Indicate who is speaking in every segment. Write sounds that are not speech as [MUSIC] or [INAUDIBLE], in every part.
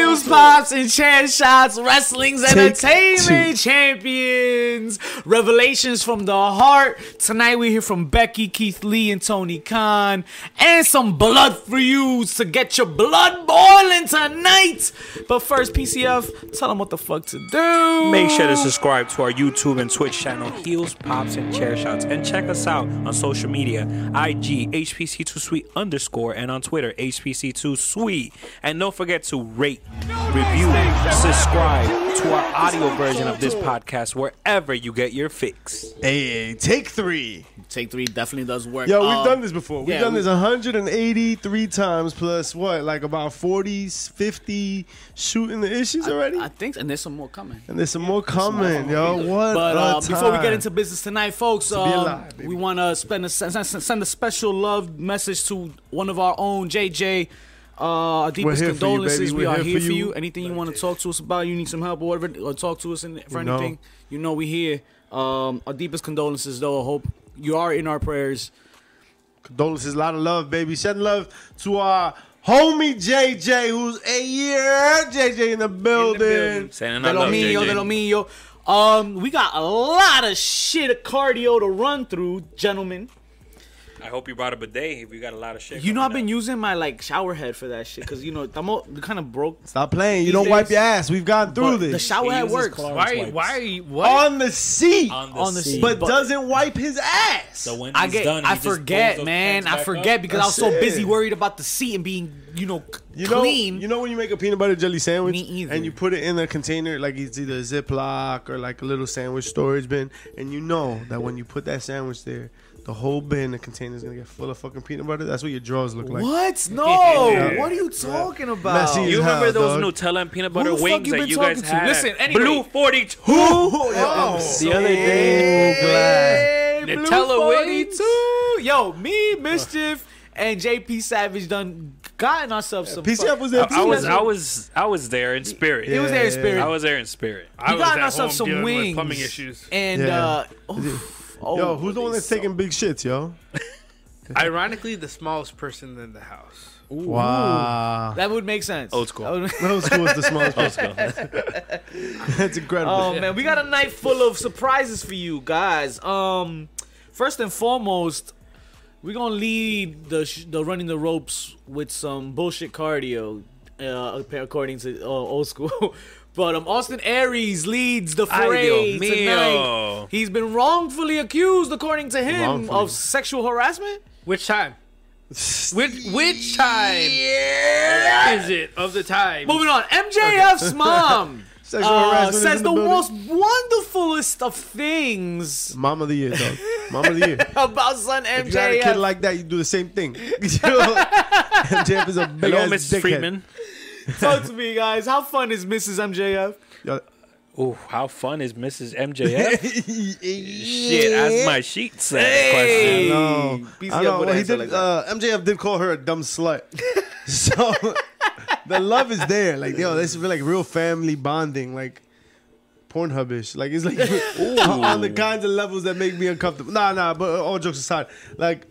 Speaker 1: chops and chair shots, wrestling's entertainment champions, revelations from the heart. Tonight we hear from Becky, Keith Lee, and Tony Khan, and some blood for you to get your blood boiling tonight. But first, PCF, tell them what the fuck to do.
Speaker 2: Make sure to subscribe to our YouTube and Twitch channel, Heels, Pops, and Chair Shots, and check us out on social media, IG, HPC2Sweet underscore, and on Twitter, HPC2Sweet. And don't forget to rate, review, subscribe to our audio version of this podcast wherever you get your fix.
Speaker 3: Hey, take three.
Speaker 1: Take three definitely does work.
Speaker 4: Yo,
Speaker 1: Uh,
Speaker 2: Um,
Speaker 4: we've done this before. We've
Speaker 1: yeah,
Speaker 4: done
Speaker 1: we-
Speaker 4: this 183 times plus what, like about 40, 50 shooting the issues already?
Speaker 1: I think, and there's some more coming.
Speaker 4: and there's some more coming, yo. What?
Speaker 1: But
Speaker 4: a
Speaker 1: uh,
Speaker 4: time.
Speaker 1: before we get into business tonight, folks, um,
Speaker 4: alive, baby.
Speaker 1: we want to spend a, send, send a special love message to one of our own, JJ. Uh, our deepest
Speaker 4: here for you,
Speaker 1: condolences.
Speaker 4: baby.
Speaker 1: we
Speaker 4: We're
Speaker 1: are
Speaker 4: here
Speaker 1: here
Speaker 4: for
Speaker 1: for
Speaker 4: you.
Speaker 1: you. Anything you want to talk to us about, you need some help or whatever, or talk to us in, for
Speaker 4: You know.
Speaker 1: anything, you know we here. Um, our deepest condolences, though. I hope you are in our prayers.
Speaker 4: Condolences, a lot of love, baby. Send love to our homie JJ, who's a year. JJ in the building.
Speaker 2: Sending
Speaker 1: De
Speaker 2: our
Speaker 1: lo
Speaker 2: love,
Speaker 1: mío, de
Speaker 2: JJ.
Speaker 1: lo mío. Um, we got a lot of shit of cardio to run through, gentlemen.
Speaker 2: I hope you brought a bidet if you got a lot of shit.
Speaker 1: You know I've
Speaker 2: coming
Speaker 1: been using my like shower head for that shit because you know I'm kind of broke
Speaker 4: Stop playing. You don't wipe your ass. We've gone through
Speaker 1: The
Speaker 4: this.
Speaker 1: shower
Speaker 5: He
Speaker 1: head
Speaker 5: uses
Speaker 1: works
Speaker 5: Clorox
Speaker 1: on
Speaker 5: wipes.
Speaker 2: wipes.
Speaker 5: Why are you? What?
Speaker 4: on the seat,
Speaker 2: up.
Speaker 1: the
Speaker 2: seat.
Speaker 1: seat.
Speaker 4: but
Speaker 1: but-
Speaker 4: doesn't wipe his ass.
Speaker 2: So when
Speaker 1: I
Speaker 2: he's
Speaker 1: get,
Speaker 2: done, he
Speaker 1: I
Speaker 2: just pulls
Speaker 1: forget,
Speaker 2: those
Speaker 1: man.
Speaker 2: pants
Speaker 1: I
Speaker 2: back
Speaker 1: forget
Speaker 2: up.
Speaker 1: because
Speaker 4: That's
Speaker 1: I was so
Speaker 4: it.
Speaker 1: busy worried about the seat and being, you know, c-
Speaker 4: [LAUGHS] You know,
Speaker 1: clean.
Speaker 4: you know when you make a peanut butter jelly sandwich
Speaker 1: Me either.
Speaker 4: and you put it in a container, like it's either a Ziploc or like a little sandwich storage bin, and you know that when you put that sandwich there, the whole bin, the container is gonna get full of fucking peanut butter. That's what your drawers look [LAUGHS] like.
Speaker 1: what? No.
Speaker 4: Yeah.
Speaker 1: What are you talking about?
Speaker 4: Messy.
Speaker 2: You remember
Speaker 4: Hell,
Speaker 2: those
Speaker 4: dog.
Speaker 2: Nutella and peanut butter
Speaker 1: the fuck
Speaker 2: wings
Speaker 1: you
Speaker 2: that
Speaker 1: been
Speaker 2: you guys
Speaker 1: talking to?
Speaker 2: had?
Speaker 1: Listen, anyway.
Speaker 2: Blue 42.
Speaker 1: Oh.
Speaker 3: The other day,
Speaker 4: [LAUGHS]
Speaker 3: glad.
Speaker 1: Hey, Blue
Speaker 5: Nutella wings.
Speaker 1: 42. Yo, me, Mischief, and JP Savage done gotten ourselves some.
Speaker 4: PCF
Speaker 1: fuck-
Speaker 4: was there.
Speaker 2: I
Speaker 4: too.
Speaker 2: was, I was, I was there in spirit.
Speaker 1: It was there in spirit.
Speaker 2: I was there in spirit.
Speaker 5: I
Speaker 1: we
Speaker 5: was
Speaker 1: got
Speaker 5: at home
Speaker 1: ourselves some
Speaker 5: dealing
Speaker 1: wings.
Speaker 5: with plumbing issues.
Speaker 1: [LAUGHS] And,
Speaker 4: Yeah.
Speaker 1: uh, oof, oh,
Speaker 4: Yo, who's the one
Speaker 1: they
Speaker 4: that's
Speaker 1: suck.
Speaker 4: taking big shits, yo?
Speaker 5: Ironically, the smallest person in the house.
Speaker 4: Wow.
Speaker 1: That would make sense.
Speaker 2: Old school.
Speaker 1: That would-
Speaker 4: Middle school is the smallest person. [LAUGHS] That's incredible.
Speaker 1: Oh man, we got a night full of surprises for you guys. Um, first and foremost, we're gonna lead the sh- the running the ropes with some bullshit cardio, uh, appa- according to uh, old school. [LAUGHS] but um, Austin Aries leads the
Speaker 2: Ay,
Speaker 1: fray
Speaker 2: Dios mío.
Speaker 1: tonight. He's been wrongfully accused, according to him,
Speaker 4: Wrongfully.
Speaker 1: of sexual harassment.
Speaker 5: Which time? Which which time is it of the time?
Speaker 1: Moving on, MJF's [LAUGHS] mom.
Speaker 4: Sexual
Speaker 1: uh,
Speaker 4: harassment is
Speaker 1: says
Speaker 4: in
Speaker 1: the,
Speaker 4: building.
Speaker 1: most wonderfulest of things
Speaker 4: Mom of the year, dog. Mom of the year.
Speaker 1: about son MJF.
Speaker 4: If you got a kid like that, you do the same thing. [LAUGHS] MJF is a big
Speaker 2: Hello,
Speaker 4: ass
Speaker 2: Mrs.
Speaker 4: dickhead.
Speaker 2: Friedman.
Speaker 1: Talk to me, guys. How fun is Mrs. MJF? [LAUGHS]
Speaker 4: Yo,
Speaker 2: Ooh, how fun is Mrs. MJF? Shit,
Speaker 4: Shit,
Speaker 2: that's my sheet set
Speaker 1: Hey.
Speaker 2: question.
Speaker 4: No,
Speaker 1: Beats
Speaker 4: I
Speaker 1: you
Speaker 4: know.
Speaker 1: up with
Speaker 4: Well, he
Speaker 1: answer
Speaker 4: did,
Speaker 1: like that.
Speaker 4: uh, MJF did call her a dumb
Speaker 1: [LAUGHS]
Speaker 4: slut. so the love is there. Like, yo, this is like real family bonding, like Pornhubish. Like, it's like [LAUGHS]
Speaker 1: [LAUGHS]
Speaker 4: on the kinds of levels that make me uncomfortable. Nah, nah, but all jokes aside, like,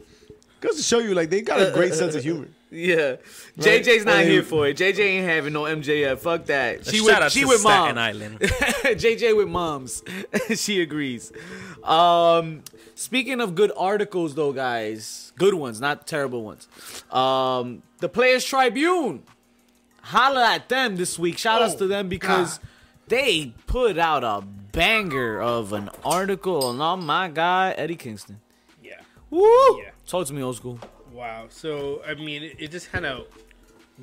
Speaker 4: goes to show you, like, they got a
Speaker 1: Uh,
Speaker 4: great sense of humor.
Speaker 1: Yeah, JJ's not
Speaker 4: Right.
Speaker 1: here for it. JJ ain't having no MJF. Fuck that. She
Speaker 2: Shout
Speaker 1: with
Speaker 2: out
Speaker 1: she
Speaker 2: to
Speaker 1: with
Speaker 2: Staten
Speaker 1: mom.
Speaker 2: Island.
Speaker 1: [LAUGHS] JJ with moms. [LAUGHS] she agrees. Um, speaking of good articles, though, guys, good ones, not terrible ones. Um, the Players Tribune. Holla at them this week. Shout outs to them because they put out a banger of an article and oh my god, Eddie Kingston.
Speaker 5: Yeah.
Speaker 1: Woo!
Speaker 5: Yeah.
Speaker 1: Talk to me, old school.
Speaker 5: Wow. So I mean, it, it just kind of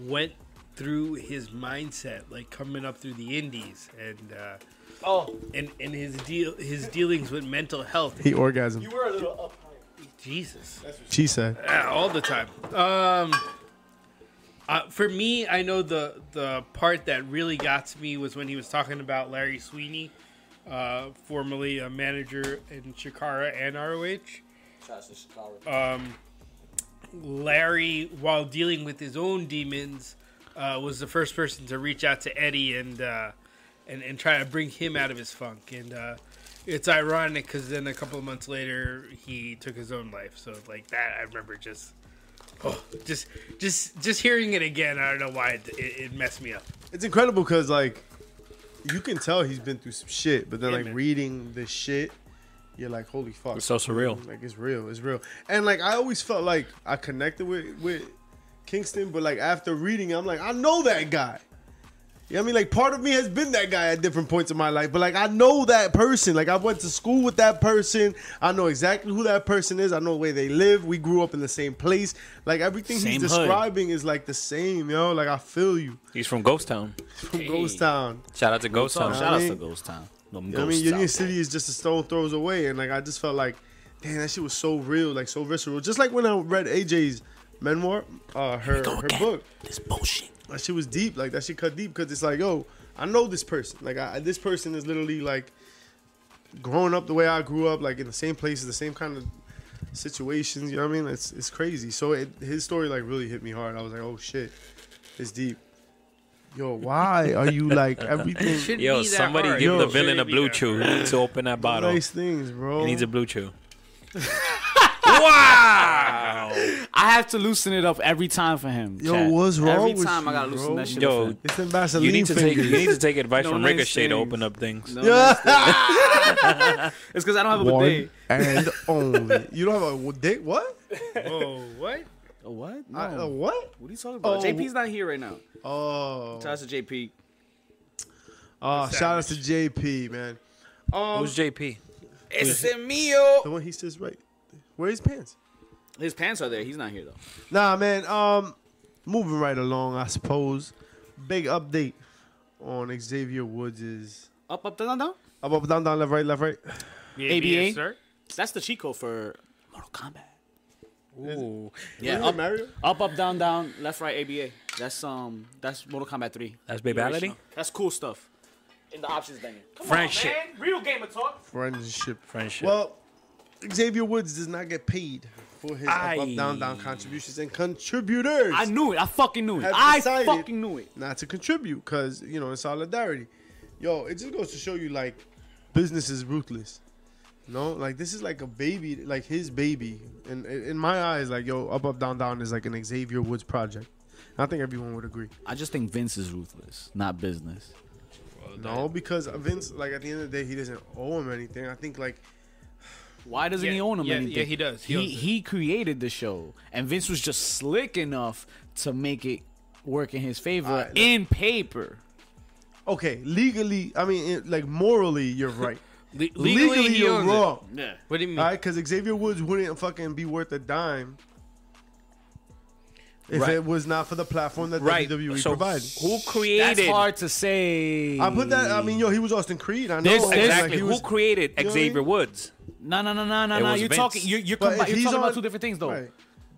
Speaker 5: went through his mindset, like coming up through the Indies and uh,
Speaker 1: Oh,
Speaker 5: and and his deal his dealings with mental health.
Speaker 4: He orgasmed.
Speaker 1: were a little up.
Speaker 5: Jesus.
Speaker 4: She said.
Speaker 5: Yeah, all the time. Um, uh, for me, I know the the part that really got to me was when he was talking about Larry Sweeney, uh, formerly a manager in Chikara and ROH. Um, Larry, while dealing with his own demons, uh, was the first person to reach out to Eddie and uh, and and try to bring him out of his funk. And uh, it's ironic because then a couple of months later he took his own life. So like that, I remember just Oh, just just just hearing it again, I don't know why it, it, it messed
Speaker 4: [LAUGHS]
Speaker 5: me up.
Speaker 4: It's incredible because like you can tell he's been through some shit, but then
Speaker 5: Yeah,
Speaker 4: like
Speaker 5: man.
Speaker 4: reading this shit, you're like, holy fuck.
Speaker 2: It's so surreal.
Speaker 4: Like it's real, it's real. And like I always felt like I connected with with Kingston, but like after reading, I'm like, I know that guy. You know what I mean? Like part of me has been that guy at different points in my life, but like I know that person. Like I went to school with that person. I know exactly who that person is. I know where they live. We grew up in the same place. Like everything
Speaker 2: Same
Speaker 4: he's
Speaker 2: hood.
Speaker 4: describing is like the same, yo. Like I feel you
Speaker 2: He's from Ghost Town.
Speaker 4: from Ghost Town.
Speaker 2: Shout out to Ghost Town.
Speaker 4: Town.
Speaker 1: Shout out
Speaker 4: mean-
Speaker 1: to Ghost Town. Them
Speaker 4: You know what I
Speaker 1: ghosts
Speaker 4: mean, Union
Speaker 1: out
Speaker 4: City is just a stone throws away, and like I just felt like, damn, that shit was so real, like so visceral. Just like when I read AJ's memoir, uh, her
Speaker 1: there. Go
Speaker 4: her
Speaker 1: again.
Speaker 4: book,
Speaker 1: This bullshit.
Speaker 4: that shit was deep. Like that shit cut deep because it's like, yo, I know this person. Like I, this person is literally like growing up the way I grew up, like in the same places, the same kind of situations. You know what I mean? It's it's crazy. So it, his story like really hit me hard. I was like, oh shit, it's deep. Yo, why are you
Speaker 1: [LAUGHS]
Speaker 4: like everything?
Speaker 5: Shouldn't
Speaker 2: Yo,
Speaker 5: be that
Speaker 2: somebody
Speaker 5: hard.
Speaker 2: give
Speaker 5: Yo,
Speaker 2: the villain
Speaker 5: shouldn't
Speaker 2: a
Speaker 5: be
Speaker 2: blue
Speaker 5: that
Speaker 2: chew
Speaker 5: hard.
Speaker 2: to open that bottle.
Speaker 4: Nice things, bro.
Speaker 2: He needs a blue
Speaker 5: [LAUGHS]
Speaker 2: chew. wow.
Speaker 1: I have to loosen it up every time for him.
Speaker 4: Yo,
Speaker 1: Chad.
Speaker 4: what's wrong
Speaker 1: Every
Speaker 4: with
Speaker 1: time I
Speaker 4: you,
Speaker 1: gotta loosen
Speaker 4: bro?
Speaker 1: that shit
Speaker 2: Yo,
Speaker 1: up. for him.
Speaker 4: It's in Vaseline
Speaker 2: You need to take you
Speaker 4: fingers.
Speaker 2: need to take advice
Speaker 1: No
Speaker 2: from
Speaker 1: nice
Speaker 2: Ricochet to
Speaker 1: things.
Speaker 2: open up things.
Speaker 4: [LAUGHS]
Speaker 1: No, that's- it's because I don't have a
Speaker 4: One
Speaker 1: bidet. [LAUGHS]
Speaker 4: and only. You don't have a w- dick? What? Oh,
Speaker 5: Whoa, what?
Speaker 1: A what? No.
Speaker 4: I- a what?
Speaker 1: what are you talking about?
Speaker 4: Oh.
Speaker 1: JP's not here right now.
Speaker 4: Oh,
Speaker 1: Shout out to JP.
Speaker 4: oh shout out to JP, man.
Speaker 2: Who's JP?
Speaker 1: It's mio.
Speaker 4: The one he says right. Where his pants?
Speaker 1: His pants are there. He's not here though.
Speaker 4: Nah, man. Um, moving right along, I suppose. Big update on Xavier Woods'
Speaker 1: Up, up, down, down, down.
Speaker 4: up, up, down, down, left, right, left, right.
Speaker 5: Yeah,
Speaker 1: ABA?
Speaker 5: yes, sir.
Speaker 1: That's the Chico for Mortal Kombat.
Speaker 2: Ooh.
Speaker 1: Yeah,
Speaker 4: Isn't it
Speaker 1: up,
Speaker 4: Mario?
Speaker 1: up, up, down, down, left, right, ABA. That's um, that's Mortal Kombat three.
Speaker 2: That's Babality?
Speaker 1: That's cool stuff. In the options menu. Come
Speaker 2: Friendship.
Speaker 1: on, man. Real gamer talk.
Speaker 4: Friendship.
Speaker 2: Friendship.
Speaker 4: Well, Xavier Woods does not get paid for his up, up,
Speaker 2: Aye.
Speaker 4: down, down contributions and contributors.
Speaker 1: I knew it. I fucking knew it.
Speaker 4: Have
Speaker 1: I
Speaker 4: decided-
Speaker 1: fucking knew it.
Speaker 4: not to contribute because you know in solidarity yo it just goes to show you like business is ruthless you know like this is like a baby like his baby and in, in my eyes like yo up up down down is like an xavier woods project i think everyone would agree
Speaker 1: I just think Vince is ruthless, not business.
Speaker 4: no because vince like at the end of the day he doesn't owe him anything i think like
Speaker 1: Why doesn't
Speaker 5: Yeah,
Speaker 1: he own him
Speaker 5: yeah,
Speaker 1: anything?
Speaker 5: yeah, he does. He
Speaker 1: He he,
Speaker 5: owns it.
Speaker 1: created the show, and Vince was just slick enough to make it work in his favor
Speaker 4: Alright, look.
Speaker 1: in paper.
Speaker 4: okay legally i mean it, like morally you're right
Speaker 5: Le- [LAUGHS] legally, he
Speaker 4: you're
Speaker 5: owns it.
Speaker 4: wrong
Speaker 1: Yeah.
Speaker 5: What do you mean?
Speaker 4: All right, because Xavier Woods wouldn't fucking be worth a dime if
Speaker 2: Right.
Speaker 4: it was not for the platform that
Speaker 2: right.
Speaker 4: WWE
Speaker 2: so
Speaker 4: provided.
Speaker 2: who
Speaker 1: That's
Speaker 2: created
Speaker 1: hard to say.
Speaker 4: I put that. I mean, yo, he was Austin Creed. I know.
Speaker 2: There's-
Speaker 4: like,
Speaker 2: exactly
Speaker 4: he
Speaker 2: who
Speaker 4: was-
Speaker 2: created
Speaker 4: know what I
Speaker 2: Xavier
Speaker 4: mean?
Speaker 2: Woods?
Speaker 1: no, no, no, no, no,
Speaker 2: It
Speaker 1: no.
Speaker 2: was
Speaker 1: you're
Speaker 2: Vince.
Speaker 1: talking. You're, you're,
Speaker 4: But
Speaker 1: combi-
Speaker 4: if
Speaker 1: you're
Speaker 4: he's
Speaker 1: talking about
Speaker 4: on-
Speaker 1: two different things, though.
Speaker 4: Right.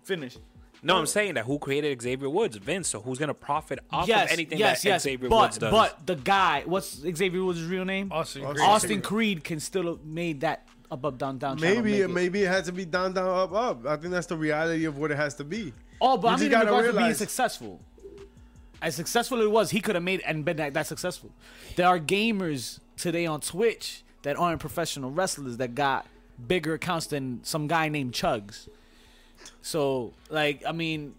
Speaker 1: Finish.
Speaker 2: No, I'm saying that who created Xavier Woods? Vince. So who's gonna profit off
Speaker 1: yes,
Speaker 2: of anything
Speaker 1: yes,
Speaker 2: that
Speaker 1: yes.
Speaker 2: Xavier
Speaker 1: but
Speaker 2: Woods does?
Speaker 1: but the guy, what's Xavier Woods' real name?
Speaker 5: Austin.
Speaker 4: Austin.
Speaker 5: Creed.
Speaker 1: Austin Creed can still have made that up, up, down, down. channel
Speaker 4: Maybe
Speaker 1: make
Speaker 4: it, maybe it had to be down, down, up, up. I think that's the reality of what it has to be.
Speaker 1: Oh,
Speaker 4: You
Speaker 1: but I
Speaker 4: just
Speaker 1: mean, in
Speaker 4: gotta
Speaker 1: regards to being
Speaker 4: realize-
Speaker 1: successful, as successful it was, he could have made and been that, that successful. There are gamers today on Twitch that aren't professional wrestlers that got bigger accounts than some guy named Chugs. So, like, I mean,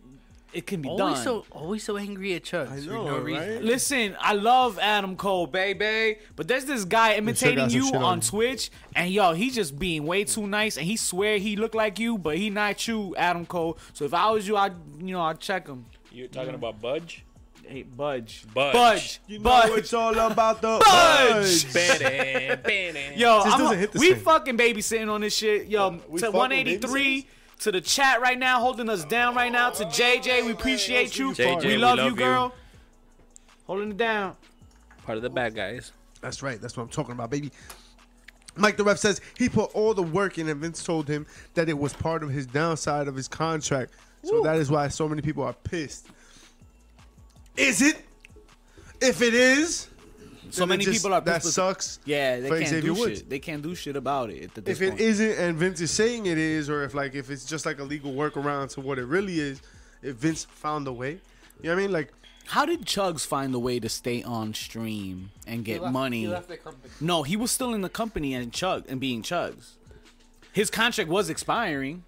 Speaker 1: it can be
Speaker 5: Always
Speaker 1: done.
Speaker 5: so, always so angry at Chugs
Speaker 4: I
Speaker 5: for
Speaker 4: know,
Speaker 5: no reason.
Speaker 4: right?
Speaker 1: Listen, I love Adam Cole, baby, but there's this guy imitating
Speaker 4: got some
Speaker 1: you
Speaker 4: shit
Speaker 1: on,
Speaker 4: on him.
Speaker 1: Twitch, and yo, he just being way too nice, and he swear he look like you, but he not you, Adam Cole. So if I was you, I would you know I'd check him.
Speaker 2: You're talking about Budge?
Speaker 1: Hey, budge.
Speaker 2: Budge.
Speaker 1: Budge.
Speaker 4: You know
Speaker 1: budge.
Speaker 4: it's all about the
Speaker 1: Budge! [LAUGHS]
Speaker 2: Yo,
Speaker 1: Yo,
Speaker 4: just
Speaker 1: I'm
Speaker 4: doesn't
Speaker 1: a-
Speaker 4: hit the
Speaker 1: we
Speaker 4: same.
Speaker 1: fucking babysitting on this shit. Yo,
Speaker 4: we
Speaker 1: to
Speaker 4: fucking
Speaker 1: 183, to the chat right now, holding us down right now. To JJ, we appreciate you.
Speaker 2: JJ,
Speaker 1: we
Speaker 2: we
Speaker 1: love
Speaker 2: love
Speaker 1: you,
Speaker 2: you.
Speaker 1: girl. Holding it down.
Speaker 2: part of the bad guys.
Speaker 4: That's right. That's what I'm talking about, baby. Mike the ref says he put all the work in, and Vince told him that it was part of his downside of his contract. So that is why so many people are pissed. Is it? If it is,
Speaker 1: So
Speaker 4: then it
Speaker 1: many
Speaker 4: just-
Speaker 1: people are
Speaker 4: that
Speaker 1: pissed.
Speaker 4: sucks.
Speaker 1: Yeah, they
Speaker 4: for
Speaker 1: can't
Speaker 4: Xavier
Speaker 1: do
Speaker 4: Woods.
Speaker 1: shit. They can't do shit about it. At this
Speaker 4: If it
Speaker 1: point.
Speaker 4: isn't, and Vince is saying it is, or if like if it's just like a legal workaround to what it really is, if Vince found a way, you know what I mean? Like
Speaker 1: How did Chugs find a way to stay on stream and get money? No, he was still in the company and Chug and being Chugs. His contract was expiring.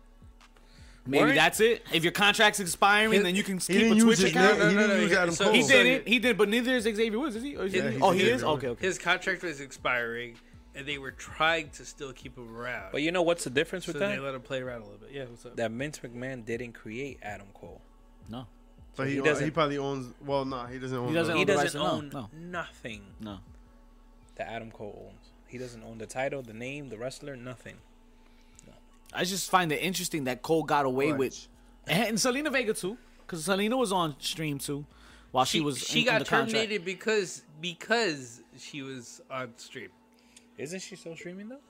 Speaker 1: Maybe
Speaker 2: Weren't-
Speaker 1: that's it. If your contract's expiring, then you can
Speaker 4: He
Speaker 1: keep a
Speaker 4: didn't use
Speaker 1: Twitch
Speaker 4: his name.
Speaker 1: account.
Speaker 5: No,
Speaker 4: He
Speaker 5: no, no,
Speaker 4: didn't use
Speaker 5: no,
Speaker 4: Adam
Speaker 5: so-
Speaker 4: Cole.
Speaker 1: He
Speaker 5: Oh,
Speaker 1: didn't. He did, but neither is Xavier Woods, is he? Or is he-
Speaker 5: Yeah, he's
Speaker 1: oh, he
Speaker 4: Xavier
Speaker 1: is.
Speaker 4: Woods.
Speaker 1: Okay, okay.
Speaker 5: His contract was expiring, and they were trying to still keep him around.
Speaker 2: But you know what's the difference
Speaker 5: so
Speaker 2: with
Speaker 5: they
Speaker 2: that?
Speaker 5: let him play around a little bit. Yeah, what's up?
Speaker 2: That Vince McMahon didn't create Adam Cole.
Speaker 1: No,
Speaker 4: But he,
Speaker 2: He
Speaker 4: he,
Speaker 2: doesn't-
Speaker 4: probably owns. Well, no, he doesn't own.
Speaker 1: He doesn't
Speaker 4: the-
Speaker 2: He
Speaker 1: own the rights
Speaker 2: doesn't
Speaker 1: to- no,
Speaker 2: own
Speaker 1: no.
Speaker 2: nothing
Speaker 1: no.
Speaker 2: that Adam Cole owns. He doesn't own the title, the name, the wrestler, nothing.
Speaker 1: I just find it interesting that Cole got away
Speaker 4: Right.
Speaker 1: with, and Selena Vega too, because Selena was on stream too, while she, was
Speaker 5: she
Speaker 1: in-
Speaker 5: got
Speaker 1: under contract.
Speaker 5: terminated because because she was on stream.
Speaker 2: Isn't she still streaming though?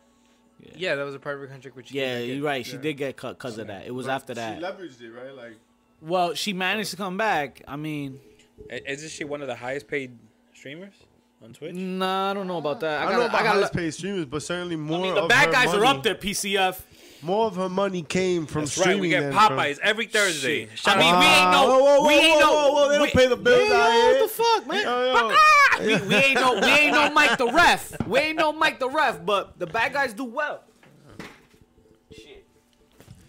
Speaker 5: Yeah, that was a part of her contract. Which she
Speaker 1: Yeah,
Speaker 5: didn't get.
Speaker 1: you're right. She did get cut because of that. It was after that.
Speaker 4: She leveraged it, right? Like
Speaker 1: well, she managed to come back. I mean,
Speaker 2: I- Isn't she one of the highest paid streamers on Twitch?
Speaker 1: nah, I don't know about that.
Speaker 4: I,
Speaker 1: I,
Speaker 4: don't know
Speaker 1: got.
Speaker 4: about
Speaker 1: I got.
Speaker 4: highest paid streamers, but certainly more.
Speaker 1: I mean, the
Speaker 4: of
Speaker 1: bad
Speaker 4: her
Speaker 1: guys
Speaker 4: money,
Speaker 1: are up there. PCF.
Speaker 4: More of her money came from
Speaker 2: That's right.
Speaker 4: streaming.
Speaker 2: We get
Speaker 4: than from-
Speaker 2: Popeyes every Thursday.
Speaker 1: I mean, we ain't no.
Speaker 4: Whoa, whoa, whoa,
Speaker 1: we ain't no.
Speaker 4: whoa, whoa, they don't
Speaker 1: we-
Speaker 4: pay the bills
Speaker 1: Yeah,
Speaker 4: out here.
Speaker 1: What the fuck, man?
Speaker 4: Yo, yo.
Speaker 1: Ah, we, we ain't no. We ain't no Mike the ref. We ain't no Mike the ref. But the bad guys do well. Shit.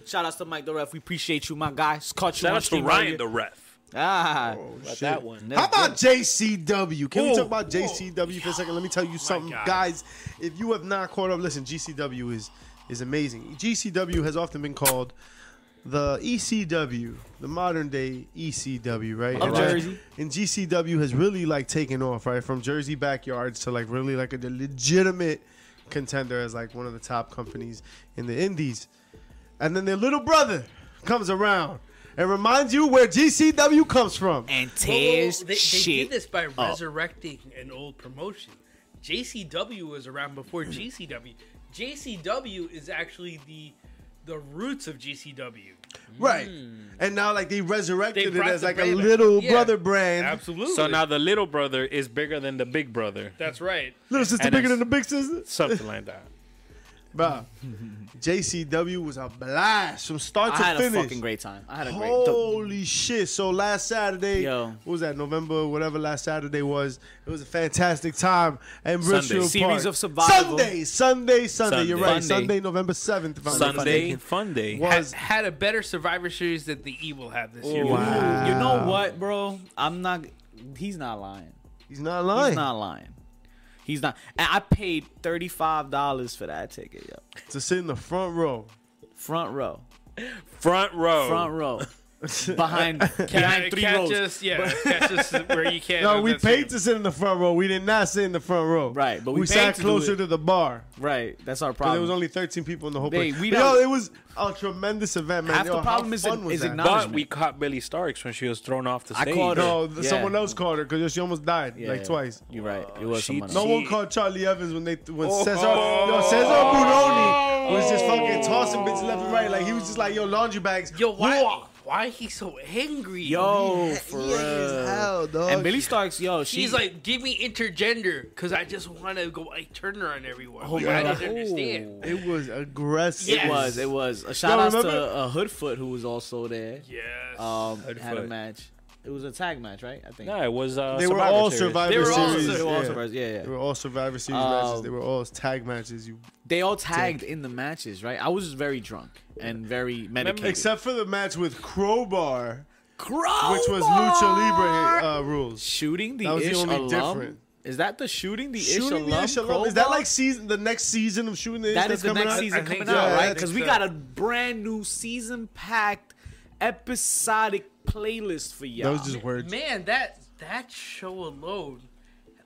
Speaker 1: Shout outs to Mike the ref. We appreciate you, my guy. Caught you
Speaker 2: Shout
Speaker 1: on
Speaker 2: out to
Speaker 1: stream
Speaker 2: Ryan
Speaker 1: earlier.
Speaker 2: the ref.
Speaker 1: Ah.
Speaker 2: About that one.
Speaker 4: How about JCW? Can
Speaker 2: Ooh.
Speaker 4: we talk about JCW for a second? Let me tell you something,
Speaker 5: God.
Speaker 4: guys. If you have not caught up, listen. GCW is is amazing. GCW has often been called the ECW, the modern day ECW, right?
Speaker 1: Of
Speaker 4: and
Speaker 1: Jersey.
Speaker 4: And GCW has really like taken off, right? From Jersey backyards to like really like a legitimate contender as like one of the top companies in the Indies. And then their little brother comes around and reminds you where GCW comes from.
Speaker 1: And
Speaker 5: Whoa, whoa, whoa,
Speaker 1: tears
Speaker 5: They, they
Speaker 1: shit.
Speaker 5: did this by resurrecting an old promotion. JCW was
Speaker 1: [CLEARS THROAT]
Speaker 5: around before GCW. JCW is actually the the roots of GCW.
Speaker 4: Right. And now like they
Speaker 5: They
Speaker 4: resurrected it
Speaker 5: brought
Speaker 4: as
Speaker 5: the
Speaker 4: like a
Speaker 5: brand back.
Speaker 4: little
Speaker 5: Yeah.
Speaker 4: brother brand.
Speaker 5: Absolutely.
Speaker 2: So now the little brother is bigger than the big brother.
Speaker 5: that's right.
Speaker 4: Little sister
Speaker 2: And
Speaker 4: bigger than
Speaker 2: it's-
Speaker 4: the big sister.
Speaker 2: Something like that.
Speaker 4: Bro. JCW was a blast from start
Speaker 1: I
Speaker 4: to
Speaker 1: had a
Speaker 4: finish.
Speaker 1: fucking great time. I had a great.
Speaker 4: Holy shit. So last Saturday,
Speaker 1: Yo.
Speaker 4: what was that, November, whatever last Saturday was, it was a fantastic time. And
Speaker 2: Sunday.
Speaker 4: Richfield
Speaker 1: Series
Speaker 4: Park.
Speaker 1: of survival.
Speaker 4: Sunday, Sunday, Sunday. You're
Speaker 2: Sunday.
Speaker 4: right. [LAUGHS]
Speaker 1: Sunday.
Speaker 4: Sunday, November 7th. if I'm not
Speaker 2: Sunday
Speaker 4: mistaken,
Speaker 2: fun day.
Speaker 5: Had,
Speaker 4: Was
Speaker 5: had a better Survivor Series that the E will have this year.
Speaker 1: Wow. You know what, bro? I'm not. He's not lying.
Speaker 4: he's not lying.
Speaker 1: He's not lying. He's not. And I paid thirty five dollars for that ticket, yo.
Speaker 4: To sit in the front row. [LAUGHS]
Speaker 1: Front row,
Speaker 2: Front row.
Speaker 1: front row,
Speaker 5: [LAUGHS]
Speaker 1: behind, behind three
Speaker 5: Oh. catch
Speaker 1: rows.
Speaker 5: us, yeah, catch us where you
Speaker 4: [LAUGHS]
Speaker 5: can.
Speaker 4: No,
Speaker 5: on
Speaker 4: we
Speaker 5: that
Speaker 4: paid
Speaker 5: same-
Speaker 4: to sit in the front row. We did not sit in the front row.
Speaker 1: Right, but we paid
Speaker 4: sat
Speaker 1: to do
Speaker 4: closer
Speaker 1: it.
Speaker 4: to the bar.
Speaker 1: Right, that's our
Speaker 4: 'cause
Speaker 1: problem.
Speaker 4: There was only 13 people in the whole
Speaker 1: They-
Speaker 4: place.
Speaker 1: we
Speaker 4: But
Speaker 1: don't-
Speaker 4: yo, it was a tremendous event, man.
Speaker 1: Half
Speaker 4: Yo,
Speaker 1: the problem
Speaker 4: how
Speaker 1: is
Speaker 4: fun
Speaker 1: it-
Speaker 4: was
Speaker 1: is
Speaker 4: that?
Speaker 1: it
Speaker 2: But we caught Billy Starks when she was thrown off the
Speaker 1: I
Speaker 2: stage.
Speaker 1: called her.
Speaker 4: No, th-
Speaker 1: Yeah.
Speaker 4: someone else called her because she almost died
Speaker 1: Yeah,
Speaker 4: like twice.
Speaker 1: You're right. It was
Speaker 2: she-
Speaker 1: someone
Speaker 2: no
Speaker 1: else.
Speaker 4: No one
Speaker 2: She-
Speaker 4: called Charlie Evans when they th- when
Speaker 2: Oh.
Speaker 4: Cesar yo Cesar Brunoni was just fucking tossing bitches left and right like he was just like yo laundry bags
Speaker 5: Yo, why? Why he so angry?
Speaker 1: Yo, for
Speaker 4: Yeah,
Speaker 1: real.
Speaker 4: as hell, dog.
Speaker 1: And Billy Starks, yo, she's
Speaker 5: She's like, give me intergender, because I just want to go Ike Turner on everyone.
Speaker 1: Oh,
Speaker 5: which
Speaker 1: my
Speaker 5: I
Speaker 1: God. Oh.
Speaker 5: didn't understand.
Speaker 1: Ooh.
Speaker 4: it was aggressive
Speaker 1: It
Speaker 5: Yes.
Speaker 1: was. It was. A shout out to
Speaker 4: remember-
Speaker 1: uh, Hoodfoot who was also there.
Speaker 5: Yes.
Speaker 1: Um, had a
Speaker 2: Hoodfoot.
Speaker 1: match. It was a tag match, right? I think.
Speaker 2: No, it was. Uh,
Speaker 4: they were
Speaker 2: Survivor
Speaker 4: all
Speaker 2: Series.
Speaker 4: Survivor
Speaker 5: They were all
Speaker 4: Series
Speaker 1: They
Speaker 5: Survivor-
Speaker 1: were all
Speaker 4: yeah.
Speaker 1: survivors, yeah, yeah.
Speaker 4: They were all Survivor Series
Speaker 1: Um,
Speaker 4: matches. They were all tag matches. You
Speaker 1: They all tagged in the matches, right? I was very drunk and very medicated.
Speaker 4: except for the match with Crowbar,
Speaker 1: Crowbar!
Speaker 4: which was Lucha Libre uh, rules.
Speaker 1: Shooting the
Speaker 4: That was the
Speaker 1: ish
Speaker 4: only
Speaker 1: alum.
Speaker 4: different.
Speaker 1: Is that the shooting the
Speaker 4: Shooting
Speaker 1: ish
Speaker 4: the
Speaker 1: alum?
Speaker 4: Ish Alum- is that like season the next season of shooting the Ish
Speaker 1: that
Speaker 4: that's
Speaker 1: is the
Speaker 4: coming
Speaker 1: next
Speaker 4: out?
Speaker 1: season
Speaker 5: I think
Speaker 1: coming
Speaker 5: so.
Speaker 1: out,
Speaker 5: Yeah, I
Speaker 1: right?
Speaker 5: think
Speaker 1: Because we
Speaker 5: so.
Speaker 1: got a brand new season packed episodic playlist for y'all.
Speaker 4: That was just words.
Speaker 5: Man, that that show alone,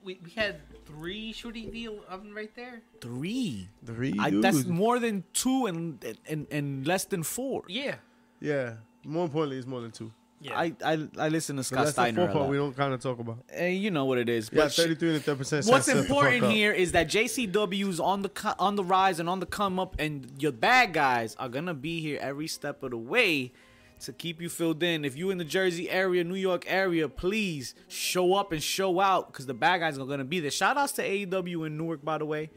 Speaker 5: we, we had three shooting the oven right there.
Speaker 1: three.
Speaker 4: Three,
Speaker 1: I, that's
Speaker 4: dude.
Speaker 1: more than two and and, and less than four.
Speaker 5: Yeah.
Speaker 4: Yeah. More importantly, it's more than two.
Speaker 5: Yeah.
Speaker 1: I, I I listen to Scott
Speaker 4: That's the
Speaker 1: Steiner
Speaker 4: four
Speaker 1: a
Speaker 4: part we
Speaker 1: lot.
Speaker 4: don't kind of talk about.
Speaker 1: and you know what it is.
Speaker 4: Yeah,
Speaker 1: but shit.
Speaker 4: 33 and 10 percent.
Speaker 1: What's important here is that JCW's on the co- on the rise and on the come up, and your bad guys are gonna be here every step of the way to keep you filled in. If you in the Jersey area, New York area, please show up and show out because the bad guys are gonna be there. Shout outs to AEW in Newark, by the way.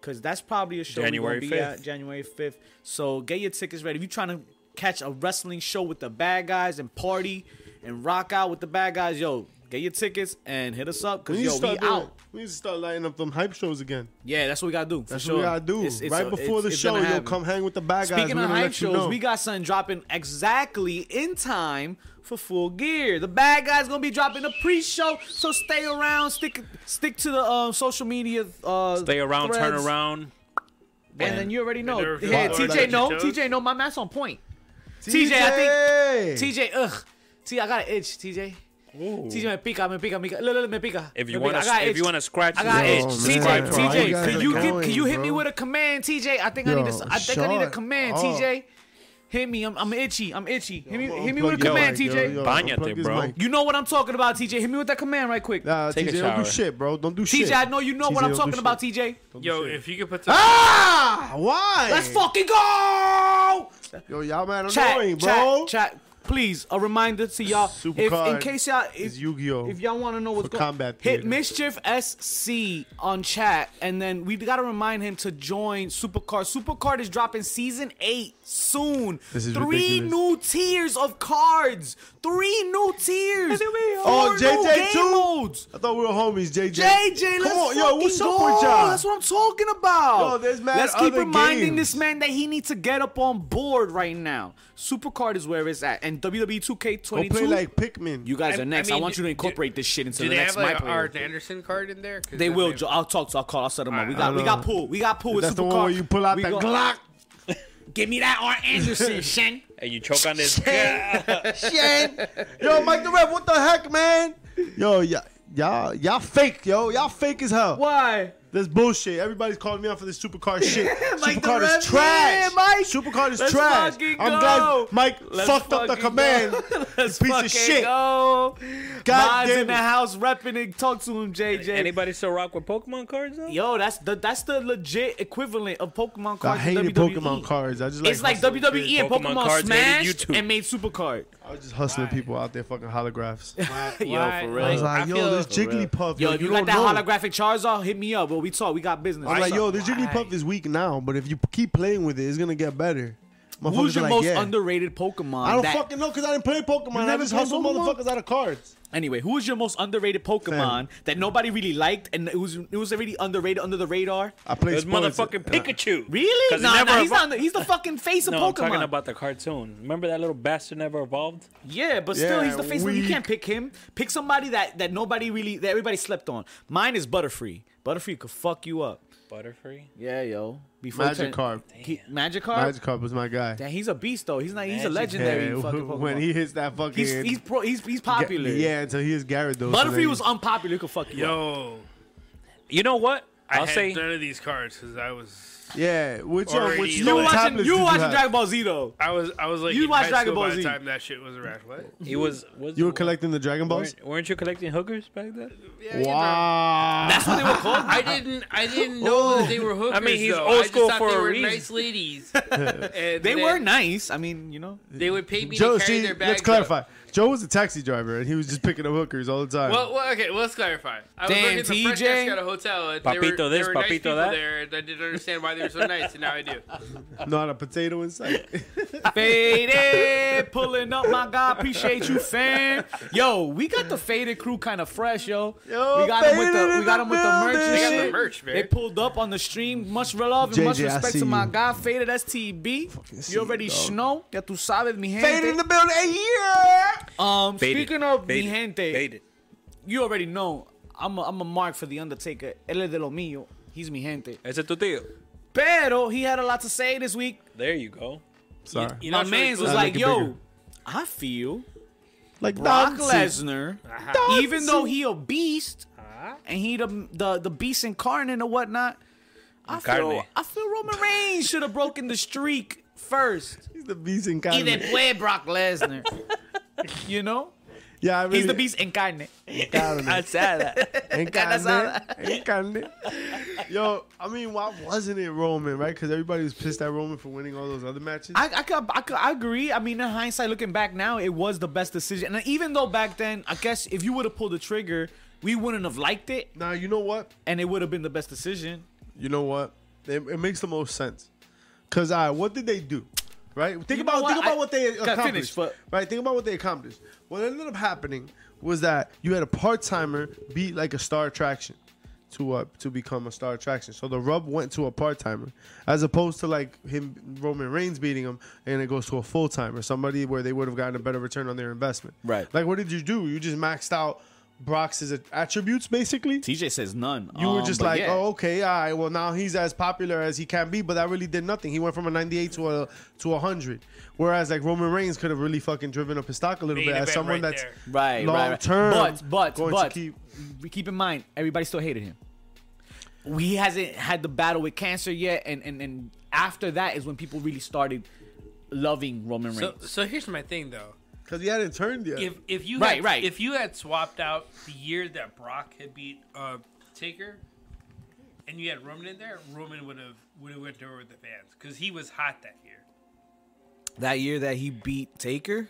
Speaker 1: Cause that's probably a show we're
Speaker 2: January
Speaker 1: gonna be
Speaker 2: 5th.
Speaker 1: at January fifth. So get your tickets ready. If you're trying to catch a wrestling show with the bad guys and party and rock out with the bad guys, yo, Get your tickets and hit us up
Speaker 4: We need,
Speaker 1: because
Speaker 4: to
Speaker 1: yo, we
Speaker 4: start
Speaker 1: out.
Speaker 4: doing- we need to start lighting up them hype shows again.
Speaker 1: Yeah, that's what we gotta do. for
Speaker 4: That's
Speaker 1: sure.
Speaker 4: what we gotta do.
Speaker 1: It's- it's-
Speaker 4: right
Speaker 1: uh,
Speaker 4: before
Speaker 1: it's-
Speaker 4: the
Speaker 1: it's
Speaker 4: show,
Speaker 1: gonna
Speaker 4: yo,
Speaker 1: happen.
Speaker 4: come hang with the bad guys.
Speaker 1: Speaking
Speaker 4: We're
Speaker 1: of
Speaker 4: gonna
Speaker 1: hype
Speaker 4: let you
Speaker 1: shows,
Speaker 4: know.
Speaker 1: we got something dropping exactly in time for full gear. The bad guy's gonna be dropping a pre-show, so stay around. Stick stick to the um, social media. Uh,
Speaker 2: Stay around, turn
Speaker 1: threads,
Speaker 2: around.
Speaker 1: and then you already know.
Speaker 5: Whatever.
Speaker 1: Yeah,
Speaker 5: Whatever.
Speaker 1: TJ, no,
Speaker 5: Whatever.
Speaker 1: TJ, no, my math's on point. TJ, I
Speaker 4: TJ!
Speaker 1: think TJ, ugh, T, I got an itch, TJ. TJ, me pica, me pica, me pica. Look, look, me pica.
Speaker 2: If you
Speaker 1: Me pica.
Speaker 2: want
Speaker 1: I got
Speaker 2: to, if you
Speaker 1: itch.
Speaker 2: want to scratch,
Speaker 1: I got
Speaker 2: your
Speaker 1: it.
Speaker 2: itch,
Speaker 4: man.
Speaker 1: TJ,
Speaker 2: subscribe to our
Speaker 1: TJ,
Speaker 4: Yo,
Speaker 2: podcast.
Speaker 1: can you
Speaker 4: man.
Speaker 1: give, can you hit me
Speaker 4: Yo,
Speaker 1: with a command, TJ? I think I need a, I think I need a
Speaker 4: shut
Speaker 1: command,
Speaker 4: up.
Speaker 1: TJ. Hit me, I'm, I'm itchy, I'm itchy. Hit me, hit
Speaker 4: Unplug
Speaker 1: me with a
Speaker 4: your
Speaker 1: command,
Speaker 4: mic, yo,
Speaker 1: TJ.
Speaker 4: yo,
Speaker 2: Báñate,
Speaker 4: unplug his
Speaker 2: bro.
Speaker 4: mic.
Speaker 1: You know what I'm talking about, TJ. Hit me with that command right quick.
Speaker 4: Nah,
Speaker 2: Take
Speaker 4: TJ,
Speaker 2: a
Speaker 4: don't
Speaker 2: shower.
Speaker 4: do shit, bro. Don't do shit.
Speaker 1: TJ, I know you know what
Speaker 4: TJ,
Speaker 1: I'm
Speaker 4: don't
Speaker 1: talking
Speaker 4: do
Speaker 1: about,
Speaker 4: shit.
Speaker 1: TJ.
Speaker 5: Yo, if you could put the
Speaker 1: Ah,
Speaker 4: Why?
Speaker 1: let's fucking go!
Speaker 4: Yo, y'all man
Speaker 1: Chat,
Speaker 4: annoying, bro.
Speaker 1: chat, chat. Please, a reminder to y'all. if, in
Speaker 4: Supercard
Speaker 1: case y'all, if,
Speaker 4: is Yu-Gi-Oh!
Speaker 1: If y'all want to know what's
Speaker 4: for
Speaker 1: going
Speaker 4: combat
Speaker 1: hit
Speaker 4: theater.
Speaker 1: Mischief SC on chat, and then we got to remind him to join Supercard. Supercard is dropping season eight soon.
Speaker 4: This is
Speaker 1: Three
Speaker 4: ridiculous.
Speaker 1: new tiers of cards. Three new tiers.
Speaker 4: Oh,
Speaker 1: Four new
Speaker 4: JJ
Speaker 1: game
Speaker 4: too?
Speaker 1: modes.
Speaker 4: I thought we were homies, JJ.
Speaker 1: JJ, let's
Speaker 4: Come on, yo, what's
Speaker 1: fucking
Speaker 4: up
Speaker 1: go.
Speaker 4: with y'all?
Speaker 1: That's what I'm talking about.
Speaker 4: Yo, there's mad
Speaker 1: let's keep
Speaker 4: other
Speaker 1: reminding
Speaker 4: games.
Speaker 1: this man that he needs to get up on board right now. Supercard is where it's at, and E WWE 2K22.
Speaker 4: Go play like Pikmin.
Speaker 1: you guys
Speaker 5: I-
Speaker 1: are next. I,
Speaker 5: I mean,
Speaker 1: want you to
Speaker 5: do-
Speaker 1: incorporate this shit into
Speaker 5: do
Speaker 1: the
Speaker 5: they
Speaker 1: next
Speaker 5: have like
Speaker 1: my
Speaker 5: a
Speaker 1: player.
Speaker 5: Arn Anderson card in there? 'Cause
Speaker 1: They
Speaker 5: then
Speaker 1: will.
Speaker 5: they-
Speaker 1: Jo- I'll talk to. I'll call. I'll set them up. We
Speaker 5: I
Speaker 1: got. We
Speaker 4: don't
Speaker 1: got
Speaker 4: know.
Speaker 1: pool. We got pool with
Speaker 4: That's the
Speaker 1: Supercard.
Speaker 4: one where you pull out
Speaker 1: We
Speaker 4: that
Speaker 1: go- [LAUGHS]
Speaker 4: Glock.
Speaker 2: Give me that Art Anderson, Shen. And you choke on this.
Speaker 4: Yo, Mike the Ref, what the heck, man? Yo, y'all, y'all, y'all fake, yo. Y'all fake as hell.
Speaker 1: Why?
Speaker 4: This bullshit. Everybody's calling me out for this
Speaker 1: [LAUGHS]
Speaker 4: supercar shit.
Speaker 1: Mike the
Speaker 4: supercar
Speaker 1: Rev,
Speaker 4: is trash.
Speaker 1: yeah, Mike.
Speaker 4: Supercar is
Speaker 1: Let's
Speaker 4: trash.
Speaker 1: fucking
Speaker 4: I'm
Speaker 1: go.
Speaker 4: glad Mike
Speaker 1: Let's
Speaker 4: fucked up the
Speaker 1: fucking [LAUGHS]
Speaker 4: command.
Speaker 1: go. Let's
Speaker 4: Piece of
Speaker 1: fucking
Speaker 4: shit.
Speaker 1: Go.
Speaker 4: God
Speaker 1: Mods
Speaker 4: damn
Speaker 1: in the
Speaker 4: it.
Speaker 1: house repping it. Talk to him, JJ.
Speaker 2: Anybody still rock with Pokemon cards though?
Speaker 1: Yo, that's the that's the legit equivalent of Pokemon cards.
Speaker 4: I
Speaker 1: in
Speaker 4: hated
Speaker 1: WWE.
Speaker 4: Pokemon cards. I just like
Speaker 1: E. It's like E.
Speaker 4: hustling shit.
Speaker 1: WWE and
Speaker 2: Pokemon
Speaker 1: Pokemon,
Speaker 2: cards made it
Speaker 1: smashed
Speaker 2: YouTube.
Speaker 1: and made Supercard.
Speaker 4: I was just hustling people out there, fucking holographs.
Speaker 1: [LAUGHS] Yo, for real.
Speaker 4: I was like,
Speaker 5: I
Speaker 4: yo,
Speaker 5: feel-
Speaker 4: this Jigglypuff.
Speaker 1: Yo,
Speaker 4: like,
Speaker 1: if you,
Speaker 4: don't
Speaker 1: got that
Speaker 4: know.
Speaker 1: holographic Charizard, hit me up. Well, we talk. We got business.
Speaker 4: I was
Speaker 1: What's
Speaker 4: like, yo,
Speaker 1: up?
Speaker 4: this Jigglypuff is weak now, but if you keep playing with it, it's gonna get better.
Speaker 1: Who's
Speaker 4: Motherfuckers
Speaker 1: your
Speaker 4: are like,
Speaker 1: most
Speaker 4: yeah.
Speaker 1: underrated Pokemon?
Speaker 4: I don't
Speaker 1: that-
Speaker 4: fucking know because I didn't play Pokemon. I
Speaker 1: never
Speaker 4: just
Speaker 1: played
Speaker 4: hustle
Speaker 1: Pokemon?
Speaker 4: motherfuckers out of cards.
Speaker 1: Anyway, who was your most underrated Pokemon that nobody really liked and it was it was already underrated under the radar?
Speaker 4: I played
Speaker 2: It's
Speaker 4: sports.
Speaker 2: motherfucking Pikachu.
Speaker 1: Uh, Really?
Speaker 2: 'Cause it
Speaker 1: Nah,
Speaker 2: never
Speaker 1: nah, he's
Speaker 2: evo-
Speaker 1: not. under- He's the fucking face of
Speaker 2: No, I'm
Speaker 1: Pokemon.
Speaker 2: talking about the cartoon. Remember that little bastard never evolved?
Speaker 1: Yeah, but still,
Speaker 4: Yeah,
Speaker 1: he's the face. of You
Speaker 4: weak.
Speaker 1: can't pick him. Pick somebody that that nobody really that everybody slept on. Mine is Butterfree. Butterfree could fuck you up.
Speaker 2: Butterfree.
Speaker 1: Yeah, yo. Before turn-
Speaker 4: Magikarp.
Speaker 1: He, Magikarp.
Speaker 4: Magikarp was my guy.
Speaker 1: Damn, he's a beast though. He's not. He's a
Speaker 2: Magikarp.
Speaker 1: legendary
Speaker 4: Yeah,
Speaker 1: fucking Pokemon.
Speaker 4: when he hits that fucking.
Speaker 1: he's he's, pro, he's he's popular.
Speaker 4: Yeah, until he hits Gyarados.
Speaker 1: Butterfree was unpopular. He could fuck you up.
Speaker 5: Yo,
Speaker 2: You know what?
Speaker 5: I
Speaker 2: I'll
Speaker 5: had
Speaker 2: say
Speaker 5: none of these cards because I was,
Speaker 4: Yeah, which uh,
Speaker 5: Already,
Speaker 4: which
Speaker 5: like-
Speaker 1: You
Speaker 5: Yo,
Speaker 1: were
Speaker 5: what
Speaker 4: tablets
Speaker 1: watching? You
Speaker 4: did
Speaker 1: were watching
Speaker 4: have?
Speaker 1: Dragon Ball Z though.
Speaker 5: I was, I was like,
Speaker 1: You
Speaker 5: in
Speaker 1: watch
Speaker 5: high
Speaker 1: Dragon
Speaker 5: school
Speaker 1: Ball
Speaker 5: by the
Speaker 1: Z.
Speaker 5: time that shit was around. What?
Speaker 2: it was was
Speaker 4: You were collecting the Dragon Balls.
Speaker 2: Weren't, weren't you collecting hookers back then?
Speaker 5: Yeah, you know.
Speaker 4: Wow.
Speaker 1: That's what they were called.
Speaker 5: [LAUGHS]
Speaker 1: Oh.
Speaker 5: I didn't. I didn't know that they were hookers.
Speaker 2: I mean, he's
Speaker 5: though.
Speaker 2: old
Speaker 5: I just
Speaker 2: school
Speaker 5: thought
Speaker 2: for
Speaker 5: they
Speaker 2: a
Speaker 5: were
Speaker 2: reason.
Speaker 5: Nice [LAUGHS] ladies. And
Speaker 1: They
Speaker 5: that
Speaker 1: were nice. I mean, you know.
Speaker 5: They would pay me
Speaker 4: Joe,
Speaker 5: to carry
Speaker 4: see,
Speaker 5: their bags.
Speaker 4: let's
Speaker 5: up.
Speaker 4: clarify. Joe was a taxi driver, and he was just picking up hookers all the time.
Speaker 5: Well, well, okay. Well, let's clarify. I
Speaker 1: Damn,
Speaker 5: was working at the front
Speaker 1: TJ.
Speaker 5: desk at a hotel. And they
Speaker 2: Papito
Speaker 5: were,
Speaker 2: this,
Speaker 5: there were nice
Speaker 2: papito
Speaker 5: people
Speaker 2: that.
Speaker 5: There, and I didn't understand why they were so nice, and now
Speaker 2: [LAUGHS]
Speaker 5: I do.
Speaker 4: Not a potato in
Speaker 1: [LAUGHS]
Speaker 4: sight.
Speaker 1: Faded, pulling up, my God, appreciate you, fam. Yo, we got the faded crew kind of fresh, yo.
Speaker 4: Yo,
Speaker 1: we got them with
Speaker 4: Faded
Speaker 1: the
Speaker 4: in
Speaker 1: we got
Speaker 4: the
Speaker 1: them with the merch and
Speaker 4: building.
Speaker 5: They got the
Speaker 1: shit.
Speaker 5: merch, man.
Speaker 1: They pulled up on the stream. Much love and much
Speaker 4: JJ, I
Speaker 1: respect
Speaker 4: see
Speaker 1: to my
Speaker 4: you.
Speaker 1: guy, Faded STB.
Speaker 4: see
Speaker 1: you
Speaker 4: you,
Speaker 1: already
Speaker 4: dog.
Speaker 1: know. Ya tu sabes, mi gente.
Speaker 4: Faded in the building. Hey, yeah.
Speaker 1: um,
Speaker 2: Faded.
Speaker 1: speaking of mi
Speaker 2: Faded.
Speaker 1: gente,
Speaker 2: Faded.
Speaker 1: you already know. I'm a, I'm a mark for the Undertaker. Él es de lo mío. He's mi gente.
Speaker 2: Ese tu tío.
Speaker 1: Pero he had a lot to say this week.
Speaker 2: There you go.
Speaker 4: Sorry.
Speaker 5: You
Speaker 1: My
Speaker 5: know, so
Speaker 1: man's
Speaker 5: it's
Speaker 1: was
Speaker 4: I
Speaker 1: like,
Speaker 4: make it
Speaker 1: yo,
Speaker 4: bigger.
Speaker 1: I feel
Speaker 4: like
Speaker 1: Brock
Speaker 4: nonsense.
Speaker 1: Lesnar, even though he a beast
Speaker 4: Uh-huh.
Speaker 1: and he the the, the beast incarnate or whatnot, I feel
Speaker 2: Incarnate.
Speaker 1: I feel Roman Reigns should have broken the streak first.
Speaker 4: He's the beast in
Speaker 1: He
Speaker 4: Cali.
Speaker 1: play Brock Lesnar, you know.
Speaker 4: Yeah, I really,
Speaker 1: He's the beast incarnate.
Speaker 4: Cali. [LAUGHS]
Speaker 1: Encarnazada.
Speaker 4: Encarnate. Yo, I mean, why wasn't it Roman, right? Because everybody was pissed at Roman for winning all those other matches.
Speaker 1: [LAUGHS] I I, could, I could I agree. I mean, in hindsight, looking back now, it was the best decision. And even though back then, I guess if you would have pulled the trigger, we wouldn't have liked it,
Speaker 4: now, you know what?
Speaker 1: and it would have been the best decision.
Speaker 4: You know what? It, it makes the most sense. Because, all right, what did they do? Right? Think
Speaker 1: You know
Speaker 4: about
Speaker 1: what?
Speaker 4: think
Speaker 1: I-
Speaker 4: about what they
Speaker 1: gotta
Speaker 4: accomplished.
Speaker 1: finish, but-
Speaker 4: right? Think about what they accomplished. What ended up happening was that you had a part timer be like a star attraction to uh, to become a star attraction. So the rub went to a part timer, as opposed to like him Roman Reigns beating him, and it goes to a full timer, somebody where they would have gotten a better return on their investment.
Speaker 1: Right.
Speaker 4: Like what did you do? You just maxed out Brock's attributes basically.
Speaker 1: TJ says none.
Speaker 4: You were
Speaker 1: Um,
Speaker 4: just
Speaker 1: but
Speaker 4: like,
Speaker 1: yeah.
Speaker 4: oh, okay, all right. Well, now he's as popular as he can be, but that really did nothing. He went from a 98 to a to a 100. Whereas like Roman Reigns could have really fucking driven up his stock a little
Speaker 5: Main
Speaker 4: bit as
Speaker 5: event
Speaker 4: someone
Speaker 5: right
Speaker 4: that's
Speaker 5: there.
Speaker 1: right, right,
Speaker 4: long
Speaker 1: right.
Speaker 4: term.
Speaker 1: But but
Speaker 4: going
Speaker 1: but
Speaker 4: to keep
Speaker 1: we keep in mind, everybody still hated him. He hasn't had the battle with cancer yet, and and and after that is when people really started loving Roman
Speaker 5: So,
Speaker 1: Reigns.
Speaker 5: so here's my thing though.
Speaker 4: because he hadn't turned yet.
Speaker 5: If if you
Speaker 1: Right,
Speaker 5: had,
Speaker 1: right.
Speaker 5: if you had swapped out the year that Brock had beat uh, Taker, and you had Roman in there, Roman would have would have went over with the fans because he was hot that year.
Speaker 1: that year that he beat Taker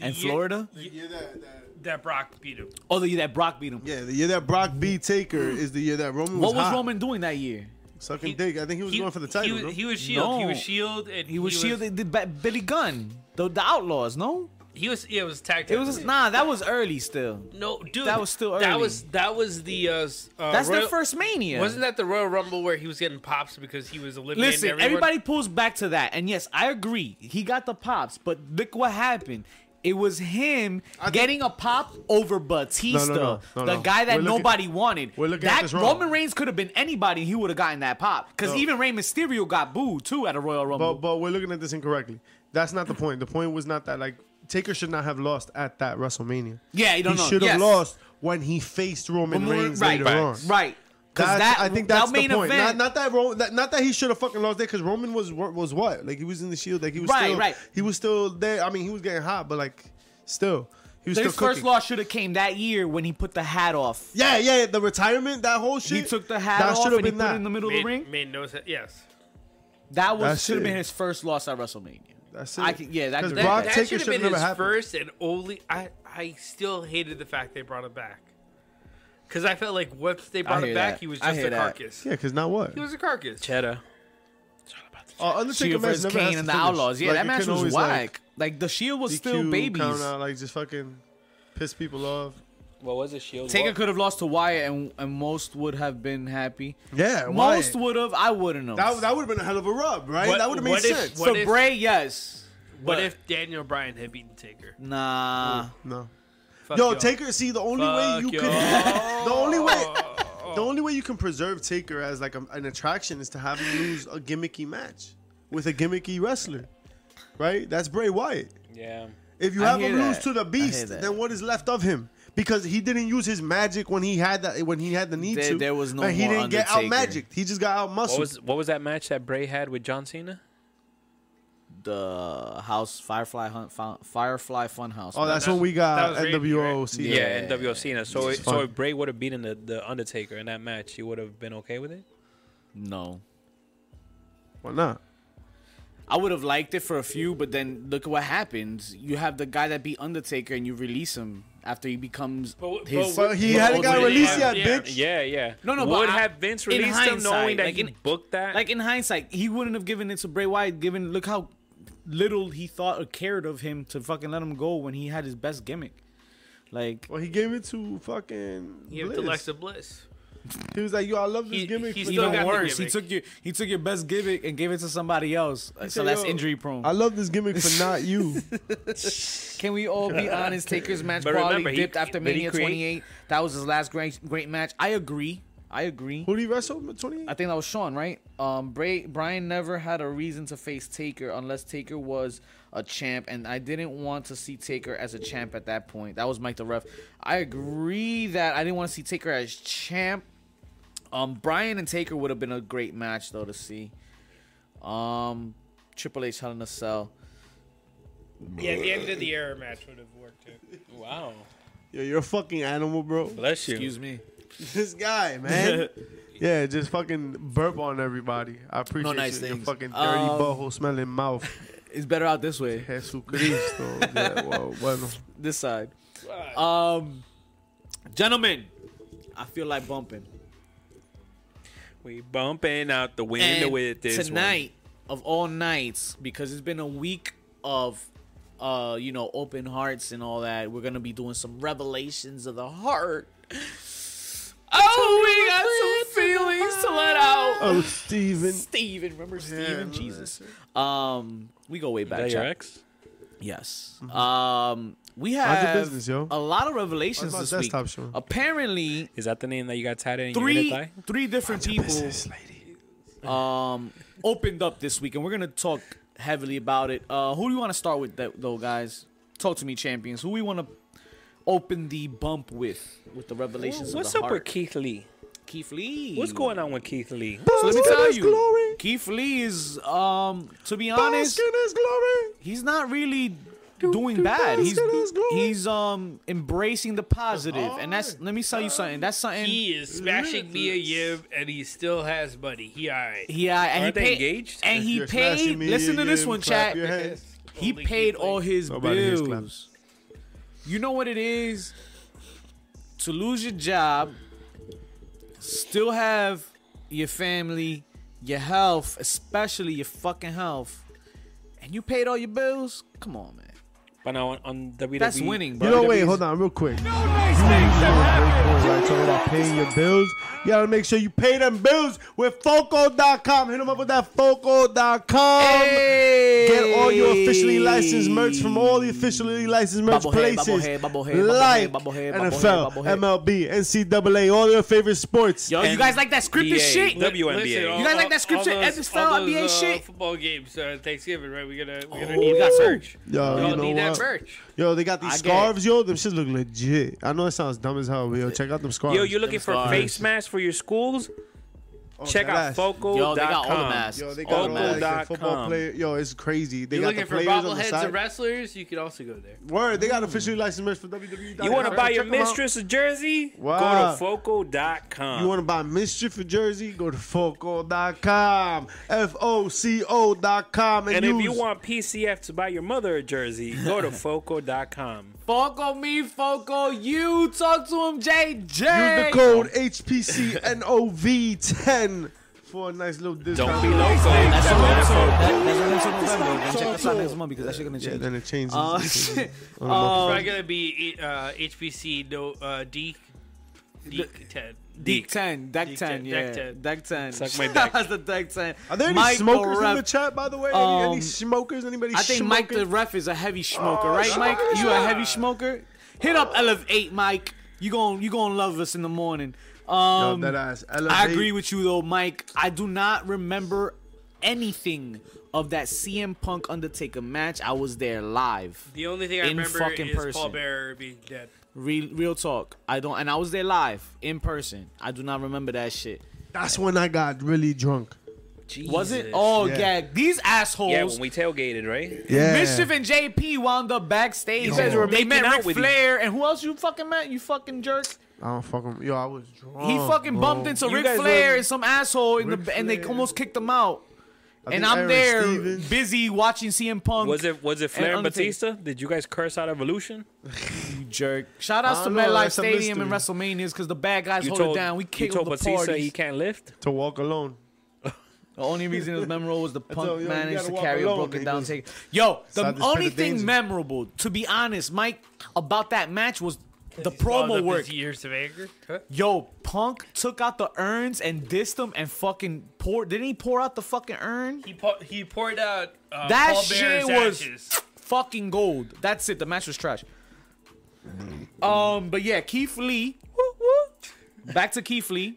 Speaker 1: and
Speaker 5: year-
Speaker 1: Florida,
Speaker 4: that,
Speaker 5: That Brock beat him.
Speaker 1: oh, the year that Brock beat him.
Speaker 4: yeah, the year that Brock beat Taker
Speaker 5: Mm.
Speaker 4: is the year that Roman was,
Speaker 1: What was
Speaker 4: hot,
Speaker 1: Roman doing that year?
Speaker 4: sucking dick. I think he was going for the title.
Speaker 5: He
Speaker 4: bro.
Speaker 5: was, he was Shield. He
Speaker 1: No.
Speaker 5: was Shield, and
Speaker 1: He was shielded the, ba- Billy Gunn, the, the Outlaws. No,
Speaker 5: He was. Yeah, it was tag
Speaker 1: it
Speaker 5: team.
Speaker 1: was nah. That was early still.
Speaker 5: No, dude,
Speaker 1: That was still
Speaker 5: That
Speaker 1: early.
Speaker 5: was that was the. Uh, s- uh,
Speaker 1: That's
Speaker 5: Royal,
Speaker 1: their first Mania.
Speaker 5: Wasn't that the Royal Rumble where he was getting pops because he was eliminating
Speaker 1: Listen,
Speaker 5: everyone?
Speaker 1: everybody pulls back to that, and yes, I agree. He got the pops, but look what happened. It was him getting a pop over Batista,
Speaker 4: no, no,
Speaker 1: the
Speaker 4: no.
Speaker 1: guy that
Speaker 4: We're looking-
Speaker 1: nobody wanted.
Speaker 4: we're looking
Speaker 1: that
Speaker 4: at this wrong.
Speaker 1: Roman Reigns could have been anybody, and he would have gotten that pop. Because even Rey Mysterio got booed too at a Royal
Speaker 4: But
Speaker 1: Rumble.
Speaker 4: but we're looking at this incorrectly. That's not the point. The point was not that like Taker should not have lost at that WrestleMania.
Speaker 1: Yeah, you don't
Speaker 4: he
Speaker 1: know.
Speaker 4: should have
Speaker 1: Yes.
Speaker 4: lost when he faced Roman
Speaker 1: Roman-
Speaker 4: Reigns
Speaker 1: right,
Speaker 4: later on.
Speaker 1: right? Because
Speaker 4: That's,
Speaker 1: that
Speaker 4: I think
Speaker 1: that
Speaker 4: that's
Speaker 1: main
Speaker 4: the point.
Speaker 1: event.
Speaker 4: not, not that Roman, that, not that he should have fucking lost there because Roman was wha- was what like he was in the Shield, like he was
Speaker 1: Right,
Speaker 4: still,
Speaker 1: right.
Speaker 4: He was still there. I mean, he was getting hot, but like still, he was
Speaker 1: his
Speaker 4: still
Speaker 1: first
Speaker 4: cooking.
Speaker 1: loss should have came that year when he put the hat off.
Speaker 4: Yeah, yeah, the retirement, that whole shit.
Speaker 1: He took the hat
Speaker 4: that
Speaker 1: off
Speaker 4: should
Speaker 1: and
Speaker 4: have
Speaker 1: he
Speaker 4: been
Speaker 1: put
Speaker 4: that.
Speaker 1: it in the middle of
Speaker 5: made,
Speaker 1: the ring.
Speaker 5: made no sense. Yes,
Speaker 1: That was
Speaker 4: That's
Speaker 1: should have been
Speaker 4: it.
Speaker 1: his first loss at Wrestlemania.
Speaker 4: That's
Speaker 1: I
Speaker 4: it.
Speaker 1: can, yeah, that
Speaker 4: 'Cause
Speaker 1: could
Speaker 5: that,
Speaker 4: Brock
Speaker 5: that
Speaker 4: Taker
Speaker 5: should have
Speaker 4: should've
Speaker 5: been
Speaker 4: never
Speaker 5: his
Speaker 4: happened.
Speaker 5: first and only. I I still hated the fact they brought it back because I felt like once they brought
Speaker 1: hear
Speaker 5: it back,
Speaker 1: that.
Speaker 5: he was
Speaker 1: I
Speaker 5: just
Speaker 1: hear
Speaker 5: a
Speaker 1: that.
Speaker 5: carcass.
Speaker 4: yeah, because now what?
Speaker 5: He was a carcass.
Speaker 2: Cheddar.
Speaker 4: Uh, Undertaker
Speaker 1: Shield
Speaker 4: match
Speaker 1: versus
Speaker 4: never has
Speaker 1: Kane
Speaker 4: to
Speaker 1: and the
Speaker 4: finish.
Speaker 1: Outlaws. Yeah,
Speaker 4: Like,
Speaker 1: that
Speaker 4: it
Speaker 1: match
Speaker 4: can
Speaker 1: was
Speaker 4: always,
Speaker 1: whack.
Speaker 4: like,
Speaker 1: Like, the Shield was still
Speaker 4: DQ,
Speaker 1: babies.
Speaker 4: Count out, like just fucking piss people off.
Speaker 2: What was it? Shield.
Speaker 1: Taker
Speaker 2: What?
Speaker 1: could have lost to Wyatt, and, and most would have been happy.
Speaker 4: Yeah,
Speaker 1: most would have. I wouldn't have.
Speaker 4: that, that would have been a hell of a rub, right?
Speaker 5: What-
Speaker 4: that would have made
Speaker 5: what if-
Speaker 4: sense.
Speaker 5: what-
Speaker 1: so Bray, yes.
Speaker 5: What
Speaker 1: But-
Speaker 5: if Daniel Bryan had beaten Taker?
Speaker 1: Nah,
Speaker 4: no.
Speaker 5: Fuck
Speaker 4: Yo,
Speaker 5: y'all.
Speaker 4: Taker. See, the only way
Speaker 5: Fuck
Speaker 4: you
Speaker 5: y'all.
Speaker 4: can, [LAUGHS] the only way,
Speaker 5: [LAUGHS]
Speaker 4: the only way you can preserve Taker as like a, an attraction is to have him lose a gimmicky match with a gimmicky wrestler, right? That's Bray Wyatt.
Speaker 2: Yeah.
Speaker 4: If you
Speaker 1: I
Speaker 4: have
Speaker 1: hear
Speaker 4: him lose
Speaker 1: that.
Speaker 4: to the
Speaker 1: I hear
Speaker 4: beast,
Speaker 1: that.
Speaker 4: then what is left of him? Because he didn't use his magic when he had that when he had the need
Speaker 1: There-
Speaker 4: to.
Speaker 1: there was no
Speaker 4: and he
Speaker 1: more
Speaker 4: didn't get out
Speaker 1: Undertaker.
Speaker 4: magic. He just got out
Speaker 2: What
Speaker 4: muscled.
Speaker 2: was what was that match that Bray had with John Cena?
Speaker 1: the house Firefly Hunt, Fun- Firefly Funhouse.
Speaker 4: Oh, that's
Speaker 5: that-
Speaker 4: when we
Speaker 5: that
Speaker 4: got
Speaker 5: was Randy,
Speaker 4: NWO.
Speaker 5: right?
Speaker 4: see,
Speaker 2: Yeah,
Speaker 1: Yeah.
Speaker 2: NWO Cena. So
Speaker 4: This
Speaker 2: it,
Speaker 4: is
Speaker 2: so
Speaker 4: fun.
Speaker 2: if Bray would have beaten the, the Undertaker in that match, you would have been okay with it.
Speaker 1: no.
Speaker 4: Why not?
Speaker 1: I would have liked it for a few, but then look at what happens. You have the guy that beat Undertaker, and you release him after he becomes
Speaker 5: But-
Speaker 1: his.
Speaker 5: but
Speaker 4: But he
Speaker 1: Well,
Speaker 4: hadn't got
Speaker 1: ultimately,
Speaker 4: released
Speaker 5: yeah,
Speaker 4: yet,
Speaker 5: yeah.
Speaker 4: bitch.
Speaker 2: Yeah, yeah.
Speaker 1: No, no, but
Speaker 2: Would
Speaker 1: I-
Speaker 2: have Vince
Speaker 1: in
Speaker 2: released him
Speaker 1: hindsight,
Speaker 2: knowing that
Speaker 1: like
Speaker 2: he
Speaker 1: in-
Speaker 2: booked that?
Speaker 1: like in hindsight, he wouldn't have given it to Bray Wyatt. Given look how little he thought or cared of him to fucking let him go when he had his best gimmick. Like
Speaker 4: Well, he gave it to fucking.
Speaker 5: He had
Speaker 4: Bliss.
Speaker 5: Alexa Bliss.
Speaker 4: He was like, "Yo, I love this
Speaker 5: He-
Speaker 4: gimmick."
Speaker 5: he
Speaker 4: but
Speaker 5: still
Speaker 4: no,
Speaker 5: got the
Speaker 1: worse, he
Speaker 5: gimmick.
Speaker 1: took your he took your best gimmick and gave it to somebody else. so
Speaker 4: said,
Speaker 1: that's
Speaker 4: "Yo,
Speaker 1: injury prone.
Speaker 4: I love this gimmick for
Speaker 1: [LAUGHS]
Speaker 4: not you.
Speaker 1: Can we all [LAUGHS] be honest? Taker's match
Speaker 2: But
Speaker 1: quality
Speaker 2: remember, he-
Speaker 1: dipped after
Speaker 2: did he
Speaker 1: Mania
Speaker 2: create-
Speaker 1: 28. That was his last great great match. I agree. I agree.
Speaker 4: Who did he wrestle? Twenty
Speaker 1: I
Speaker 4: eight.
Speaker 1: think that was Sean, right? Um, Bray Brian never had a reason to face Taker unless Taker was a champ, and I didn't want to see Taker as a champ at that point. That was Mike the ref. I agree that I didn't want to see Taker as champ. Um, Brian and Taker would have been a great match though to see. Um, Triple H Hell in a Cell.
Speaker 5: Yeah, the end of the era match would have worked too.
Speaker 2: wow.
Speaker 4: Yo, you're a fucking animal,
Speaker 1: [LAUGHS]
Speaker 4: bro.
Speaker 2: Bless you.
Speaker 1: Excuse me.
Speaker 4: This guy,
Speaker 1: [LAUGHS]
Speaker 4: man. yeah, just fucking burp on everybody. I appreciate
Speaker 1: nice
Speaker 4: you. Your
Speaker 1: things.
Speaker 4: fucking dirty
Speaker 1: Um,
Speaker 4: butthole smelling mouth.
Speaker 1: It's better out this way,
Speaker 4: Jesucristo. yeah, well, bueno.
Speaker 1: this side. Um, gentlemen, I feel like bumping.
Speaker 2: We bumping out the window
Speaker 1: And
Speaker 2: with this one.
Speaker 1: tonight of all nights because it's been a week of uh you know open hearts and all that we're gonna be doing some revelations of the heart oh we got some feelings to let out [LAUGHS]
Speaker 4: Oh, Steven.
Speaker 1: steven remember steven jesus um we go way back
Speaker 2: that your
Speaker 1: Chuck.
Speaker 2: ex?
Speaker 1: Yes. Um, we
Speaker 4: How's Mm-hmm. your
Speaker 1: have
Speaker 4: business, yo?
Speaker 1: a lot of revelations
Speaker 4: How's
Speaker 1: this
Speaker 4: my
Speaker 1: week.
Speaker 4: desktop showing?
Speaker 1: Apparently,
Speaker 2: Is that the name that you got tatted in
Speaker 1: three
Speaker 2: your inner thigh?
Speaker 1: three different people
Speaker 4: lady.
Speaker 1: um opened up this week, and we're gonna talk heavily about it. Uh, who do you want to start with, that, though, guys? Talk to me, champions. Who we want to open the bump with with the revelations
Speaker 2: What's
Speaker 1: of
Speaker 2: up
Speaker 1: the
Speaker 2: with
Speaker 1: heart?
Speaker 2: Keith Lee?
Speaker 1: Keith Lee?
Speaker 2: What's going on with Keith Lee?
Speaker 1: So let me tell you,
Speaker 4: Glory.
Speaker 1: Keith Lee is um to be honest,
Speaker 4: Baskin is glory.
Speaker 1: he's not really doing bad. He's he's um embracing the positive, and that's let me tell you something. That's something.
Speaker 5: He is smashing me a yib, and he still has buddy. He alright.
Speaker 1: yeah, and
Speaker 2: Aren't
Speaker 1: he
Speaker 2: they
Speaker 1: paid,
Speaker 2: engaged?
Speaker 1: and he
Speaker 4: You're
Speaker 1: paid.
Speaker 4: smashing me,
Speaker 1: Listen to
Speaker 4: you
Speaker 1: this one,
Speaker 4: clap your
Speaker 1: chat.
Speaker 4: hands.
Speaker 1: He
Speaker 5: Holy
Speaker 1: paid
Speaker 5: Keith
Speaker 1: all
Speaker 5: Lee.
Speaker 1: his
Speaker 4: Nobody hears
Speaker 1: bills. You know what it is to lose your job, still have your family, your health, especially your fucking health, and you paid all your bills. Come on, man.
Speaker 2: But now on, on WWE,
Speaker 1: That's winning, bro.
Speaker 4: You know, wait, hold on, real quick. No nice things Right, talking about paying your bills. You gotta make sure you pay them bills with Foco.com. Hit them up with that Foco.com. Get all your officially licensed merch from all the officially licensed merch
Speaker 1: Bubblehead,
Speaker 4: places.
Speaker 1: bubblehead, bubblehead, bubblehead,
Speaker 4: Like
Speaker 1: bubblehead,
Speaker 4: NFL,
Speaker 1: bubblehead.
Speaker 4: MLB, NCAA, all your favorite sports.
Speaker 1: Yo, you
Speaker 2: And
Speaker 1: guys like that scripted
Speaker 2: NBA.
Speaker 1: shit?
Speaker 2: Look- WNBA. You
Speaker 5: all-
Speaker 1: guys like
Speaker 5: all-
Speaker 1: that scripture,
Speaker 5: all
Speaker 1: Ed Style,
Speaker 5: all uh,
Speaker 1: NBA shit?
Speaker 5: Football games uh, Thanksgiving, right? We're gonna we're gonna
Speaker 1: Oh,
Speaker 5: need
Speaker 1: we got
Speaker 5: that
Speaker 1: some.
Speaker 5: merch.
Speaker 4: Yo,
Speaker 5: We
Speaker 4: you
Speaker 5: all
Speaker 4: know
Speaker 5: need that
Speaker 4: what?
Speaker 5: merch.
Speaker 4: Yo, they got these
Speaker 1: I get-
Speaker 4: scarves, yo. Them shit look legit. I know it sounds dumb as hell, but yo, check out them scarves.
Speaker 2: Yo, you looking for
Speaker 1: stars.
Speaker 2: face masks for your schools?
Speaker 4: Oh,
Speaker 2: Check
Speaker 4: that
Speaker 2: out
Speaker 4: ass.
Speaker 2: Foco.com.
Speaker 1: Yo, they got all the masks.
Speaker 4: Yo, they
Speaker 1: All
Speaker 4: got
Speaker 1: the
Speaker 4: all
Speaker 1: masks.
Speaker 4: like, the football
Speaker 2: Football.com.
Speaker 4: player. Yo, it's crazy. They
Speaker 5: You're
Speaker 4: got
Speaker 5: looking
Speaker 4: the
Speaker 5: for
Speaker 4: players on the
Speaker 5: bobbleheads
Speaker 4: side.
Speaker 5: and wrestlers? You can also go there.
Speaker 4: Word, they got officially licensed merch for WWE.
Speaker 2: You want to buy your
Speaker 4: E Check 'em out.
Speaker 2: mistress a jersey?
Speaker 4: Wow.
Speaker 2: Go to Foco.com.
Speaker 4: You want to buy mischief a jersey? Go to foco.com, f o c o dot com, and,
Speaker 2: and if you
Speaker 4: use-
Speaker 2: want PCF to buy your mother a jersey,
Speaker 1: [LAUGHS]
Speaker 2: go to Foco.com.
Speaker 1: Foco me, Foco you. Talk to him,
Speaker 4: use the
Speaker 1: JJ.
Speaker 4: code HPCNOV10 for a nice little discount.
Speaker 2: Don't be loco.
Speaker 1: That's what I'm saying. That- that's what I'm saying this time, though. Gonna Check this out next month because that shit gonna
Speaker 4: Yeah,
Speaker 1: change.
Speaker 4: then it changes.
Speaker 1: Uh,
Speaker 4: It changes.
Speaker 1: Um,
Speaker 5: It's probably gonna be uh, HBC no uh, D D ten.
Speaker 1: Deck 10, Deck
Speaker 5: Deck
Speaker 1: 10,
Speaker 5: 10,
Speaker 1: yeah.
Speaker 5: Deck 10.
Speaker 1: Deck 10. [LAUGHS]
Speaker 2: Suck my dick.
Speaker 1: That's the Deck 10.
Speaker 4: Are there any
Speaker 1: Mike the
Speaker 4: smokers in
Speaker 1: ref-
Speaker 4: the chat, by the way? any,
Speaker 1: Um,
Speaker 4: any smokers? Anybody
Speaker 1: I think Mike the
Speaker 4: smoking?
Speaker 1: ref is a
Speaker 4: Oh,
Speaker 1: heavy smoker, right, Mike? You a heavy smoker? Hit up Elevate, Mike. You gon' you gonna love us in the morning.
Speaker 4: Yo,
Speaker 1: Um,
Speaker 4: that uh, ass.
Speaker 1: I agree with you though, Mike. I do not remember anything of that CM Punk Undertaker match. I was there live.
Speaker 5: The only thing I
Speaker 1: In
Speaker 5: remember
Speaker 1: fucking
Speaker 5: is Paul
Speaker 1: person.
Speaker 5: Bearer being dead.
Speaker 1: Real, real talk. I don't, and I was there live in person. I do not remember that shit.
Speaker 4: That's when I got really drunk.
Speaker 1: Was it? Oh yeah.
Speaker 4: Yeah.
Speaker 1: These assholes.
Speaker 2: Yeah, when we tailgated, right?
Speaker 4: Yeah.
Speaker 1: Mischief and JP wound up backstage.
Speaker 2: guys were
Speaker 1: they
Speaker 2: making
Speaker 1: met
Speaker 2: out
Speaker 1: Ric
Speaker 2: with
Speaker 1: Flair and who else you fucking met? You fucking jerk.
Speaker 4: I don't fucking. Yo, I was drunk.
Speaker 1: He fucking
Speaker 4: bro.
Speaker 1: bumped into
Speaker 2: Oh, You
Speaker 1: Ric
Speaker 2: guys
Speaker 1: Flair
Speaker 2: were-
Speaker 1: and some asshole, in the,
Speaker 4: Ric
Speaker 1: and they
Speaker 4: Flair.
Speaker 1: almost kicked him out.
Speaker 4: I
Speaker 1: And
Speaker 4: think
Speaker 1: I'm
Speaker 4: Aaron
Speaker 1: there,
Speaker 4: Stevens.
Speaker 1: busy watching CM Punk.
Speaker 2: Was it was it Flair and,
Speaker 1: Undertaker.
Speaker 2: Batista? Did you guys curse out Evolution?
Speaker 1: You jerk. Shout outs
Speaker 4: I
Speaker 1: to
Speaker 4: don't know,
Speaker 1: MetLife
Speaker 4: that's a
Speaker 1: Stadium and
Speaker 4: mystery.
Speaker 1: WrestleManias because the bad guys
Speaker 2: You
Speaker 1: hold
Speaker 2: told
Speaker 1: it down. We
Speaker 2: you
Speaker 1: kicked the
Speaker 2: told Batista
Speaker 1: parties.
Speaker 2: he can't lift.
Speaker 4: to walk alone.
Speaker 1: The only reason it was memorable
Speaker 4: [LAUGHS]
Speaker 1: was the punk
Speaker 4: all, yo, you
Speaker 1: managed
Speaker 4: gotta
Speaker 1: to
Speaker 4: walk
Speaker 1: carry a
Speaker 4: alone,
Speaker 1: broken down
Speaker 4: niggas.
Speaker 1: take. Yo, the
Speaker 4: Side to
Speaker 1: only
Speaker 4: spread of
Speaker 1: thing
Speaker 4: danger.
Speaker 1: memorable, to be honest, Mike, about that match was the promo
Speaker 5: All the
Speaker 1: work.
Speaker 5: busy Years of anger. Huh?
Speaker 1: Yo, Punk took out the urns and dissed them and fucking poured. Didn't he pour out the fucking urn?
Speaker 5: He pour, he poured out uh,
Speaker 1: That
Speaker 5: Paul
Speaker 1: shit
Speaker 5: Bearer's
Speaker 1: was-
Speaker 5: ashes. Ah.
Speaker 1: fucking gold. That's it. The match was trash. Um, but yeah, Keith Lee. Back to Keith Lee.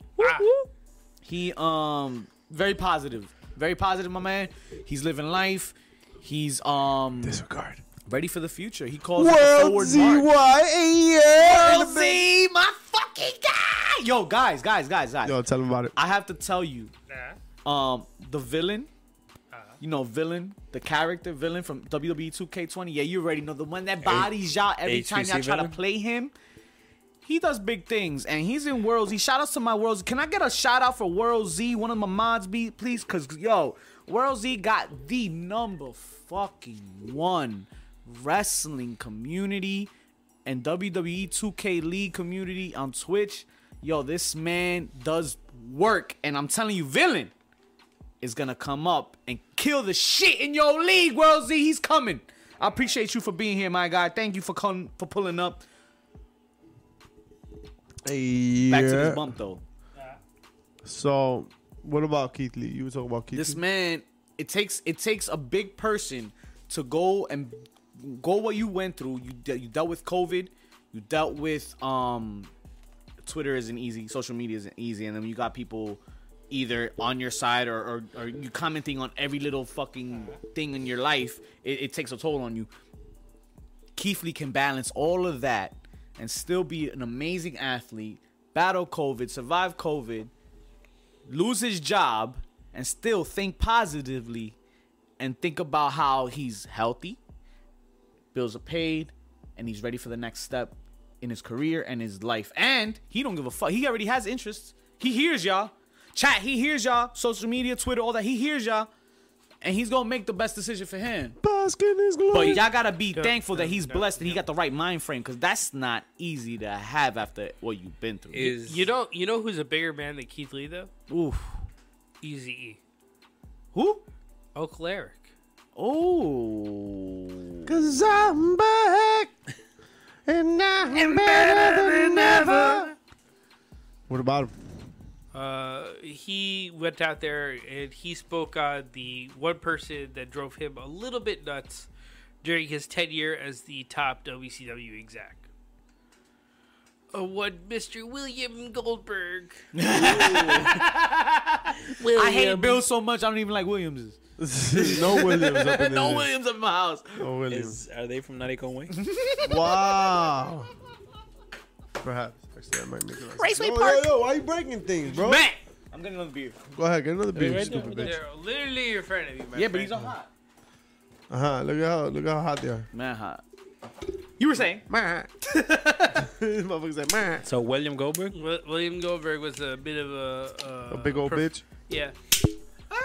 Speaker 1: He um very positive, very positive, my man. He's living life. He's um
Speaker 4: Disregard.
Speaker 1: ready for the future. He calls it the
Speaker 4: World
Speaker 1: forward
Speaker 4: Z
Speaker 1: march.
Speaker 4: Y A
Speaker 1: World Z, my fucking guy. Yo, guys, guys, guys, guys.
Speaker 4: Yo, tell him about it.
Speaker 1: I have to tell you,
Speaker 5: Nah.
Speaker 1: um, the villain. You know, villain, the character villain from E WWE 2K20. Yeah, you already know the one that bodies y'all every time
Speaker 2: HBC
Speaker 1: y'all try
Speaker 2: villain?
Speaker 1: to play him. He does big things, and he's in World Z. Shout outs to my World Z. Can I get a shout out for World Z? One of my mods, be please, cause yo, World Z got the number fucking one wrestling community and WWE 2K League community on Twitch. Yo, this man does work, and I'm telling you, villain is gonna come up and kill the shit in your league, World Z. He's coming. I appreciate you for being here, my guy. Thank you for coming for pulling up. Back to this bump though.
Speaker 4: So, what about Keith Lee? You were talking about Keith
Speaker 1: This
Speaker 4: Lee.
Speaker 1: man, it takes it takes a big person to go and go what you went through. You de- you dealt with COVID. You dealt with um Twitter isn't easy, social media isn't easy, and then you got people either on your side or, or, or you commenting on every little fucking thing in your life. It, it takes a toll on you. Keith Lee can balance all of that and still be an amazing athlete, battle COVID, survive COVID, lose his job, and still think positively and think about how he's healthy, bills are paid, and he's ready for the next step in his career and his life. And he don't give a fuck. He already has interests. He hears y'all. Chat, he hears y'all. Social media, Twitter, all that. He hears y'all. And he's gonna make the best decision for him. But y'all gotta be thankful that he's blessed and he got the right mind frame because that's not easy to have after what you've been through.
Speaker 2: Is
Speaker 5: You know, you know who's a bigger man than Keith Lee though?
Speaker 1: Oof.
Speaker 5: Easy E.
Speaker 1: Who?
Speaker 5: Oak Larrick.
Speaker 1: Oh.
Speaker 4: Cause I'm back, and I'm better than ever. What about him? [LAUGHS]
Speaker 5: Uh, he went out there and he spoke on the one person that drove him a little bit nuts during his tenure as the top WCW exec. Uh, one Mr.
Speaker 4: [LAUGHS]
Speaker 5: William Goldberg.
Speaker 1: I hate Bill so much I don't even like Williams's.
Speaker 4: no Williams
Speaker 1: [LAUGHS]
Speaker 4: up in
Speaker 1: No
Speaker 4: there.
Speaker 1: Williams in my house.
Speaker 4: No Williams.
Speaker 2: Is, are they from Not Eco
Speaker 1: [LAUGHS]
Speaker 2: Wing?
Speaker 4: Wow. Perhaps. Actually, that might make it Raceway yo, Yo, yo, why you breaking things, bro?
Speaker 1: Man! I'm getting another beer.
Speaker 4: Go ahead, get another beer, you
Speaker 2: right
Speaker 4: stupid
Speaker 2: there,
Speaker 4: bitch.
Speaker 5: They're literally in front of you, my
Speaker 1: Yeah,
Speaker 5: friend.
Speaker 1: but he's on hot.
Speaker 4: Uh huh. Look at how look at how hot they are.
Speaker 1: Man, hot. You were saying?
Speaker 4: [LAUGHS] Man. Motherfuckers like man.
Speaker 2: So William Goldberg.
Speaker 5: Wi- William Goldberg was a bit of a. Uh,
Speaker 4: A big old
Speaker 5: prof-
Speaker 4: bitch.
Speaker 5: Yeah.
Speaker 4: Yo,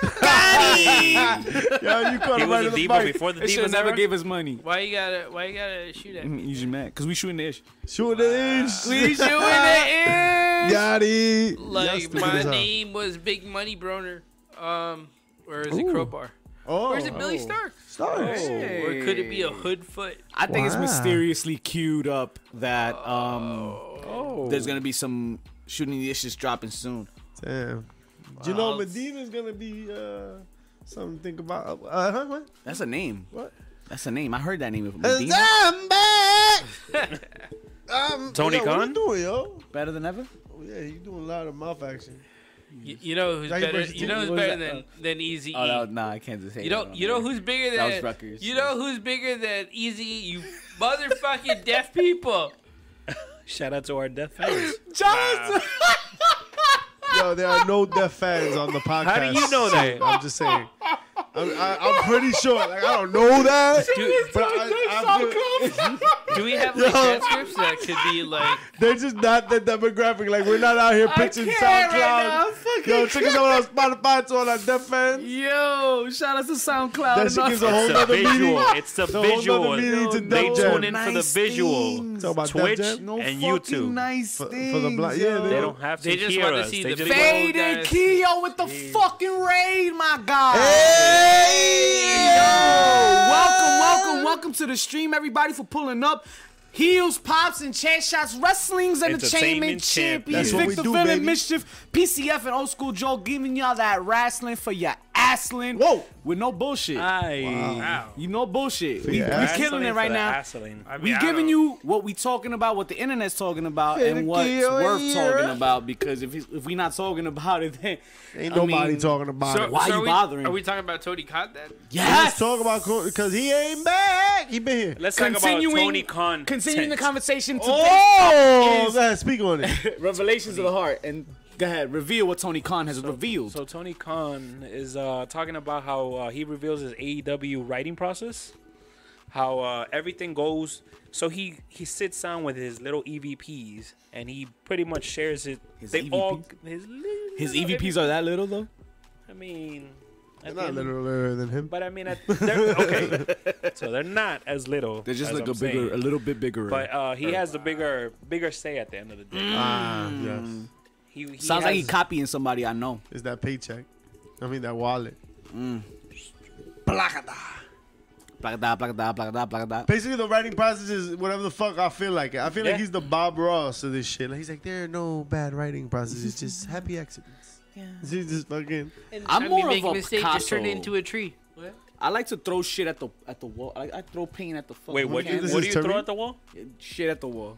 Speaker 4: you caught
Speaker 2: He
Speaker 4: him right in
Speaker 2: was a
Speaker 4: the
Speaker 2: diva
Speaker 4: mic.
Speaker 2: before the
Speaker 1: They should
Speaker 2: diva
Speaker 1: have never gave us money.
Speaker 5: Why you gotta? Why you gotta shoot
Speaker 4: Mm-hmm.
Speaker 5: at me?
Speaker 1: Usually mad. Because we shooting the ish.
Speaker 4: Shoot the ish.
Speaker 1: We shooting
Speaker 5: [LAUGHS]
Speaker 1: the ish!
Speaker 4: Got it.
Speaker 5: Like
Speaker 4: Yes,
Speaker 5: my
Speaker 4: because, uh,
Speaker 5: name was Big Money Broner. Um, or is it Crowbar?
Speaker 4: Oh,
Speaker 5: Or is it Billy Stark?
Speaker 4: Stars.
Speaker 5: Or could it be a Hoodfoot?
Speaker 1: I think it's
Speaker 4: Wow.
Speaker 1: mysteriously queued up that um
Speaker 4: Oh.
Speaker 1: there's gonna be some shooting the issues dropping soon.
Speaker 4: Damn. You know Medina's gonna be uh something to think about. Uh huh. What?
Speaker 1: That's a name.
Speaker 4: What?
Speaker 1: That's a name. I heard that name before.
Speaker 4: Cause
Speaker 1: Medina?
Speaker 4: I'm back.
Speaker 2: [LAUGHS]
Speaker 4: I'm,
Speaker 2: Tony
Speaker 4: yo, What
Speaker 2: Khan?
Speaker 4: you doing, yo?
Speaker 1: Better than ever?
Speaker 4: Oh, yeah, you doing a lot of mouth action.
Speaker 5: You, you know who's
Speaker 4: Jackie
Speaker 5: better?
Speaker 4: Bruce
Speaker 5: You know who's
Speaker 4: Jr. was
Speaker 5: better
Speaker 4: that,
Speaker 5: than than Easy
Speaker 1: Oh no,
Speaker 5: E.
Speaker 1: nah, I can't just say
Speaker 5: You don't. You know who's bigger
Speaker 1: That
Speaker 5: than?
Speaker 1: was Rutgers.
Speaker 5: You know who's bigger than Easy E? You motherfucking deaf people.
Speaker 2: Shout out to our deaf
Speaker 1: [LAUGHS]
Speaker 2: fans.
Speaker 1: Just
Speaker 4: Yo, there are no deaf fans on the podcast.
Speaker 2: How do you know that?
Speaker 4: I'm just saying. I'm, I, I'm pretty sure. Like I don't know that,
Speaker 5: Do,
Speaker 4: but I, I'm good.
Speaker 5: do we have like transcripts that could be like?
Speaker 4: they're just not the demographic. Like we're not out here pitching
Speaker 1: can't
Speaker 4: SoundCloud.
Speaker 1: right now. I'm fucking
Speaker 4: Yo, check us
Speaker 1: [LAUGHS]
Speaker 4: out on Spotify to all our deaf fans.
Speaker 1: Yo, shout out to SoundCloud.
Speaker 4: That shit
Speaker 1: and
Speaker 4: gives
Speaker 1: all-
Speaker 4: a whole
Speaker 2: It's a
Speaker 4: other
Speaker 2: visual.
Speaker 4: meaning.
Speaker 2: It's a
Speaker 4: The whole
Speaker 2: visual.
Speaker 4: other meaning to
Speaker 2: They
Speaker 4: Def
Speaker 2: tune
Speaker 4: Jam.
Speaker 2: in for
Speaker 1: Nice
Speaker 2: the visual.
Speaker 1: things.
Speaker 4: Talk about Def
Speaker 2: Twitch
Speaker 4: Jam?
Speaker 1: no
Speaker 2: and
Speaker 1: fucking
Speaker 2: YouTube.
Speaker 1: Nice
Speaker 4: for the
Speaker 1: things,
Speaker 4: black- yeah,
Speaker 1: yo.
Speaker 2: They don't have to
Speaker 5: They just
Speaker 2: hear
Speaker 5: wanna
Speaker 2: us.
Speaker 5: see
Speaker 2: they
Speaker 5: the
Speaker 2: just
Speaker 5: big
Speaker 2: want-
Speaker 5: old
Speaker 1: Faded
Speaker 5: guys.
Speaker 1: Keo with the fucking raid, my guy.
Speaker 4: Hey!
Speaker 1: Welcome, welcome, welcome to the stream, everybody, for pulling up. Heels, pops, and chair shots. Wrestling's entertainment
Speaker 2: Entertainment champion.
Speaker 1: champions.
Speaker 4: That's what we
Speaker 1: Victor
Speaker 4: do,
Speaker 1: Villain,
Speaker 4: baby.
Speaker 1: Mischief, PCF, and Old School Joe giving y'all that wrestling for your assling.
Speaker 4: Whoa.
Speaker 1: With no bullshit.
Speaker 2: Aye.
Speaker 5: Wow.
Speaker 1: you know bullshit. We,
Speaker 4: your
Speaker 1: we
Speaker 4: assling
Speaker 1: killing it
Speaker 2: Uh, For
Speaker 1: right
Speaker 2: the
Speaker 1: now.
Speaker 2: hassling.
Speaker 5: I mean,
Speaker 1: We
Speaker 5: I
Speaker 1: giving
Speaker 5: don't-
Speaker 1: you what we talking about, what the internet's talking about,
Speaker 4: Finicky
Speaker 1: and what's
Speaker 4: over
Speaker 1: worth
Speaker 4: here.
Speaker 1: talking about. Because if it's- if we not talking about it, then
Speaker 4: Ain't
Speaker 1: I
Speaker 4: nobody
Speaker 1: mean,
Speaker 4: talking about
Speaker 5: So,
Speaker 4: it.
Speaker 1: Why
Speaker 5: so
Speaker 1: you
Speaker 5: are we,
Speaker 1: bothering?
Speaker 5: Are we talking about Tony Khan then?
Speaker 1: Yes,
Speaker 4: Let's talk about because he ain't back. He been here.
Speaker 2: Let's talk about Tony Khan.
Speaker 1: Continuing the conversation. Today,
Speaker 4: Oh,
Speaker 1: is-
Speaker 4: go ahead, speak on
Speaker 1: [LAUGHS]
Speaker 4: it.
Speaker 1: revelations of the heart, and go ahead, reveal what Tony Khan has revealed.
Speaker 2: So Tony Khan is uh, talking about how uh, he reveals his AEW writing process, how uh, everything goes. So he he sits down with his little EVPs and he pretty much shares it.
Speaker 1: His
Speaker 2: they all
Speaker 1: EVPs?
Speaker 2: his, little-
Speaker 1: His E EVPs are that little though.
Speaker 2: I mean,
Speaker 4: They're
Speaker 2: at the
Speaker 4: not
Speaker 2: end-
Speaker 4: literally than him.
Speaker 2: But I
Speaker 1: [LAUGHS]
Speaker 2: mean, at, they're, okay. so they're not as little.
Speaker 1: They're just
Speaker 2: as
Speaker 1: like
Speaker 2: I'm
Speaker 1: a bigger,
Speaker 2: saying.
Speaker 1: a little bit bigger.
Speaker 2: But uh, he has the bigger bigger say at the end of
Speaker 1: Mm,
Speaker 2: the day.
Speaker 4: Ah, yes.
Speaker 2: He, he
Speaker 1: Sounds like he
Speaker 2: has-
Speaker 1: copying somebody I know.
Speaker 4: It's that paycheck. I mean that wallet.
Speaker 1: Plagada, plagada, plagada, plagada.
Speaker 4: Basically, the writing process is whatever the fuck I feel like. it. I feel
Speaker 2: Yeah.
Speaker 4: like he's the Bob Ross of this shit. Like he's like, there are no bad writing processes, just happy accidents.
Speaker 6: Yeah.
Speaker 4: He's just fucking.
Speaker 1: I'm
Speaker 6: I mean,
Speaker 1: more of
Speaker 6: make
Speaker 1: a
Speaker 6: mistake, just turn it
Speaker 1: Picasso.
Speaker 6: into a tree.
Speaker 1: I like to throw shit at the at the wall. I, I throw paint at the fucking
Speaker 2: Wait, what? You,
Speaker 1: canvas.
Speaker 4: This
Speaker 2: what do
Speaker 4: is
Speaker 2: you
Speaker 4: Terminator?
Speaker 2: throw at the wall?
Speaker 1: Shit at the wall.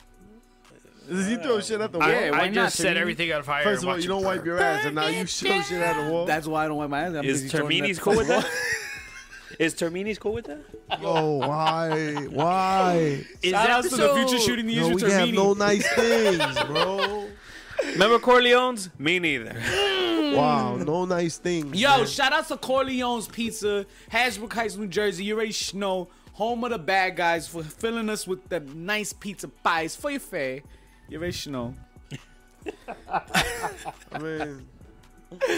Speaker 4: Does he throw shit at the wall?
Speaker 5: I,
Speaker 1: Yeah,
Speaker 5: I
Speaker 1: why not,
Speaker 5: just set
Speaker 1: Termini?
Speaker 5: everything on fire.
Speaker 4: First
Speaker 5: and
Speaker 4: of all,
Speaker 5: watch
Speaker 4: you
Speaker 5: it
Speaker 4: don't wipe your ass, and now you throw shit at the wall.
Speaker 1: That's why I don't wipe my hands. I'm busy
Speaker 2: Is
Speaker 1: throwing it
Speaker 2: Termini's
Speaker 1: at
Speaker 2: cool
Speaker 1: the
Speaker 2: with
Speaker 1: wall. [LAUGHS]
Speaker 2: that? Is Termini's cool with that?
Speaker 4: Oh, why?
Speaker 1: [LAUGHS]
Speaker 4: Why?
Speaker 2: Is
Speaker 1: Shout
Speaker 2: that
Speaker 1: outs to the future
Speaker 2: so-
Speaker 1: shooting the
Speaker 4: No, we have no nice things,
Speaker 1: [LAUGHS]
Speaker 4: bro.
Speaker 2: Remember Corleone's? Me neither.
Speaker 4: Wow, no nice things.
Speaker 1: Yo,
Speaker 4: man.
Speaker 1: shout out to Corleone's Pizza, Hasbrook Heights, New Jersey. You already know, home of the bad guys, for filling us with the nice pizza pies for your fair. You already know.
Speaker 4: I mean,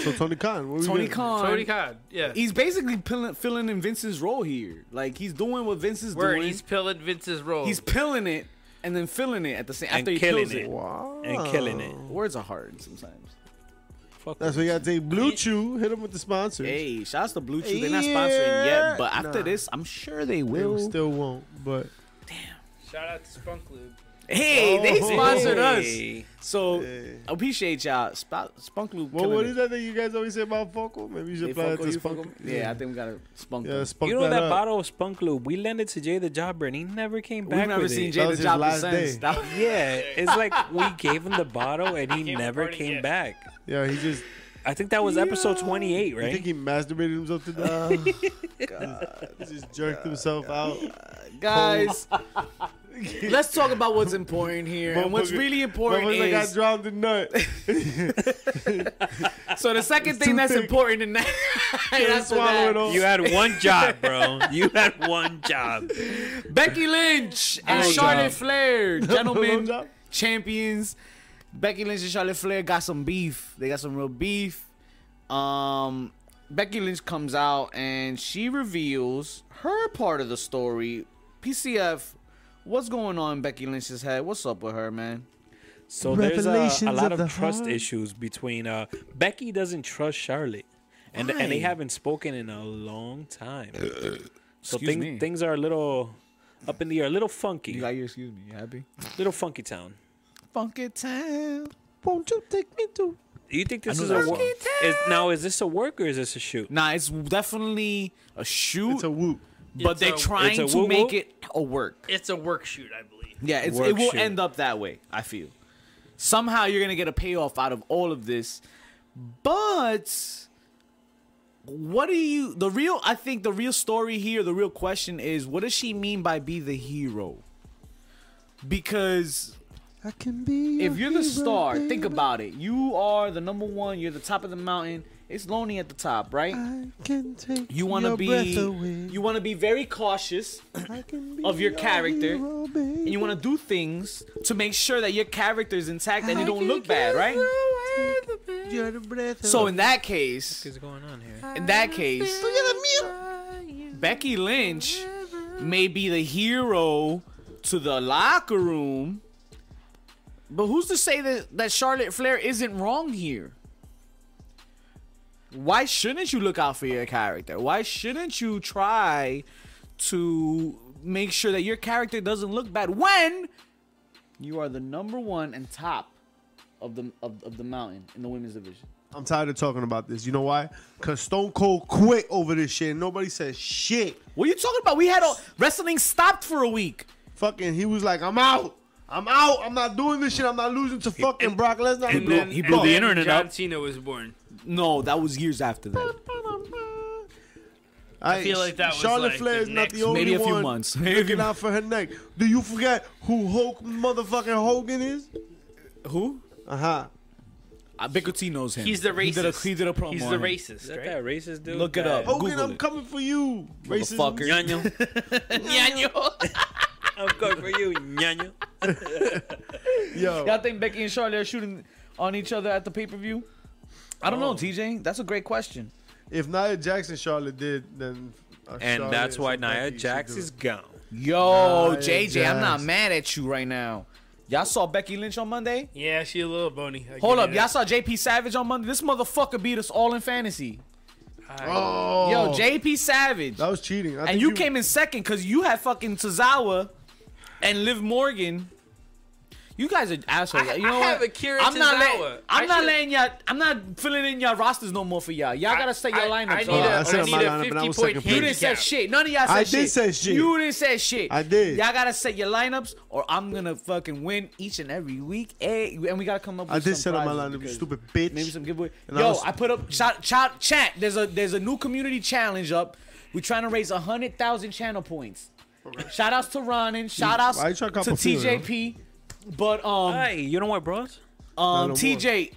Speaker 4: so Tony Khan, what we
Speaker 1: Tony
Speaker 4: doing?
Speaker 1: Khan.
Speaker 5: Tony Khan, yeah.
Speaker 1: He's basically pilling, filling in Vince's role here. Like he's doing what Vince is
Speaker 6: Word,
Speaker 1: doing.
Speaker 6: he's
Speaker 1: He's,
Speaker 6: peeling Vince's roll.
Speaker 1: pilling it and then filling it at the same
Speaker 2: And
Speaker 1: after he
Speaker 2: killing
Speaker 1: kills
Speaker 2: it.
Speaker 1: it.
Speaker 4: Wow.
Speaker 2: And killing it.
Speaker 1: Words are hard sometimes.
Speaker 2: Fuck
Speaker 4: That's
Speaker 2: with
Speaker 4: what you gotta take. Blue Chew, hit him with the sponsors.
Speaker 1: Hey, shout out to Blue Chew. They're not
Speaker 4: Yeah.
Speaker 1: sponsoring yet, but after
Speaker 4: Nah.
Speaker 1: this, I'm sure they
Speaker 4: They
Speaker 1: will.
Speaker 4: still won't, but
Speaker 5: Shout out to Spunk Lube.
Speaker 1: hey, they
Speaker 4: Oh.
Speaker 1: sponsored us.
Speaker 2: Hey.
Speaker 1: So
Speaker 4: Hey.
Speaker 1: I appreciate y'all. Sp- Spunk Loop.
Speaker 4: well, what is that thing you guys always say about Funko? Maybe you should apply it to Spunk.
Speaker 1: Yeah, I think we got to spunk.
Speaker 4: yeah,
Speaker 1: them.
Speaker 4: spunk
Speaker 2: You know that,
Speaker 4: up.
Speaker 2: bottle of Spunk Lube? We lent it to Jay the Jobber, and he never came back.
Speaker 1: We've never
Speaker 2: with
Speaker 1: seen
Speaker 2: it.
Speaker 1: Jay
Speaker 4: That
Speaker 1: the
Speaker 4: was his
Speaker 1: Job
Speaker 4: last
Speaker 1: since.
Speaker 4: day.
Speaker 1: That-
Speaker 2: Yeah, it's like we gave him the bottle, and he
Speaker 5: Gave him
Speaker 2: never
Speaker 5: party
Speaker 2: came
Speaker 5: gift.
Speaker 2: back.
Speaker 4: Yeah, he just.
Speaker 2: I think that was episode
Speaker 4: Yeah.
Speaker 2: 28,
Speaker 4: You think
Speaker 2: right?
Speaker 4: he masturbated himself to death?
Speaker 1: [LAUGHS]
Speaker 4: He just jerked himself out.
Speaker 1: [LAUGHS] Guys,
Speaker 4: [LAUGHS]
Speaker 1: let's talk about what's important here. And what's
Speaker 4: Motherfucker-
Speaker 1: really important
Speaker 4: motherfucker
Speaker 1: is
Speaker 4: got drowned in [LAUGHS] nut.
Speaker 1: so the
Speaker 4: [LAUGHS]
Speaker 1: second
Speaker 4: too
Speaker 1: thing that's
Speaker 4: thick.
Speaker 1: important in that. [LAUGHS] that's
Speaker 4: swallow
Speaker 1: that.
Speaker 4: it all.
Speaker 2: You had one job,
Speaker 4: [LAUGHS]
Speaker 2: bro. You had [LAUGHS] one job.
Speaker 1: Becky Lynch and
Speaker 2: No
Speaker 1: Charlotte
Speaker 2: job.
Speaker 1: Flair, gentlemen,
Speaker 4: No job.
Speaker 1: champions. Becky Lynch and Charlotte Flair got some beef. They got some real beef. Um, Becky Lynch comes out and she reveals her part of the story. PCF, what's going on in Becky Lynch's head? What's up with her, man?
Speaker 2: So there's uh, a, a
Speaker 4: Revelations
Speaker 2: lot
Speaker 4: of
Speaker 2: of,
Speaker 4: the
Speaker 2: trust
Speaker 4: heart.
Speaker 2: issues between uh, Becky doesn't trust Charlotte, and and they
Speaker 1: Why?
Speaker 2: haven't spoken in a
Speaker 1: [CLEARS THROAT]
Speaker 2: long time. so
Speaker 1: Excuse
Speaker 2: things
Speaker 1: me.
Speaker 2: things are a little up in the air, a little funky,
Speaker 1: You got your excuse me. You happy?
Speaker 2: little funky town.
Speaker 1: Funky town.
Speaker 4: Won't you take me to?
Speaker 2: Do you think this
Speaker 1: know
Speaker 2: is
Speaker 1: that
Speaker 2: a work?
Speaker 1: song.
Speaker 2: Is, now is this a work or is this a shoot?
Speaker 1: Nah, it's definitely a shoot,
Speaker 4: It's a whoop.
Speaker 1: but
Speaker 5: It's
Speaker 1: they're
Speaker 5: a-
Speaker 1: trying
Speaker 2: it's a
Speaker 1: to
Speaker 2: woo-woo?
Speaker 1: make it a work.
Speaker 5: It's a work shoot, I believe.
Speaker 1: Yeah, it's,
Speaker 2: work
Speaker 1: it will
Speaker 2: shoot.
Speaker 1: end up that way. I feel somehow you're gonna get a payoff out of all of this, but what do you? The real, I think, the real story here, the real question is, what does she mean by be the hero? Because
Speaker 4: I can be.
Speaker 1: if
Speaker 4: your
Speaker 1: you're the
Speaker 4: hero,
Speaker 1: star,
Speaker 4: baby.
Speaker 1: think about it. You are the number one. You're the top of the mountain. It's lonely at the top, right?
Speaker 4: I can take
Speaker 1: You want
Speaker 4: your
Speaker 1: to
Speaker 4: breath
Speaker 1: be
Speaker 4: away.
Speaker 1: you want to be very cautious
Speaker 4: I can be
Speaker 1: of your character,
Speaker 4: hero,
Speaker 1: and you want to do things to make sure that your character is intact and it don't look bad, right?
Speaker 4: baby. You're the breath
Speaker 1: So
Speaker 4: of
Speaker 1: in that case,
Speaker 2: What's going on here?
Speaker 1: in that case, Becky Lynch may be the hero to the locker room, but who's to say that that Charlotte Flair isn't wrong here? Why shouldn't you look out for your character? Why shouldn't you try to make sure that your character doesn't look bad when you are the number one and top of the of, of the mountain in the women's division?
Speaker 4: I'm tired of talking about this. You know why? Cause Stone Cold quit over this shit. And nobody said shit.
Speaker 1: What are you talking about? We had all, wrestling stopped for a week.
Speaker 4: Fucking, he was like, I'm out. I'm out. I'm not doing this shit. I'm not losing to fucking Brock Lesnar.
Speaker 5: And then,
Speaker 2: he blew
Speaker 5: and
Speaker 2: the
Speaker 5: then
Speaker 2: internet
Speaker 5: John
Speaker 2: up.
Speaker 5: Cena was born.
Speaker 1: No, that was years after that.
Speaker 4: [LAUGHS] I
Speaker 5: feel like that was
Speaker 4: Charlotte
Speaker 5: like
Speaker 4: Flair
Speaker 5: the
Speaker 4: is not the
Speaker 5: next-
Speaker 4: only
Speaker 1: Maybe a few
Speaker 4: one
Speaker 1: months. [LAUGHS] Maybe a few
Speaker 4: looking out for her neck. Do you forget who Hulk motherfucking Hogan is?
Speaker 1: Who?
Speaker 4: Uh huh.
Speaker 1: Uh, Bicuti knows him.
Speaker 5: He's the racist.
Speaker 1: He did a, he did a promo.
Speaker 5: He's the
Speaker 1: on him.
Speaker 5: racist,
Speaker 2: Is that
Speaker 5: right?
Speaker 2: that racist dude?
Speaker 1: Look it
Speaker 2: that-
Speaker 1: up.
Speaker 4: Hogan,
Speaker 1: Google
Speaker 4: I'm
Speaker 1: it.
Speaker 4: coming for you.
Speaker 1: Motherfucker.
Speaker 4: Racist.
Speaker 2: Nyanyo.
Speaker 6: [LAUGHS]
Speaker 2: I'm coming for you, Nyanyo.
Speaker 4: Yo.
Speaker 1: [LAUGHS] Y'all think Becky and Charlotte are shooting on each other at the pay per view? I don't know, TJ. That's a great question.
Speaker 4: If Nia Jackson Charlotte did, then. uh,
Speaker 2: And
Speaker 4: Charlotte
Speaker 2: that's why
Speaker 4: and Becky
Speaker 2: Nia
Speaker 4: should
Speaker 2: Jax
Speaker 4: do it.
Speaker 2: is gone.
Speaker 1: Yo,
Speaker 4: Nah,
Speaker 1: JJ, I'm not
Speaker 4: yes.
Speaker 1: mad at you right now. Y'all saw Becky Lynch on Monday?
Speaker 5: Yeah, she a little bony. I
Speaker 1: Hold
Speaker 5: give
Speaker 1: up,
Speaker 5: you
Speaker 1: y'all
Speaker 5: that.
Speaker 1: saw JP Savage on Monday. This motherfucker beat us all in fantasy.
Speaker 4: Oh,
Speaker 1: Yo, JP Savage.
Speaker 4: that was cheating. I
Speaker 1: and
Speaker 4: think
Speaker 1: you, came in second because you had fucking Tozawa and Liv Morgan. You guys are assholes.
Speaker 2: I-
Speaker 1: you know
Speaker 2: I
Speaker 1: what?
Speaker 2: have Akira
Speaker 1: I'm not
Speaker 2: Tozawa.
Speaker 1: letting.
Speaker 2: I
Speaker 1: I'm not
Speaker 2: should-
Speaker 1: letting y'all. I'm not filling in y'all rosters no more for y'all. Y'all gotta set your lineup.
Speaker 2: I, I need
Speaker 4: Oh,
Speaker 2: a,
Speaker 4: I said
Speaker 2: I
Speaker 4: on my
Speaker 2: need a
Speaker 4: lineup, and I was
Speaker 2: 50 point
Speaker 4: second place.
Speaker 1: you didn't say
Speaker 2: handicap.
Speaker 1: shit. None of y'all said
Speaker 4: I
Speaker 1: shit.
Speaker 4: did say shit.
Speaker 1: You didn't say shit.
Speaker 4: I did.
Speaker 1: Y'all gotta set your lineups, or I'm gonna fucking win each and every week. Hey, and we gotta come up. with
Speaker 4: I did
Speaker 1: some
Speaker 4: set on my
Speaker 1: prizes
Speaker 4: line you
Speaker 1: because-
Speaker 4: stupid bitch.
Speaker 1: Maybe some giveaway.
Speaker 4: And I
Speaker 1: Yo, I,
Speaker 4: was-
Speaker 1: put up shout, shout, chat. There's a there's a new community challenge up. We're trying to raise hundred thousand channel points. Shout outs to Ronan. Shout outs
Speaker 4: why you
Speaker 1: to
Speaker 4: trying to cop a few,
Speaker 1: TJP. But um
Speaker 2: Hey, you know what, bros?
Speaker 1: um
Speaker 4: no more.
Speaker 1: TJ,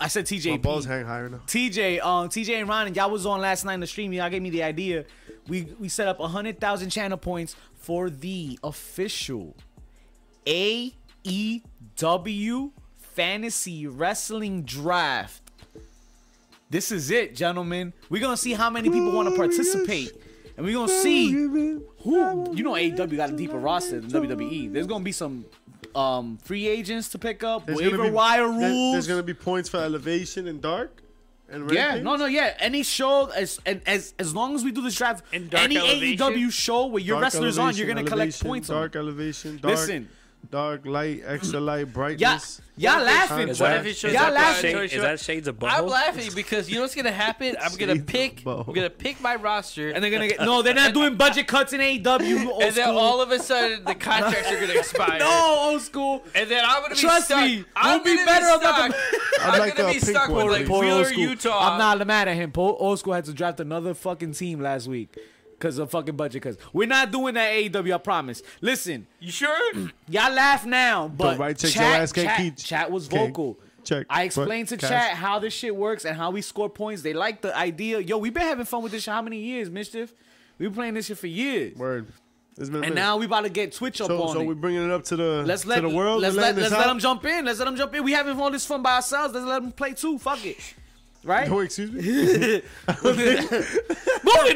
Speaker 1: I said
Speaker 4: My balls
Speaker 1: TJP.
Speaker 4: hang higher now.
Speaker 1: TJ, um TJ and Ronan, y'all was on last night in the stream. Y'all gave me the idea. We we set up hundred thousand channel points for the official AEW fantasy wrestling draft. This is it, gentlemen. We're gonna see how many people want to participate, and we're gonna [LAUGHS] see who. You know, AEW got a deeper roster than WWE. There's gonna be some um, free agents to pick up,
Speaker 4: There's gonna
Speaker 1: waiver
Speaker 4: be-
Speaker 1: wire
Speaker 4: there-
Speaker 1: rules.
Speaker 4: There's gonna be points for elevation and dark. And
Speaker 1: yeah,
Speaker 4: Rampage.
Speaker 1: no, no, yeah. Any show, as and as as long as we do this draft,
Speaker 2: And Dark
Speaker 1: any
Speaker 2: Elevation?
Speaker 1: AEW show where your
Speaker 4: Dark
Speaker 1: wrestlers on, you're
Speaker 4: elevation,
Speaker 1: gonna collect
Speaker 4: elevation,
Speaker 1: points. on.
Speaker 4: Dark elevation. Dark,
Speaker 1: Listen.
Speaker 4: Dark light, extra light,
Speaker 1: [CLEARS THROAT] Yeah,
Speaker 4: brightness.
Speaker 1: y'all laughing.
Speaker 2: Is
Speaker 4: What
Speaker 2: that,
Speaker 4: if
Speaker 2: is
Speaker 4: it
Speaker 1: y'all
Speaker 2: that,
Speaker 1: laughing.
Speaker 2: shade, is that shades of
Speaker 6: I'm
Speaker 2: bubble?
Speaker 6: laughing because you know what's gonna happen. I'm gonna
Speaker 4: Jeez,
Speaker 6: pick.
Speaker 4: bro.
Speaker 6: I'm gonna pick my roster,
Speaker 1: and they're gonna get no. They're [LAUGHS] not doing budget cuts in AEW. Old
Speaker 6: and then
Speaker 1: school.
Speaker 6: all of a sudden the contracts
Speaker 1: [LAUGHS]
Speaker 6: are gonna expire.
Speaker 1: no old school.
Speaker 6: And then I'm gonna be
Speaker 1: Trust
Speaker 6: stuck.
Speaker 1: me,
Speaker 6: I'm
Speaker 1: we'll be
Speaker 6: gonna
Speaker 1: better
Speaker 6: Be
Speaker 1: about
Speaker 6: stuck.
Speaker 1: the-
Speaker 4: I'd
Speaker 1: [LAUGHS]
Speaker 6: I'm
Speaker 4: like
Speaker 6: gonna
Speaker 4: a
Speaker 6: be
Speaker 4: pink
Speaker 6: stuck
Speaker 4: one,
Speaker 6: with like
Speaker 4: please.
Speaker 1: Poor old
Speaker 6: Wheeler,
Speaker 1: school.
Speaker 6: Utah.
Speaker 1: I'm not mad at him. Po- old school had to draft another fucking team last week because of fucking budget cuts. We're not doing that AEW. I promise. Listen,
Speaker 6: You sure?
Speaker 1: Mm. y'all laugh now, but
Speaker 4: right check,
Speaker 1: chat,
Speaker 4: your ass can't
Speaker 1: chat,
Speaker 4: keep-
Speaker 1: chat was
Speaker 4: can't
Speaker 1: vocal.
Speaker 4: check,
Speaker 1: I
Speaker 4: but
Speaker 1: explained to
Speaker 4: cash.
Speaker 1: chat how this shit works and how we score points. They like the idea. Yo, we've been having fun with this shit. How many years, mischief? We've been playing this shit for years.
Speaker 4: Word. It's been a
Speaker 1: And
Speaker 4: minute.
Speaker 1: now we about to get Twitch up
Speaker 4: So,
Speaker 1: on
Speaker 4: so
Speaker 1: it.
Speaker 4: we're bringing it up to the
Speaker 1: Let's
Speaker 4: to
Speaker 1: let
Speaker 4: the world.
Speaker 1: Let's
Speaker 4: We're
Speaker 1: let,
Speaker 4: letting
Speaker 1: let's
Speaker 4: this
Speaker 1: let
Speaker 4: out?
Speaker 1: them jump in. Let's let them jump in. We having all this fun by ourselves. Let's let them play too. Fuck it,
Speaker 4: [LAUGHS]
Speaker 1: right?
Speaker 4: Oh, excuse me.
Speaker 1: [LAUGHS]
Speaker 4: [LAUGHS]
Speaker 1: Moving on.
Speaker 4: What you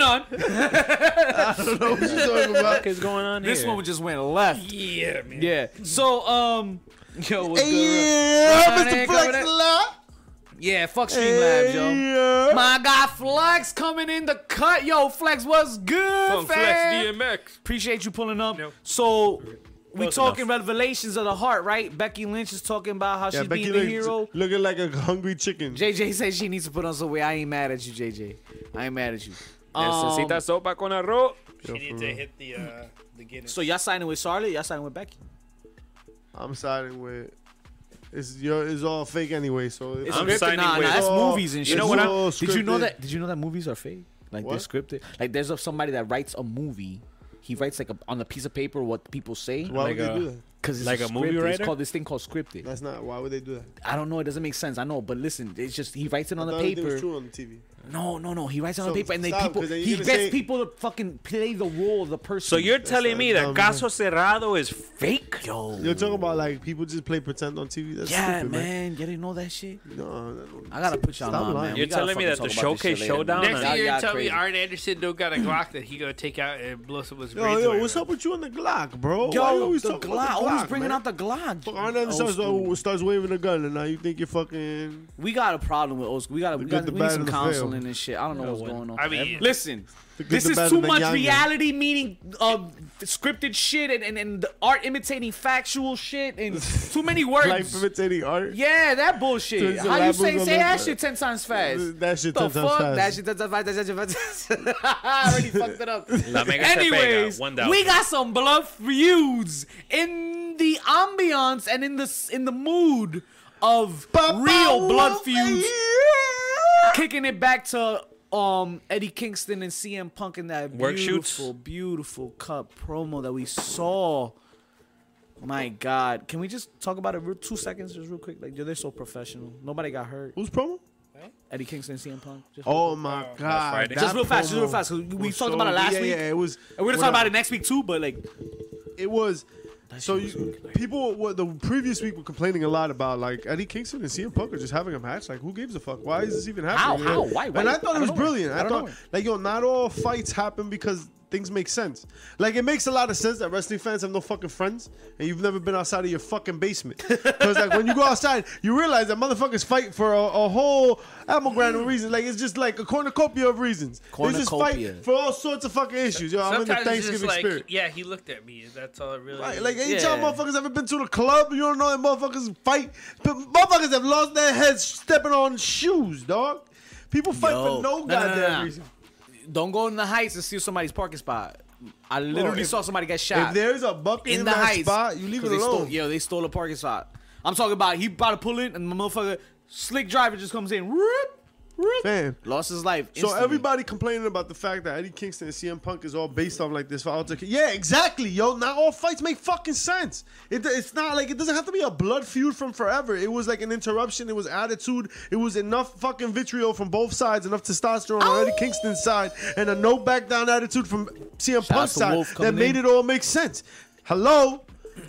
Speaker 4: talking about?
Speaker 2: What is going on
Speaker 1: This
Speaker 2: here?
Speaker 1: one just went left.
Speaker 5: Yeah, man.
Speaker 1: Yeah. So um, yo, what's good?
Speaker 4: Yeah, Mr.
Speaker 1: Nah, they covered
Speaker 4: Flex
Speaker 1: it.
Speaker 4: a lot.
Speaker 1: Yeah, fuck Streamlabs, yo.
Speaker 4: Yeah.
Speaker 1: My guy Flex coming in the cut. Yo, Flex, what's good,
Speaker 6: From
Speaker 1: fam?
Speaker 6: Flex DMX.
Speaker 1: Appreciate you pulling up.
Speaker 5: No.
Speaker 1: So. We talking revelations of the heart, right? Becky Lynch is talking about how
Speaker 4: Yeah,
Speaker 1: she's
Speaker 4: Becky
Speaker 1: being the hero.
Speaker 4: looking, looking like a hungry chicken.
Speaker 1: JJ says she needs to put on some weight. I ain't mad at you, JJ. I ain't mad at you. Um,
Speaker 2: Necesita sopa con arroz.
Speaker 5: She need to hit the uh, the Guinness.
Speaker 1: So y'all signing with Charlotte? Y'all signing with Becky?
Speaker 4: I'm siding with. It's your. It's all fake anyway. So if-
Speaker 1: It's
Speaker 2: I'm
Speaker 1: scripted.
Speaker 2: signing
Speaker 1: nah,
Speaker 2: with-
Speaker 1: nah, that's
Speaker 4: Oh,
Speaker 1: movies and
Speaker 4: you
Speaker 1: shit.
Speaker 4: know what I-
Speaker 1: Did you know
Speaker 4: scripted.
Speaker 1: that? Did you know that movies are fake? Like
Speaker 4: What?
Speaker 1: they're scripted. Like there's a, somebody that writes a movie. He writes like a, on a piece of paper what people
Speaker 4: [LAUGHS]
Speaker 1: say.
Speaker 4: why
Speaker 2: like
Speaker 4: would
Speaker 2: a-
Speaker 4: they do that?
Speaker 1: Because it's
Speaker 2: Like a movie
Speaker 1: scripted. It's
Speaker 2: writer?
Speaker 1: called this thing called scripted.
Speaker 4: That's not. Why would they do that?
Speaker 1: I don't know. It doesn't make sense. I know, but listen, it's just he writes it on
Speaker 4: I
Speaker 1: the
Speaker 4: thought everything
Speaker 1: paper.
Speaker 4: was true on the TV.
Speaker 1: No, no, no. He writes it on
Speaker 4: So
Speaker 1: the paper, and they
Speaker 4: stop,
Speaker 1: people
Speaker 4: 'cause then you're
Speaker 1: he
Speaker 4: gonna
Speaker 1: gets
Speaker 4: say-
Speaker 1: people to fucking play the role of the person.
Speaker 2: So you're telling me that
Speaker 4: dumb,
Speaker 2: Caso Cerrado is fake?
Speaker 1: yo.
Speaker 4: You're talking about like people just play pretend on TV. That's
Speaker 1: yeah,
Speaker 4: stupid, man.
Speaker 1: man. You didn't know that shit.
Speaker 4: No, that don't-
Speaker 1: I gotta put y'all
Speaker 4: Stop lying.
Speaker 1: on, man. We
Speaker 2: You're
Speaker 1: gotta
Speaker 2: telling me
Speaker 1: fucking
Speaker 2: that the
Speaker 1: talk about this shit
Speaker 2: Showcase
Speaker 1: later, man.
Speaker 4: Oh,
Speaker 2: Showdown
Speaker 6: Next
Speaker 2: Nah,
Speaker 6: thing you're
Speaker 1: Y'all
Speaker 6: gonna tell me
Speaker 1: crazy.
Speaker 6: Arn Anderson don't got a Glock that he gonna take out and blow someone's
Speaker 4: Yo,
Speaker 6: brains
Speaker 4: yo,
Speaker 6: away
Speaker 4: what's
Speaker 6: with.
Speaker 4: up with you and the Glock, bro? Why you
Speaker 1: Yo,
Speaker 4: always
Speaker 1: the
Speaker 4: talking about
Speaker 1: Glock. Always bringing
Speaker 4: man?
Speaker 1: out the Glock.
Speaker 4: Fuck, Arn Anderson
Speaker 1: Old
Speaker 4: starts,
Speaker 1: school.
Speaker 4: oh, starts waving a gun, and now you think you're fucking.
Speaker 1: We got a problem with old school. We got to we,
Speaker 4: good,
Speaker 1: got
Speaker 4: the
Speaker 1: we need
Speaker 4: bad,
Speaker 1: some
Speaker 4: and the
Speaker 1: counseling
Speaker 4: fail.
Speaker 1: and shit. I don't know what's going on.
Speaker 6: I mean,
Speaker 1: listen,
Speaker 4: The good,
Speaker 1: this
Speaker 4: the
Speaker 1: is
Speaker 4: bad,
Speaker 1: too
Speaker 4: and the
Speaker 1: much
Speaker 4: yang, yang.
Speaker 1: reality meaning um, scripted shit and, and and the art imitating factual shit and too many
Speaker 4: Life
Speaker 1: words.
Speaker 4: imitating art.
Speaker 1: Yeah, that bullshit.
Speaker 4: It's a
Speaker 1: How you
Speaker 4: lab
Speaker 1: say
Speaker 4: was a
Speaker 1: say that
Speaker 4: lab-
Speaker 1: shit ten times fast?
Speaker 4: That shit
Speaker 1: The
Speaker 4: ten times
Speaker 1: fuck? That
Speaker 4: fast.
Speaker 1: shit ten times fast. That shit ten times fast. [LAUGHS]
Speaker 4: [LAUGHS]
Speaker 1: I already fucked it up.
Speaker 2: La Mega se pega,
Speaker 1: Anyways,
Speaker 2: 1,000.
Speaker 1: we got some bluff feuds in the ambiance and in the s- in the mood of real blood feuds, kicking it back to um Eddie Kingston and CM Punk in that
Speaker 2: Work shoots.
Speaker 1: beautiful, beautiful cup promo that we saw. My God, can we just talk about it real two seconds, just real quick? Like yo, they're so professional. Nobody got hurt.
Speaker 4: Who's promo?
Speaker 1: Eddie Kingston and CM Punk. Just
Speaker 4: Oh my god!
Speaker 2: Friday.
Speaker 4: that
Speaker 1: Just real fast, just real
Speaker 4: promo
Speaker 1: fast, 'cause we
Speaker 4: was
Speaker 1: talked about it last
Speaker 4: yeah,
Speaker 1: week.
Speaker 4: Yeah, it was.
Speaker 1: and we're gonna
Speaker 4: when
Speaker 1: talk about
Speaker 4: I-
Speaker 1: it next week too, but like
Speaker 4: It was. So you, people, what the previous week were complaining a lot about, like Eddie Kingston and CM Punk are just having a match. Like, who gives a fuck? Why is this even happening?
Speaker 1: How? How? Why? Why?
Speaker 4: And I
Speaker 1: I
Speaker 4: thought
Speaker 1: don't
Speaker 4: it was
Speaker 1: know.
Speaker 4: brilliant.
Speaker 1: I
Speaker 4: I,
Speaker 1: don't
Speaker 4: thought,
Speaker 1: know.
Speaker 4: like, yo, not all fights happen because they things make sense. Like it makes a lot of sense that wrestling fans have no fucking friends and you've never been outside of your fucking basement. Because like when you go outside, you realize that motherfuckers fight for a, a whole amalgam
Speaker 1: Mm.
Speaker 4: of reasons. Like it's just like a cornucopia of reasons. They just
Speaker 1: Cornucopia.
Speaker 4: fight for all sorts of fucking issues. Yo, I'm in
Speaker 6: Sometimes
Speaker 4: the
Speaker 6: it's just
Speaker 4: Thanksgiving
Speaker 6: like,
Speaker 4: spirit.
Speaker 6: yeah, he looked at me. That's all it really.
Speaker 4: Right,
Speaker 6: is.
Speaker 4: like ain't
Speaker 1: Yeah.
Speaker 4: y'all motherfuckers ever been to the club? You don't know that motherfuckers fight. But motherfuckers have lost their heads stepping on shoes, dog. People fight
Speaker 1: Yo,
Speaker 4: for
Speaker 1: no,
Speaker 4: no
Speaker 1: no,
Speaker 4: goddamn
Speaker 1: no, no.
Speaker 4: reason.
Speaker 1: Don't go in the heights and steal somebody's parking spot. I literally
Speaker 4: if-
Speaker 1: saw somebody get shot
Speaker 4: If there's a bucket in,
Speaker 1: Uh, in the
Speaker 4: that
Speaker 1: heights.
Speaker 4: spot, you leave it
Speaker 1: 'cause they stole-
Speaker 4: alone.
Speaker 1: yo, they stole a parking spot. I'm talking about he about to pull in and the motherfucker slick driver just comes in, rip, rip,
Speaker 4: Fam.
Speaker 1: lost his life.
Speaker 4: So
Speaker 1: instantly.
Speaker 4: everybody complaining about the fact that Eddie Kingston and CM Punk is all based on like this for alter. Yeah, exactly, yo. Not all fights make fucking sense. It, it's not like it doesn't have to be a blood feud from forever. It was like an interruption. It was attitude. It was enough fucking vitriol from both sides, enough testosterone on Eddie Kingston's side, and a no back down attitude from CM
Speaker 1: out
Speaker 4: Punk's
Speaker 1: to
Speaker 4: side
Speaker 1: Wolf
Speaker 4: that
Speaker 1: coming
Speaker 4: made
Speaker 1: in.
Speaker 4: it all make sense. Hello.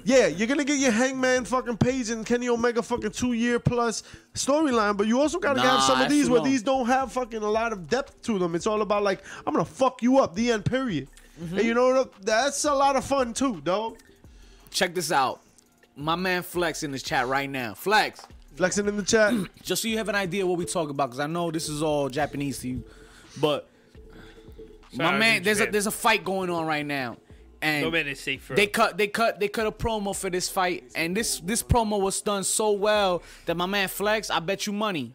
Speaker 4: Yeah, you're gonna get your Hangman fucking Page and Kenny Omega fucking two year plus storyline, but you also gotta
Speaker 1: Nah,
Speaker 4: have some of
Speaker 1: that's
Speaker 4: these
Speaker 1: too
Speaker 4: where
Speaker 1: long.
Speaker 4: these don't have fucking a lot of depth to them. It's all about like I'm gonna fuck you up. The end. Period.
Speaker 1: Mm-hmm.
Speaker 4: And you know what? That's a lot of fun too, dog.
Speaker 1: check this out. My man Flex in this chat right now. Flex,
Speaker 4: Flexing in the
Speaker 1: [CLEARS THROAT]
Speaker 4: chat.
Speaker 1: just so you have an idea what we talk about, because I know this is all Japanese to you, but
Speaker 5: Shout
Speaker 1: my
Speaker 5: out
Speaker 1: man,
Speaker 5: to
Speaker 1: there's a
Speaker 5: Japan.
Speaker 1: there's a fight going on right now, and
Speaker 5: No man is safe from.
Speaker 1: They cut, they cut, they cut a promo for this fight, and this this promo was done so well that my man Flex, I bet you money.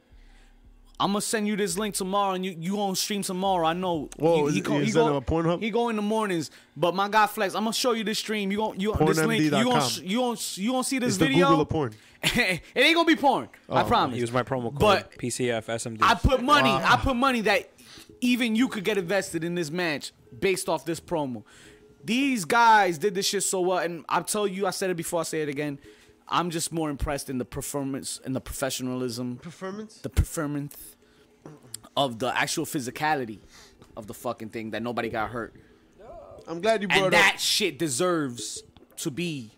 Speaker 1: I'm gonna send you this link tomorrow, and you you on stream tomorrow. I know.
Speaker 4: Whoa,
Speaker 1: he,
Speaker 4: is- is that on Pornhub?
Speaker 1: He go in the mornings, but my guy Flex, I'm gonna show you this stream. You gon' you this link. You gon'
Speaker 4: PornMD.com.
Speaker 1: you gon' you gon' see this
Speaker 4: It's the
Speaker 1: video.
Speaker 4: Google of porn.
Speaker 1: [LAUGHS] it ain't gonna be porn. I promise.
Speaker 2: Use Oh, my promo code
Speaker 1: But
Speaker 2: PCF SMD.
Speaker 1: I put money. I put money that even you could get invested in this match based off this promo. These guys did this shit so well, and I'll tell you, I said it before, I say it again. I'm just more impressed in the performance and the professionalism,
Speaker 4: Performance.
Speaker 1: the performance of the actual physicality of the fucking thing that nobody got hurt,
Speaker 4: I'm glad you brought
Speaker 1: and
Speaker 4: up.
Speaker 1: that shit deserves to be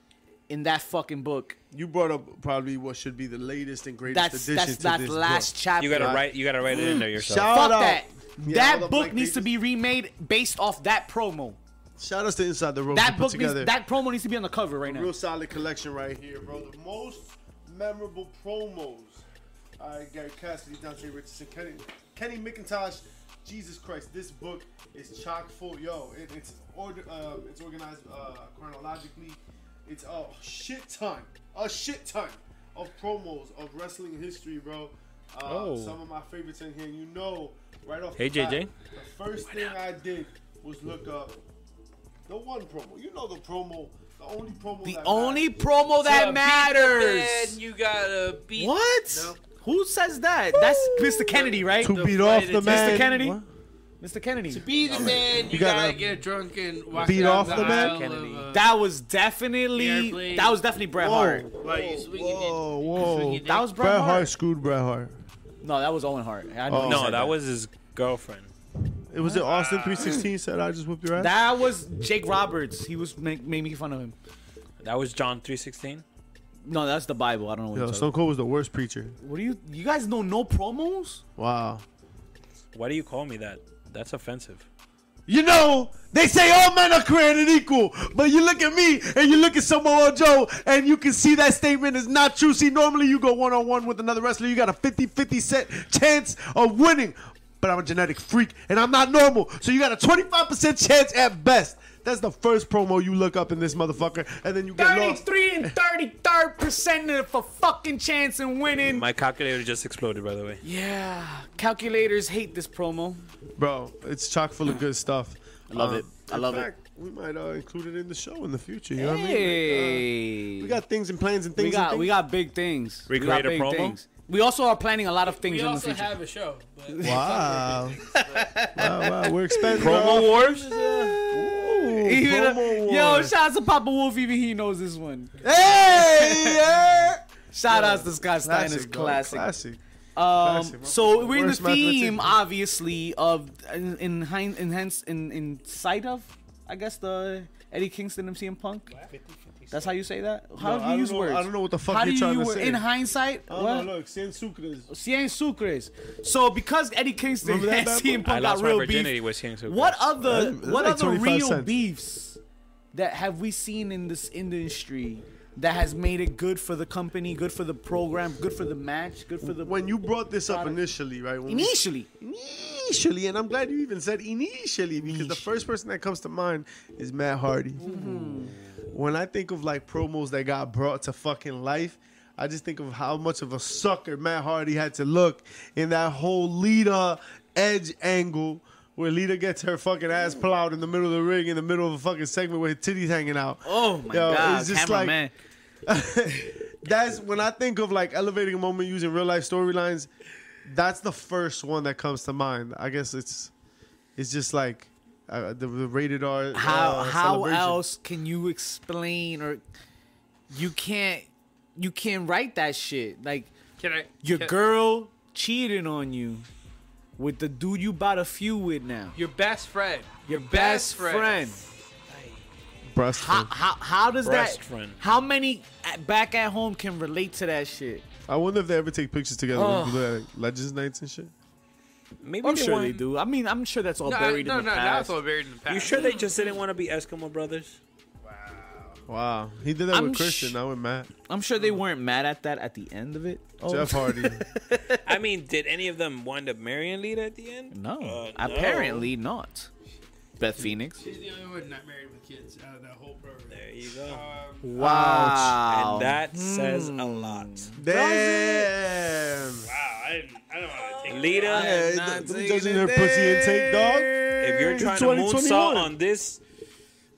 Speaker 1: in that fucking book.
Speaker 4: you brought up probably what should be the latest and greatest
Speaker 1: That's
Speaker 4: addition
Speaker 1: that's
Speaker 4: to
Speaker 1: that's
Speaker 4: this
Speaker 1: last
Speaker 4: book.
Speaker 1: chapter.
Speaker 2: you gotta write. You gotta write it in there yourself.
Speaker 4: Shout
Speaker 1: Fuck
Speaker 4: out.
Speaker 1: that.
Speaker 4: Yeah, all the
Speaker 1: that book
Speaker 4: black
Speaker 1: needs to
Speaker 4: pages.
Speaker 1: be remade based off that promo.
Speaker 4: Shout outs to Inside the Ropes. we
Speaker 1: That
Speaker 4: put
Speaker 1: book needs,
Speaker 4: together.
Speaker 1: that promo needs to be on the cover right now.
Speaker 4: Real solid collection right here, bro. The most memorable promos. All right, Gary Cassidy, Dante Richardson, Kenny, Kenny McIntosh. Jesus Christ, this book is chock full. Yo, it, it's order, um, it's organized uh, chronologically. It's a shit ton, a shit ton of promos of wrestling history, bro. Uh,
Speaker 2: Oh.
Speaker 4: Some of my favorites in here. You know, right off
Speaker 2: Hey,
Speaker 4: the bat,
Speaker 2: JJ.
Speaker 4: the first thing I did was look up the one promo. You know the promo. The only promo.
Speaker 1: The
Speaker 4: that
Speaker 1: only
Speaker 4: matters.
Speaker 1: promo
Speaker 6: To
Speaker 1: that
Speaker 6: Beat the
Speaker 1: matters.
Speaker 6: man, you gotta beat.
Speaker 1: What?
Speaker 6: No.
Speaker 1: Who says that? That's Mr. Kennedy, right?
Speaker 4: To
Speaker 6: The
Speaker 4: beat off
Speaker 6: fight
Speaker 4: the
Speaker 6: is-
Speaker 4: man.
Speaker 1: Mr. Kennedy.
Speaker 4: What?
Speaker 1: Mr. Kennedy.
Speaker 6: Be the man. You,
Speaker 4: gotta
Speaker 6: gotta, get drunk and walk
Speaker 4: beat
Speaker 6: down
Speaker 4: off the man?
Speaker 6: aisle
Speaker 2: Kennedy.
Speaker 6: Of, uh,
Speaker 1: That was definitely
Speaker 6: Airplane.
Speaker 1: that was definitely Bret Hart.
Speaker 4: Whoa,
Speaker 6: like, you swing your dick.
Speaker 4: whoa,
Speaker 6: You swing
Speaker 4: whoa.
Speaker 6: your dick.
Speaker 1: That was Bret,
Speaker 4: Bret
Speaker 1: Hart.
Speaker 4: Hart screwed Bret Hart.
Speaker 1: No, that was Owen Hart. I know
Speaker 4: Oh.
Speaker 1: he
Speaker 2: No,
Speaker 1: said
Speaker 2: that was his girlfriend.
Speaker 4: It was it Austin 316 said I just whipped your ass.
Speaker 1: that was Jake Roberts. He was make, making fun of him.
Speaker 2: That was John three sixteen.
Speaker 1: No, that's the Bible. I don't know what.
Speaker 4: Yo,
Speaker 1: you're
Speaker 4: Stone Cold was the worst preacher.
Speaker 1: talking- What do you? You guys know no promos?
Speaker 4: Wow.
Speaker 2: Why do you call me that? That's offensive.
Speaker 4: You know, they say all men are created equal, but you look at me and you look at Samoa Joe and you can see that statement is not true. See, normally you go one on one with another wrestler, you got a 50 50 set chance of winning, but I'm a genetic freak and I'm not normal, so you got a 25% chance at best. That's the first promo you look up in this motherfucker, and then you get lost.
Speaker 1: 33 and 33rd percent of a fucking chance in winning.
Speaker 2: My calculator just exploded, by the way.
Speaker 1: Yeah, calculators hate this promo.
Speaker 4: Bro, it's chock full of good stuff. I
Speaker 1: love it. I love it.
Speaker 4: We might uh, include it in the show in the future. You know what I mean? uh,
Speaker 1: Hey,
Speaker 4: We got things and plans and things.
Speaker 1: we
Speaker 4: and
Speaker 1: got,
Speaker 4: things.
Speaker 1: we got big things.
Speaker 2: We
Speaker 1: we got
Speaker 2: create a
Speaker 1: big
Speaker 2: promo?
Speaker 1: things. We also are planning a lot of things
Speaker 6: We
Speaker 1: in the
Speaker 6: also
Speaker 1: future.
Speaker 6: have a show. But
Speaker 4: Wow.
Speaker 1: [LAUGHS]
Speaker 4: wow, wow. We're expanding.
Speaker 2: Promo
Speaker 4: our-
Speaker 2: wars.
Speaker 4: [LAUGHS] Ooh,
Speaker 1: Even-
Speaker 4: promo
Speaker 1: yo,
Speaker 4: wars.
Speaker 1: shout out to Papa Wolf. Even he knows this one.
Speaker 4: Hey, yeah.
Speaker 1: Shout outs to Scott Steiner's
Speaker 4: Classic, bro.
Speaker 1: classic.
Speaker 4: Classic.
Speaker 1: Um,
Speaker 4: Classic, bro.
Speaker 1: so we're in the
Speaker 4: Worst mathematician.
Speaker 1: theme, obviously, of in, in hind- enhance in in sight of I guess the Eddie Kingston and CM Punk. That's how you say that. How do you use
Speaker 4: know,
Speaker 1: words?
Speaker 4: I don't know what the fuck
Speaker 1: how
Speaker 4: you're
Speaker 1: do
Speaker 4: trying
Speaker 1: you
Speaker 4: to
Speaker 1: wor-
Speaker 4: say.
Speaker 1: in hindsight?
Speaker 4: I don't
Speaker 1: what?
Speaker 4: know, look, San Sucres.
Speaker 1: Cien Sucres. So because Eddie Kingston
Speaker 4: Remember that
Speaker 1: [LAUGHS] and
Speaker 4: bad boy?
Speaker 1: CM
Speaker 2: I
Speaker 1: Punk
Speaker 2: lost
Speaker 1: got
Speaker 2: my
Speaker 1: real
Speaker 2: virginity
Speaker 1: beef.
Speaker 2: with Sing Sucre.
Speaker 1: What other
Speaker 4: That's- that's
Speaker 1: what
Speaker 4: like
Speaker 1: other
Speaker 4: 25
Speaker 1: real
Speaker 4: cents.
Speaker 1: beefs that have we seen in this industry that has made it good for the company, good for the program, good for the match, good for the
Speaker 4: When you brought this up initially, right? When we-
Speaker 1: initially?
Speaker 4: initially, and I'm glad you even said initially because the first person that comes to mind is Matt Hardy. When I think of like promos that got brought to fucking life, I just think of how much of a sucker Matt Hardy had to look in that whole Lita edge angle. Where Lita gets her fucking ass plowed in the middle of the ring, in the middle of a fucking segment with her titties hanging out.
Speaker 1: Oh my
Speaker 4: Yo,
Speaker 1: god,
Speaker 4: it's just like-
Speaker 1: cameraman.
Speaker 4: [LAUGHS] That's when I think of like elevating a moment using real life storylines. That's the first one that comes to mind. I guess it's it's just like uh, the, the rated R. uh,
Speaker 1: how how
Speaker 4: celebration.
Speaker 1: else can you explain or you can't you can't write that shit like
Speaker 6: Can I?
Speaker 1: your
Speaker 6: can-
Speaker 1: girl cheating on you with the dude you about to feud with now
Speaker 6: Your best friend.
Speaker 1: your
Speaker 6: best friend.
Speaker 4: Breast
Speaker 1: How,
Speaker 4: fun.
Speaker 1: how, how does that
Speaker 2: Best friend.
Speaker 1: how many at, back at home can relate to that shit
Speaker 4: I wonder if they ever take pictures together. when
Speaker 1: Ugh.
Speaker 4: you do that, like, Legends nights and shit.
Speaker 2: Maybe
Speaker 1: i'm
Speaker 2: they
Speaker 1: sure they
Speaker 2: want-
Speaker 1: do i mean i'm sure that's all
Speaker 6: No, I-
Speaker 1: buried
Speaker 6: no,
Speaker 1: in the
Speaker 6: no, now it's
Speaker 1: past
Speaker 6: all buried in the past.
Speaker 2: You sure they just didn't want to be Eskimo brothers?
Speaker 4: Wow, he did that
Speaker 1: I'm
Speaker 4: with Christian,
Speaker 1: sh-
Speaker 4: not with Matt.
Speaker 1: i'm sure they weren't mad at that at the end of it oh
Speaker 4: Jeff
Speaker 1: [LAUGHS]
Speaker 4: Hardy.
Speaker 2: I mean, did any of them wind up marrying Lita at the end?
Speaker 1: no
Speaker 2: Uh,
Speaker 1: apparently not beth phoenix
Speaker 5: She's the only one not married with kids
Speaker 6: uh,
Speaker 5: out of that whole program.
Speaker 2: There you go.
Speaker 5: Um,
Speaker 1: wow Um,
Speaker 2: And that says a lot.
Speaker 4: Damn.
Speaker 5: wow, I, didn't, I don't want to take
Speaker 2: Lita,
Speaker 4: Yeah,
Speaker 1: not
Speaker 4: don't be
Speaker 1: taking
Speaker 4: judging
Speaker 1: it
Speaker 4: her pussy intake, dog.
Speaker 2: if you're trying
Speaker 4: 2021.
Speaker 2: to moonsault on this,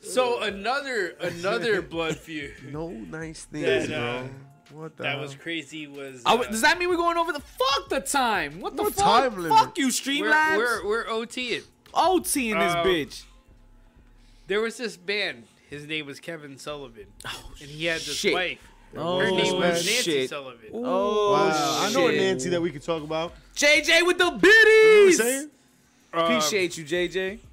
Speaker 5: So another
Speaker 2: [LAUGHS]
Speaker 5: another blood feud
Speaker 4: No nice
Speaker 5: that,
Speaker 4: things,
Speaker 5: uh,
Speaker 4: bro. What the?
Speaker 5: that
Speaker 4: hell?
Speaker 5: was crazy was
Speaker 1: Are
Speaker 5: uh,
Speaker 1: we- does that mean we're going over the fuck the time? What the
Speaker 4: What
Speaker 1: fuck?
Speaker 4: time limit?
Speaker 1: fuck you,
Speaker 6: We're,
Speaker 1: Streamlabs.
Speaker 6: we're, Oh. we're OTing.
Speaker 1: OT in this
Speaker 5: Uh,
Speaker 1: bitch.
Speaker 6: There was this band. His name was Kevin Sullivan, and he had this
Speaker 1: Oh, shit.
Speaker 6: wife.
Speaker 1: Oh,
Speaker 6: Her name was Nancy
Speaker 1: shit.
Speaker 6: Sullivan.
Speaker 1: Oh,
Speaker 4: Wow, I know a
Speaker 1: shit.
Speaker 4: Nancy that we could talk about.
Speaker 1: JJ with the
Speaker 4: You
Speaker 1: biddies.
Speaker 4: saying?
Speaker 1: Appreciate you, JJ. [LAUGHS]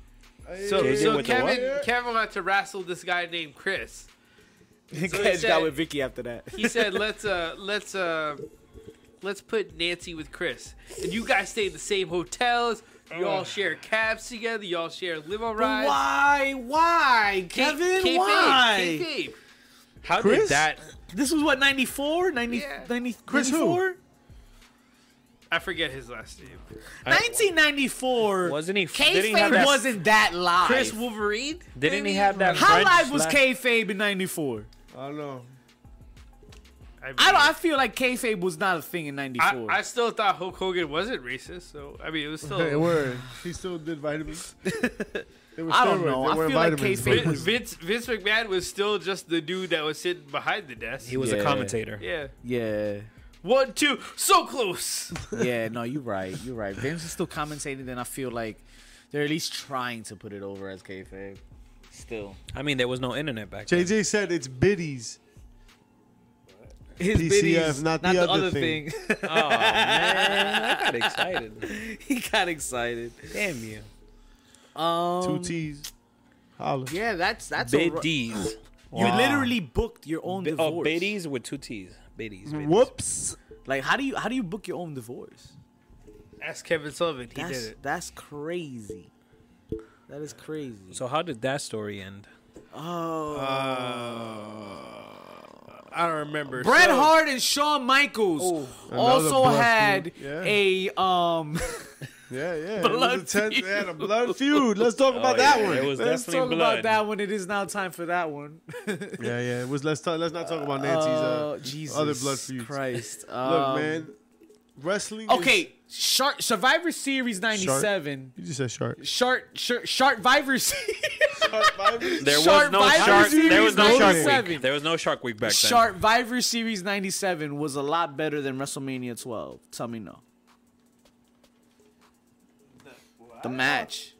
Speaker 6: So,
Speaker 2: JJ
Speaker 6: so
Speaker 2: Um, with the
Speaker 6: Kevin Kevin had to wrestle this guy named Chris.
Speaker 1: Kedge
Speaker 6: said-
Speaker 1: got with Vicky after that.
Speaker 6: He said, "Let's uh, let's uh, let's put Nancy with Chris, and you guys stay in the same hotels. You
Speaker 2: Oh.
Speaker 6: all share cabs together. You all share limo rides."
Speaker 1: Why? Why,
Speaker 6: K-
Speaker 1: Kevin?
Speaker 6: kayfabe,
Speaker 1: why?
Speaker 6: kayfabe.
Speaker 2: how
Speaker 4: Chris?
Speaker 2: did that?
Speaker 1: This was what 94, 90,
Speaker 6: Yeah.
Speaker 1: 90
Speaker 4: Chris who?
Speaker 1: 94?
Speaker 6: I forget his last name.
Speaker 1: 1994.
Speaker 2: Wasn't he? Didn't he
Speaker 1: Kayfabe
Speaker 2: have that?
Speaker 1: wasn't that live.
Speaker 6: Chris Wolverine.
Speaker 2: didn't he
Speaker 6: Maybe?
Speaker 2: have that?
Speaker 1: How
Speaker 2: French
Speaker 1: live was
Speaker 2: la-
Speaker 1: kayfabe in '94?
Speaker 4: I don't know.
Speaker 6: I,
Speaker 1: I
Speaker 6: mean,
Speaker 1: don't. I feel like kayfabe was not a thing in '94.
Speaker 6: I, I still thought Hulk Hogan wasn't racist, so I
Speaker 1: [LAUGHS]
Speaker 6: mean it was still.
Speaker 4: Hey, word. He still did vitamins. They were
Speaker 1: I don't
Speaker 4: steroids.
Speaker 1: know.
Speaker 4: They
Speaker 1: I
Speaker 4: weren't
Speaker 1: feel like
Speaker 4: vitamins,
Speaker 1: kayfabe
Speaker 4: but-
Speaker 6: [LAUGHS] Vin- Vince Vince McMahon was still just the dude that was sitting behind the desk.
Speaker 2: He was
Speaker 1: Yeah.
Speaker 2: a commentator.
Speaker 6: yeah,
Speaker 1: yeah.
Speaker 6: one two, so close.
Speaker 1: yeah, no, you're right. You're right. Vince is still compensating, and I feel like they're at least trying to put it over as kayfabe. Still,
Speaker 2: I mean, there was no internet back then.
Speaker 4: JJ said it's biddies.
Speaker 1: [LAUGHS] his
Speaker 4: PCF, not the other thing.
Speaker 2: Oh man, I got excited.
Speaker 1: [LAUGHS] he got excited.
Speaker 2: Damn you.
Speaker 1: Um,
Speaker 4: Two T's. Holla.
Speaker 1: yeah, that's that's a ru-
Speaker 2: Biddies.
Speaker 1: You literally booked your own
Speaker 2: Bi-
Speaker 1: divorce.
Speaker 2: oh, biddies with two T's. Biddies.
Speaker 4: Mm-hmm.
Speaker 2: biddies.
Speaker 4: Whoops.
Speaker 1: Like, how do you how do you book your own divorce?
Speaker 6: Ask Kevin Sullivan. He
Speaker 1: That's
Speaker 6: did it.
Speaker 1: that's crazy. That is crazy.
Speaker 2: So how did that story end?
Speaker 1: oh,
Speaker 5: I don't remember.
Speaker 1: Bret
Speaker 5: So-
Speaker 1: Hart and Shawn Michaels also
Speaker 4: blood
Speaker 1: had
Speaker 4: feud,
Speaker 1: a
Speaker 5: [LAUGHS]
Speaker 1: um.
Speaker 4: Yeah, yeah.
Speaker 1: Blood Oh,
Speaker 4: it was a tense, they had a blood feud. Let's talk about that
Speaker 2: yeah,
Speaker 4: one.
Speaker 2: it was
Speaker 1: Let's [LAUGHS]
Speaker 2: definitely
Speaker 1: talk
Speaker 2: blood.
Speaker 1: about that one. It is now time for
Speaker 4: [LAUGHS]
Speaker 1: that one.
Speaker 4: yeah, yeah. It was. Let's talk. Let's not talk about Nancy's. Uh,
Speaker 1: Oh, Jesus
Speaker 4: other blood feuds.
Speaker 1: Christ.
Speaker 4: [LAUGHS] Look,
Speaker 1: Um,
Speaker 4: man. Wrestling. is-
Speaker 1: Okay, Shark Survivor Series '97.
Speaker 4: you just said shark.
Speaker 1: Shark Shark Shark Survivor [LAUGHS] Series. [LAUGHS]
Speaker 2: There
Speaker 1: Shark
Speaker 2: was no
Speaker 1: Viper
Speaker 2: shark. There was no
Speaker 1: Series
Speaker 2: shark
Speaker 1: 97.
Speaker 2: week. There was no shark week back then.
Speaker 1: Survivor Series '97 was a lot better than WrestleMania 12. Tell me no. The match.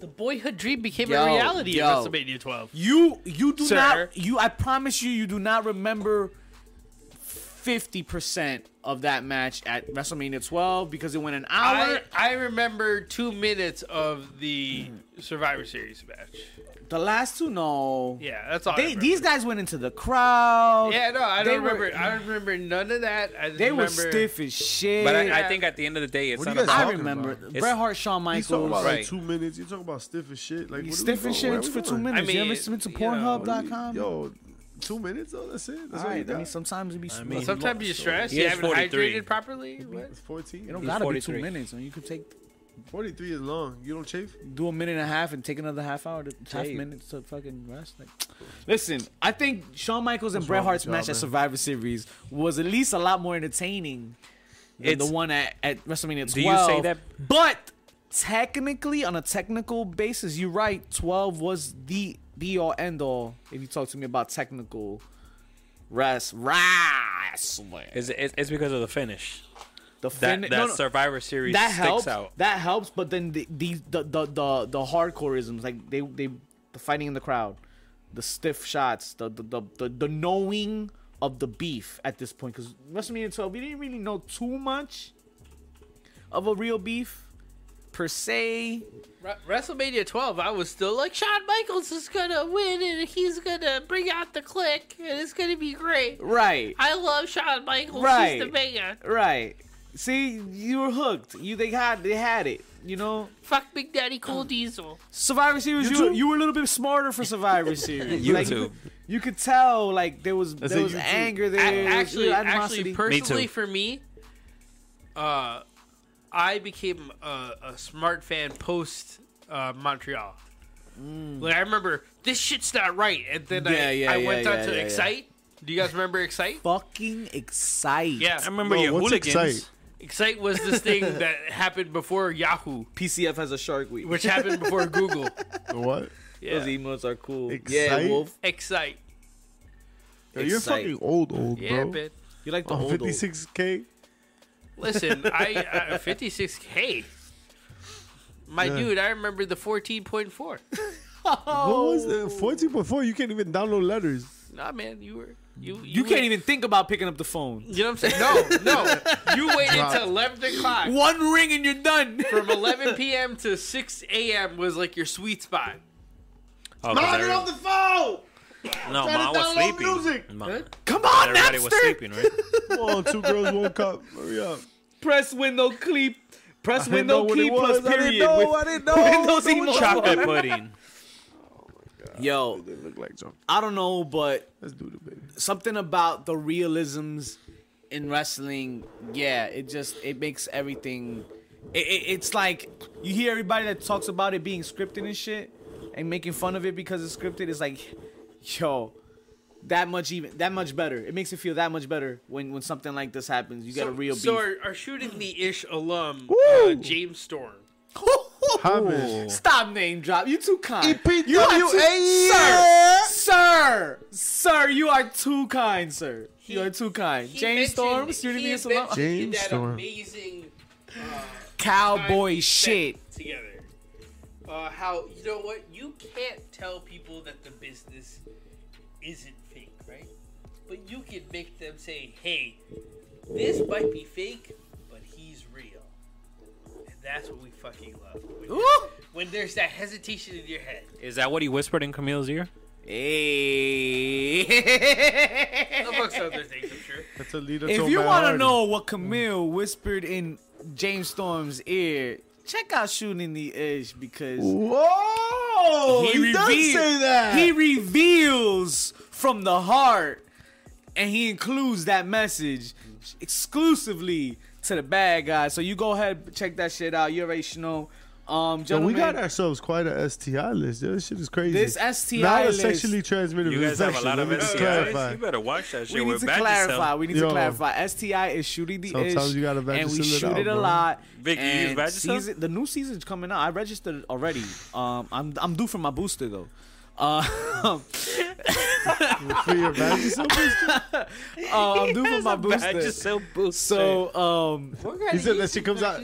Speaker 6: The boyhood dream became
Speaker 1: Yo,
Speaker 6: a reality
Speaker 1: yo.
Speaker 6: in WrestleMania 12.
Speaker 1: You you do
Speaker 6: Sir.
Speaker 1: not you. I promise you, you do not remember 50% of that match at WrestleMania 12 because it went an hour.
Speaker 5: I, I remember two minutes of the Survivor Series match.
Speaker 1: the last two, no.
Speaker 5: Yeah, that's all. I
Speaker 1: They,
Speaker 5: remember.
Speaker 1: these guys went into the crowd.
Speaker 5: Yeah, no, I
Speaker 1: They
Speaker 5: don't
Speaker 1: were-
Speaker 5: remember. I don't remember none of that. I just
Speaker 1: They were
Speaker 5: remember,
Speaker 1: stiff as shit.
Speaker 2: But I, I
Speaker 5: Yeah.
Speaker 2: think at the end of the day, it's
Speaker 4: What do
Speaker 2: not
Speaker 4: you guys
Speaker 2: about.
Speaker 1: I
Speaker 4: talking
Speaker 1: remember
Speaker 4: about?
Speaker 1: Bret Hart, Shawn
Speaker 4: He's talking
Speaker 1: Michaels.
Speaker 4: about
Speaker 2: Right.
Speaker 4: like two minutes. You're talking about stiff as shit. Like what
Speaker 1: He's
Speaker 4: are
Speaker 1: stiff
Speaker 4: we
Speaker 1: as
Speaker 4: doing?
Speaker 1: shit. It's
Speaker 4: Where
Speaker 1: for
Speaker 4: are we
Speaker 1: two
Speaker 4: going?
Speaker 1: minutes. you
Speaker 5: mean,
Speaker 1: ever been to
Speaker 5: you know,
Speaker 1: Pornhub.com?
Speaker 4: Yo, two minutes though. That's it. That's
Speaker 1: All
Speaker 4: all
Speaker 1: right,
Speaker 4: you
Speaker 1: I mean,
Speaker 4: got?
Speaker 1: sometimes it be. I
Speaker 5: Well, sometimes you're stressed.
Speaker 2: He
Speaker 5: You
Speaker 2: is
Speaker 5: haven't
Speaker 2: 43.
Speaker 5: hydrated properly. What?
Speaker 4: It's 14.
Speaker 1: it don't
Speaker 2: He's
Speaker 1: gotta be
Speaker 2: 43.
Speaker 1: two minutes, and you could take
Speaker 4: 43 is long. You don't chafe?
Speaker 1: do a minute and a half and take another half hour, to, half
Speaker 2: Dave.
Speaker 1: minutes to fucking rest. Like, listen, I think Shawn Michaels and Bret
Speaker 4: wrong with
Speaker 1: Hart's
Speaker 4: y'all,
Speaker 1: match at
Speaker 4: man?
Speaker 1: Survivor Series was at least a lot more entertaining than
Speaker 2: It's-
Speaker 1: the one at, at WrestleMania 12.
Speaker 2: Do you say that-
Speaker 1: But technically, on a technical basis, you're right. 12 was the be all end all. If you talk to me about technical rest, wrestling,
Speaker 2: It's, it's, it's because of the finish.
Speaker 1: the
Speaker 2: That,
Speaker 1: fin-
Speaker 2: that
Speaker 1: no, no,
Speaker 2: Survivor Series
Speaker 1: that
Speaker 2: sticks
Speaker 1: helps.
Speaker 2: out.
Speaker 1: That helps, but then the, these the the the, the hardcoreisms like they they the fighting in the crowd, the stiff shots, the the the, the, the knowing of the beef at this point because WrestleMania 12 we didn't really know too much of a real beef per se.
Speaker 5: Re- WrestleMania 12, I was still like, Shawn Michaels is gonna win and he's gonna bring out the click and it's gonna be great.
Speaker 1: Right,
Speaker 5: I love Shawn Michaels.
Speaker 1: Right.
Speaker 5: He's the man.
Speaker 1: right. See, you were hooked. You they had they had it. You know,
Speaker 5: Fuck Big Daddy Cool Diesel.
Speaker 1: Survivor Series. You, you were a little bit smarter for [LAUGHS] Survivor Series.
Speaker 2: You
Speaker 1: Like,
Speaker 2: too.
Speaker 1: You could tell, like there was there
Speaker 4: said
Speaker 1: was
Speaker 4: you too.
Speaker 1: anger there.
Speaker 5: A-
Speaker 1: was
Speaker 5: actually,
Speaker 1: animosity.
Speaker 5: actually, personally
Speaker 2: too.
Speaker 5: for me, uh, I became a, a smart fan post uh, Montreal. Like I remember, this shit's not right, and then
Speaker 1: Mm. Yeah,
Speaker 5: I,
Speaker 1: yeah,
Speaker 5: I
Speaker 1: yeah,
Speaker 5: went down
Speaker 1: yeah,
Speaker 5: to
Speaker 1: yeah, yeah.
Speaker 5: Excite. Do you guys
Speaker 1: [LAUGHS]
Speaker 5: remember Excite?
Speaker 1: fucking excite.
Speaker 5: Yeah,
Speaker 2: I remember
Speaker 4: Yo,
Speaker 2: your
Speaker 4: what's
Speaker 2: hooligans.
Speaker 4: Excite?
Speaker 5: Excite was this
Speaker 1: [LAUGHS]
Speaker 5: thing that happened before Yahoo,
Speaker 1: PCF has a Shark Week.
Speaker 5: which happened before
Speaker 1: [LAUGHS]
Speaker 5: Google.
Speaker 4: What?
Speaker 1: Those
Speaker 5: Yeah.
Speaker 1: emotes are cool.
Speaker 4: Excite?
Speaker 1: Yeah, Wolf.
Speaker 5: Excite.
Speaker 4: Yo, you're
Speaker 1: Excite.
Speaker 4: fucking old, old, bro.
Speaker 5: Yeah, man.
Speaker 1: You like the
Speaker 4: Oh,
Speaker 1: old old.
Speaker 4: 56K?
Speaker 5: Listen, I uh, 56k. My dude, I remember the 14.4.
Speaker 4: What was
Speaker 1: Oh.
Speaker 4: it? 14.4? You can't even download letters.
Speaker 5: Nah, man, you were you. You,
Speaker 1: You
Speaker 5: were-
Speaker 1: can't even think about picking up the phone.
Speaker 5: You know what I'm saying? No, no. You waited until 11 o'clock.
Speaker 1: One ring and you're done.
Speaker 5: From 11 p.m. to 6 a.m. was like your sweet spot.
Speaker 2: Oh, 'cause every-
Speaker 4: the phone!
Speaker 2: no,
Speaker 4: trying to
Speaker 2: mom was
Speaker 4: download
Speaker 2: sleeping.
Speaker 4: music.
Speaker 2: Mom-
Speaker 1: Come on,
Speaker 2: Everybody was
Speaker 1: Napster. [LAUGHS]
Speaker 2: sleeping, right?
Speaker 4: Come on, two girls, one cup. Hurry up.
Speaker 1: Press window clip. Press
Speaker 4: didn't know
Speaker 1: window
Speaker 4: what
Speaker 1: key
Speaker 4: it
Speaker 1: plus
Speaker 4: was. I didn't
Speaker 1: period.
Speaker 4: know,
Speaker 1: with-
Speaker 4: I didn't know.
Speaker 1: [LAUGHS] Windows
Speaker 4: I didn't
Speaker 1: emoji.
Speaker 2: Chocolate pudding.
Speaker 1: Yo,
Speaker 4: They look like junk.
Speaker 1: I don't know, but
Speaker 4: Let's do it, baby.
Speaker 1: something about the realisms in wrestling yeah it just it makes everything it, it, it's like you hear everybody that talks about it being scripted and shit and making fun of it because it's scripted it's like yo that much even that much better it makes it feel that much better when when something like this happens you got a real
Speaker 5: So
Speaker 1: beef
Speaker 5: our, our shooting the ish alum, uh, James Storm.
Speaker 4: Hammond.
Speaker 1: Stop name drop. You too kind.
Speaker 4: EPWA,
Speaker 1: you are too,
Speaker 4: yeah.
Speaker 1: sir, sir, sir. You are too kind, sir.
Speaker 5: He-
Speaker 1: you are too kind.
Speaker 5: He
Speaker 1: James
Speaker 5: mentioned-
Speaker 1: Storm, shooting
Speaker 5: he
Speaker 1: me a salon.
Speaker 5: mentioned
Speaker 4: James
Speaker 5: that
Speaker 4: Storm.
Speaker 5: amazing uh,
Speaker 1: Cowboy
Speaker 5: time
Speaker 1: shit.
Speaker 5: spent together. Uh, how you know what you can't tell people that the business isn't fake, right? But you can make them say, "Hey, this might be fake, but he's real," and that's what we fucking love. When,
Speaker 1: Ooh.
Speaker 5: when there's that hesitation in
Speaker 1: [LAUGHS]
Speaker 5: your head,
Speaker 2: Is that what he whispered in Camille's ear?
Speaker 1: Hey.
Speaker 5: amongst other things, I'm sure.
Speaker 4: That's a leader
Speaker 1: if
Speaker 4: told
Speaker 1: you
Speaker 4: Matt
Speaker 1: want to
Speaker 4: Hardy.
Speaker 1: know what Camille whispered in James Storm's ear, check out shooting the ish because.
Speaker 4: Whoa! He, does
Speaker 1: reveal-
Speaker 4: say that.
Speaker 1: He reveals from the heart, and he includes that message exclusively to the bad guy. So you go ahead, check that shit out. You already know. Um,
Speaker 4: Yo, we
Speaker 1: gentlemen,
Speaker 4: got ourselves quite a STI list. Yo, this shit is crazy.
Speaker 1: This STI
Speaker 4: Not a
Speaker 1: list-
Speaker 4: sexually transmitted
Speaker 2: You guys have a
Speaker 4: infection.
Speaker 2: lot of
Speaker 4: Let me just
Speaker 2: STIs.
Speaker 4: clarify.
Speaker 2: You better watch that shit.
Speaker 1: we
Speaker 2: We're
Speaker 1: need to
Speaker 2: bad
Speaker 1: clarify.
Speaker 2: yourself.
Speaker 1: We need to
Speaker 4: Yo.
Speaker 1: clarify. STI is shooting the
Speaker 4: Sometimes
Speaker 1: ish,
Speaker 4: you gotta
Speaker 1: and we
Speaker 4: register it
Speaker 1: shoot
Speaker 4: out,
Speaker 1: it a
Speaker 4: bro.
Speaker 1: lot.
Speaker 2: Vic, you
Speaker 1: and
Speaker 2: use register?
Speaker 1: season- the new season's coming out. I registered already. Um, I'm I'm due for my booster though. Uh, [LAUGHS]
Speaker 4: For your vaginism, bitch?
Speaker 1: uh, I'm due for my
Speaker 2: Bad
Speaker 1: booster.
Speaker 2: yourself booster.
Speaker 1: So um,
Speaker 4: [LAUGHS] He said that shit comes out.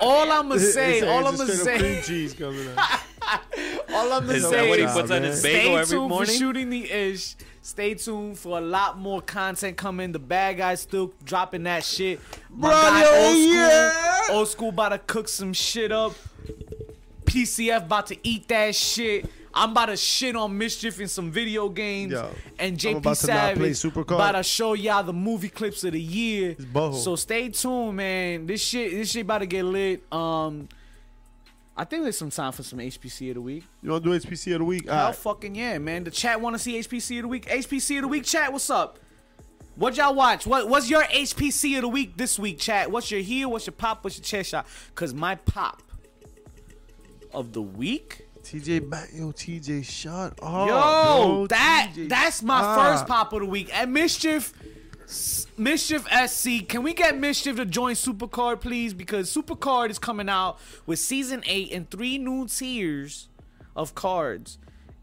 Speaker 1: all I'm gonna
Speaker 4: He
Speaker 1: say,
Speaker 4: said
Speaker 1: all I'm
Speaker 4: it's
Speaker 1: gonna
Speaker 4: just straight up
Speaker 1: say,
Speaker 4: cream
Speaker 1: [LAUGHS]
Speaker 4: cheese coming out.
Speaker 1: all
Speaker 4: All I'm
Speaker 2: Is that
Speaker 1: saying-
Speaker 2: what he
Speaker 1: Nah,
Speaker 2: puts on
Speaker 4: man.
Speaker 2: his
Speaker 1: Stay
Speaker 2: bagel
Speaker 1: tuned
Speaker 2: every
Speaker 1: for
Speaker 2: morning?
Speaker 1: shooting the ish. Stay tuned for a lot more content coming. The bad guys still dropping that shit. My guy,
Speaker 4: Brother,
Speaker 1: old school,
Speaker 4: yeah.
Speaker 1: old school about to cook some shit up. PCF about to eat that shit. I'm about to shit on mischief in some video games.
Speaker 4: Yo,
Speaker 1: and
Speaker 4: I'm
Speaker 1: JP
Speaker 4: about to not
Speaker 1: Savage
Speaker 4: play Supercard.
Speaker 1: about to show y'all the movie clips of the year.
Speaker 4: butthole.
Speaker 1: So stay tuned, man. This shit, this shit about to get lit. Um, I think there's some time for some HPC of the week.
Speaker 4: You want to do HPC of the week?
Speaker 1: Hell
Speaker 4: All right.
Speaker 1: fucking yeah, man. The chat want to see HPC of the week. HPC of the week, chat. What's up? What y'all watch? What What's your HPC of the week this week, chat? What's your heel? What's your pop? What's your chair shot? Cause my pop of the week.
Speaker 4: TJ, back, yo, TJ, shut up.
Speaker 1: Yo,
Speaker 4: bro.
Speaker 1: that
Speaker 4: TJ,
Speaker 1: that's my
Speaker 4: stop.
Speaker 1: first pop of the week. At mischief, S- mischief SC. Can we get mischief to join Supercard, please? Because Supercard is coming out with season eight and three new tiers of cards,